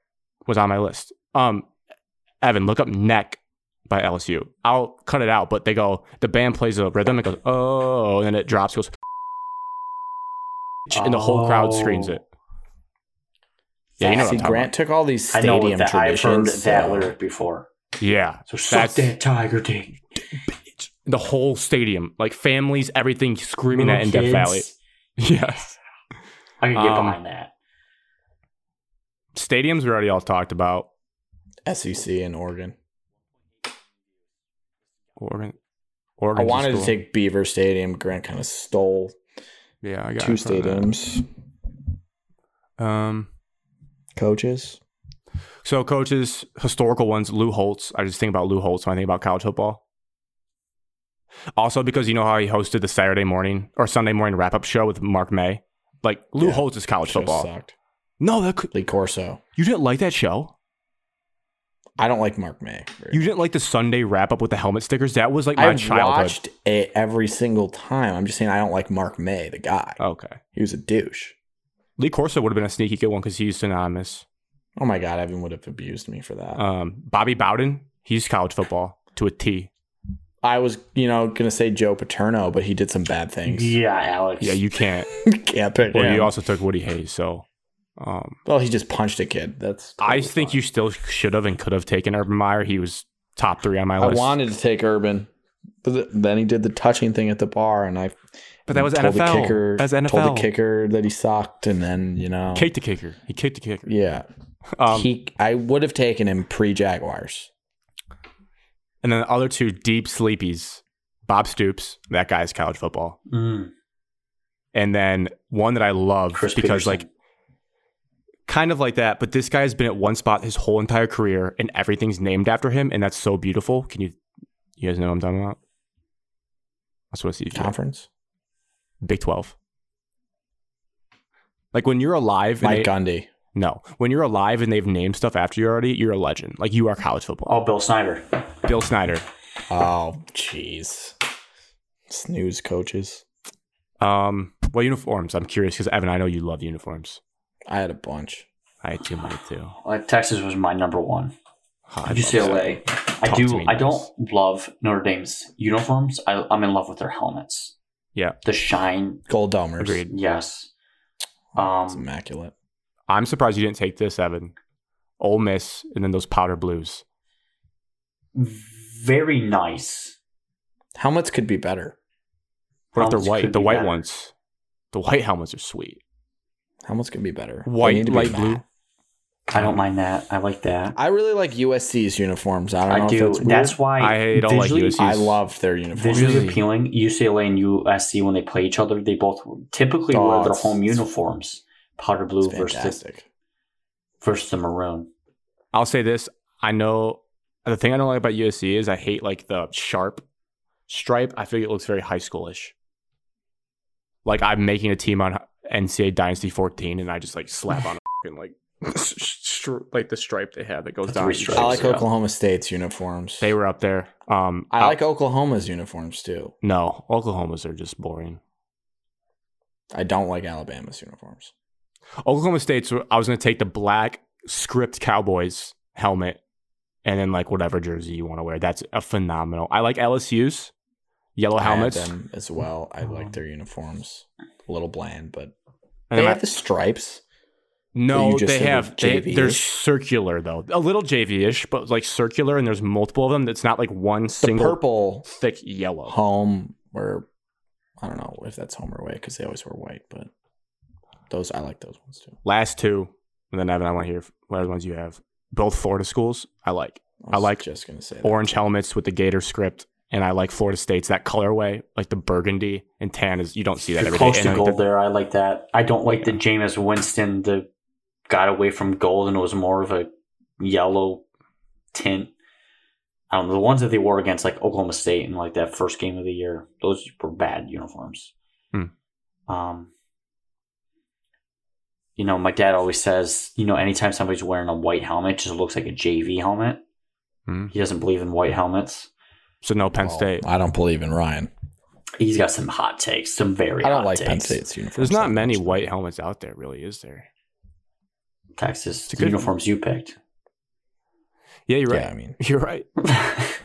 was on my list. Um, Evan, look up Neck by LSU. I'll cut it out, but they go, the band plays a rhythm. It goes, oh, and then it drops, goes, and the whole crowd screams it.
Oh.
Yeah, you know what
See,
I'm talking
Grant took all these
I know what
stadium
that, I've heard
traditions.
that
so-
lyric before.
about. Yeah.
So suck
That's-
that tiger dick.
The whole stadium, like families, everything screaming
Little
that in Death
kids.
Valley. Yes.
I can get
Um,
behind that.
Stadiums we already all talked about.
SEC in E Oregon.
Oregon. Oregon.
I wanted to take Beaver Stadium. Grant kind of stole
yeah, I got
two
it from that.
stadiums.
Um,
Coaches.
so coaches, historical ones, Lou Holtz. I just think about Lou Holtz when I think about college football. Also, because you know how he hosted the Saturday morning or Sunday morning wrap up show with Mark May. Like Lou
Yeah.
Holtz is college
Show
football.
sucked.
No, that could,
Lee Corso.
you didn't like that show.
I don't like Mark May.
You didn't like the Sunday wrap up with the helmet stickers. That was like my
I
childhood.
watched it every single time. I'm just saying I don't like Mark May, the guy.
Okay,
He was a douche.
Lee Corso would have been a sneaky good one because he's synonymous.
Oh my god, Evan would have abused me for that.
Um, Bobby Bowden, he's college football to a T.
I was, you know, gonna say Joe Paterno, but he did some bad things.
Yeah, Alex.
Yeah, you can't.
Can't pick
Well,
him.
you also took Woody Hayes, so um,
well, he just punched a kid. That's
I
totally
think
fine.
you still should have and could have taken Urban Meyer. He was top three on my
I
list.
wanted to take Urban, but th- then he did the touching thing at the bar, and I
but that was
told
NFL.
The kicker,
That's NFL.
Told the kicker that he sucked, and then you know,
Kicked the kicker. He kicked the kicker.
yeah,
Um,
he. I would have taken him pre Jaguars.
and then the other two deep sleepies, Bob Stoops. That guy's college football.
Mm,
And then one that I love
Chris
because
Peterson.
like kind of like that, but this guy has been at one spot his whole entire career, and everything's named after him, and that's so beautiful. Can you, you guys know what I'm talking about? That's what I see.
Conference.
Big Twelve. Like when you're alive, and
Mike
they-
Gundy.
No. When you're alive and they've named stuff after you already, you're a legend. Like you are college football.
oh, Bill Snyder.
Bill Snyder.
Oh, jeez. Snooze coaches.
Um, well, uniforms. I'm curious because Evan, I know you love uniforms.
I had a bunch.
I had too many too.
Uh, Texas was my number one.
Oh, I love that.
UCLA. I
Talk to
do.
me
I
nice.
don't love Notre Dame's uniforms. I, I'm in love with their helmets.
Yeah.
The shine.
Gold domers.
Agreed.
Yes.
It's
Um.
immaculate.
I'm surprised you didn't take this, Evan. Ole Miss, and then those powder blues.
Very nice.
Helmets could be better.
What if
Helmets
they're
could
white? The
be
white
better.
ones. The white helmets are sweet.
Helmets could be better. They
White,
need to be
light
fat.
blue.
I don't mind that. I like that.
I really like USC's uniforms. I don't
I,
know
do.
if that's, weird.
That's why
I don't like
visually-
USC.
I loved their uniforms.
Visually
Really?
appealing. UCLA and USC when they play each other, they both typically
Oh,
wear their
it's-
home
it's-
uniforms. Powder blue
It's
versus the,
fantastic.
versus the maroon.
I'll say this. I know the thing I don't like about USC is I hate like the sharp stripe. I feel it looks very high schoolish. Like I'm making a team on NCAA Dynasty 14, and I just like slap on a fucking like str- like the stripe they have that goes
The
down.
three
each
stripes.
I
side.
like
Yeah.
Oklahoma State's uniforms.
They were up there. Um,
I like Oklahoma's uniforms too.
no Oklahomas are just boring.
I don't like Alabama's uniforms.
Oklahoma State's. I was gonna take the black script Cowboys helmet, and then like whatever jersey you want to wear. That's a phenomenal. I like LSU's yellow
I had
helmets.
them as well. I
Oh.
like their uniforms. A little bland, but
And
they
then I-
have the stripes.
No,
you just
they
said
have.
they're
They, they're
JV-ish?
circular though, a little JV-ish, but like circular, and there's multiple of them. That's not like one
The
single
purple
thick yellow.
home or I don't know if that's home or away because they always wear white, but those I like those ones too.
Last two, and then Evan, I want to hear whatever ones you have. Both Florida schools, I like I
was
like
just gonna say that.
orange helmets with the Gator script, and I like Florida State's that colorway, like the burgundy and tan is you don't see that
You're
every day.
close
And
to
like
gold
the-
there. I like that. I don't like that Jameis Winston the got away from gold and it was more of a yellow tint. I don't know the ones that they wore against like Oklahoma State and like that first game of the year. Those were bad uniforms.
Hmm.
Um, you know, my dad always says, you know, anytime somebody's wearing a white helmet, it just looks like a JV helmet.
Hmm.
He doesn't believe in white helmets.
so no Penn
Well,
State.
I don't believe in Ryan.
He's got some hot takes, some very.
I don't
hot
like Penn
takes.
State's uniforms.
There's not
that
many
much.
white helmets out there, really, is there?
Texas
It's a
the
good-
uniforms you picked.
Yeah, you're right.
Yeah, I mean,
You're right.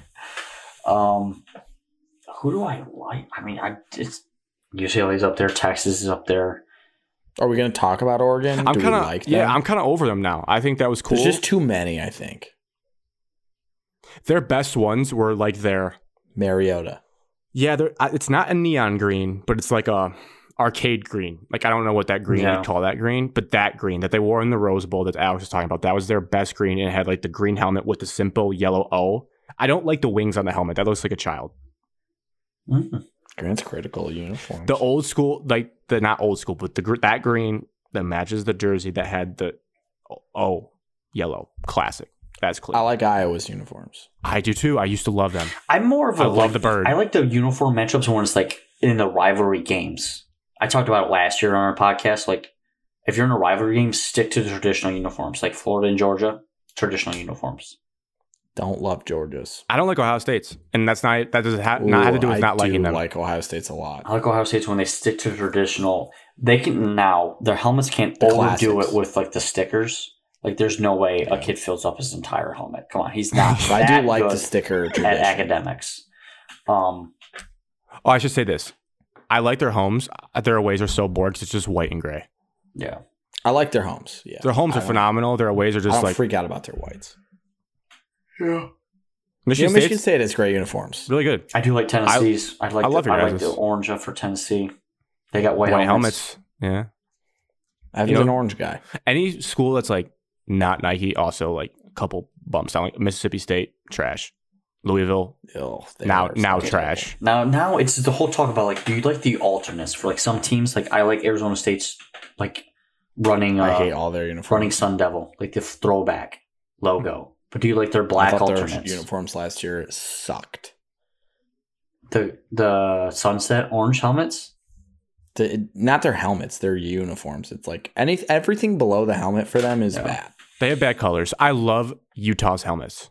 Um, who do I like? I mean, I it's UCLA's up there, Texas is up there.
Are we going to talk about Oregon?
I'm
Do we
kind of
like
yeah.
them?
I'm kind of over them now. I think that was cool.
There's just too many, I think.
Their best ones were like their
Mariota.
yeah. They're, I- it's not a neon green, but it's like a arcade green. Like I don't know what that green
Yeah.
you call that green, but that green that they wore in the Rose Bowl that Alex was talking about. That was their best green, and it had like the green helmet with the simple yellow O. I don't like the wings on the helmet. That looks like a child.
Mm.
Grant's critical uniform.
The old school, like the not old school, but the gr- that green that matches the jersey that had the oh yellow classic. That's clear.
I like Iowa's uniforms.
I do too. I used to love them.
I'm more of a
I love the bird.
I like the uniform matchups when it's like in the rivalry games. I talked about it last year on our podcast. Like, if you're in a rivalry game, stick to the traditional uniforms, like Florida and Georgia, traditional uniforms.
Don't love Georgia's.
I don't like Ohio State's, and that's not that doesn't ha- not have to do
Ooh,
with not
I
liking
do
them.
Like Ohio State's a lot.
I like Ohio State's when they stick to traditional. They can now their helmets can't
The
overdo
classics.
it with like the stickers. Like there's no way
Yeah.
a kid fills up his entire helmet. Come on, he's not.
But I
that
do like
good
the sticker
at
tradition.
academics. Um,
oh, I should say this: I like their homes. Uh, Their aways are so bored 'cause it's just white and gray.
yeah,
I like their homes. Yeah,
Their homes are
I don't-
phenomenal. Their aways are
I
just
don't
like
freak out about their whites. You
Michigan
know,
State's
Michigan State has great uniforms.
really good.
I do like Tennessee's. I, like.
I love
the,
your
I like the
guys'.
orange up for Tennessee. They got white,
White,
helmets.
helmets. Yeah.
I've
You
been
know-
an orange guy.
Any school that's like not Nike also like a couple bumps down. Like Mississippi State trash, Louisville
Ew, they
now
are
now
terrible.
trash.
Now, now it's the whole talk about like, do you like the alternates for like some teams? Like I like Arizona State's like running. Uh,
I hate all their uniforms.
running Sun Devil, like the throwback
Hmm.
logo. But do you like their black
I thought their
alternates?
uniforms last year sucked.
The the sunset orange helmets.
The, not their helmets, their uniforms. It's like any everything below the helmet for them is
Yeah.
bad.
They have bad colors. I love Utah's helmets.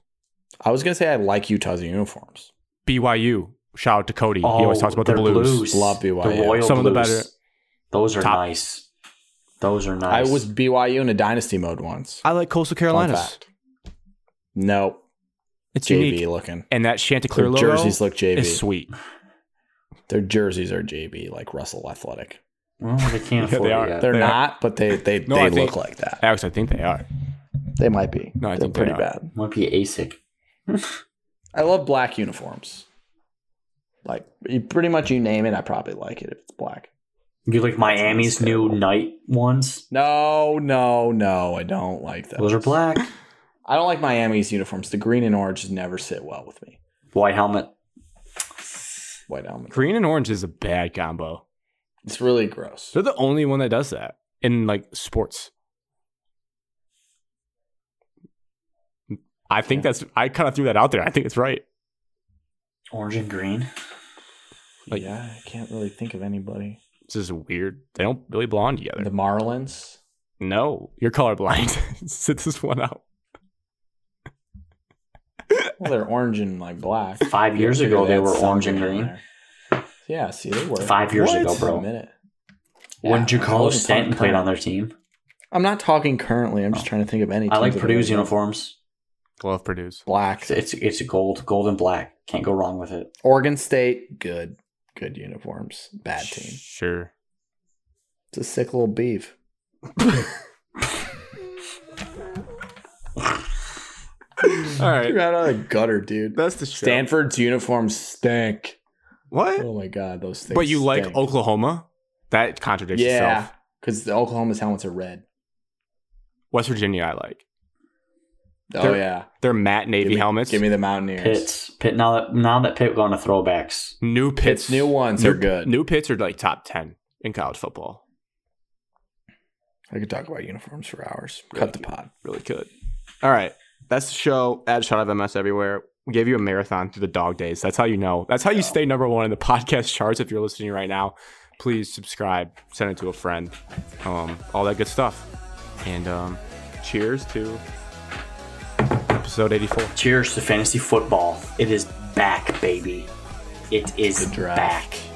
I was gonna say I like Utah's uniforms.
BYU. Shout out to Cody. he always
Oh,
talks about the
Oh, they're
blues.
Love BYU.
The royal
Some of the
blues.
better-
Those are
Top.
nice. Those are nice.
I was BYU in a dynasty mode once.
I like Coastal
Fun
Carolinas.
fact. Nope,
It's
JV
unique.
looking.
And that Chanticleer
Their
logo
jerseys look JV.
is sweet.
Their jerseys are JV, like Russell Athletic.
Well, they
Yeah,
can't afford
they are.
it yet.
They're
They are-
not, but they they,
No,
they
I
look
think-
like that.
Alex, I think they are.
They might be.
No, I
They're
think they
pretty
are.
bad.
Might be ASIC.
I love black uniforms. Like you- pretty much you name it, I probably like it if it's black.
You like Miami's new night ones?
No, no, no, I don't like that.
Those are black.
I don't like Miami's uniforms. The green and orange never sit well with me.
White helmet.
White helmet.
Green and orange is a bad combo.
It's really gross.
They're the only one that does that in like sports. I think that's I kind of threw that out there. I think it's right.
Orange and green.
Like-
yeah, I can't really think of anybody.
This is weird. They don't really belong together.
The Marlins.
No, you're colorblind. Sit this one out.
Well, they're orange and like black.
Five years
Figure
ago, they
had
were
some
orange and
green in
green.
there. Yeah, see, they were
Five years ago, bro.
A minute.
when
Yeah, I
Giancarlo
wasn't talking
Stanton played
current.
on their team,
I'm not talking currently. I'm just trying to think of any.
I like
teams that
Purdue's
are
uniforms.
Glove Purdue's.
Black.
It's it's gold, gold and black. Can't go wrong with it.
Oregon State. Good. Good uniforms. Bad team.
Sure.
It's a sick little beef.
All
You're
right.
out of the gutter, dude.
That's the show.
Stanford's uniforms stink.
What?
Oh my god, those things.
But you like
stink.
Oklahoma? That contradicts
Yeah,
itself.
because the Oklahoma's helmets are red.
West Virginia, I like.
Oh
They're-
yeah,
Their matte navy
give me,
helmets.
Give me the Mountaineers.
Pitts, Pitt. Now that now that Pitt going to throwbacks,
New
Pitt's
pits.
new ones
new,
are good.
New pits are like top ten in college football.
I could talk about uniforms for hours. Cut the pod.
Really good. All right, that's the show. Add shot of MS everywhere. We gave you a marathon through the dog days. That's how you know. That's how you stay number one in the podcast charts. If you're listening right now, please subscribe. Send it to a friend. Um, all that good stuff. And um, cheers to episode 84.
cheers to fantasy football. It is back, baby. It is
draft.
back.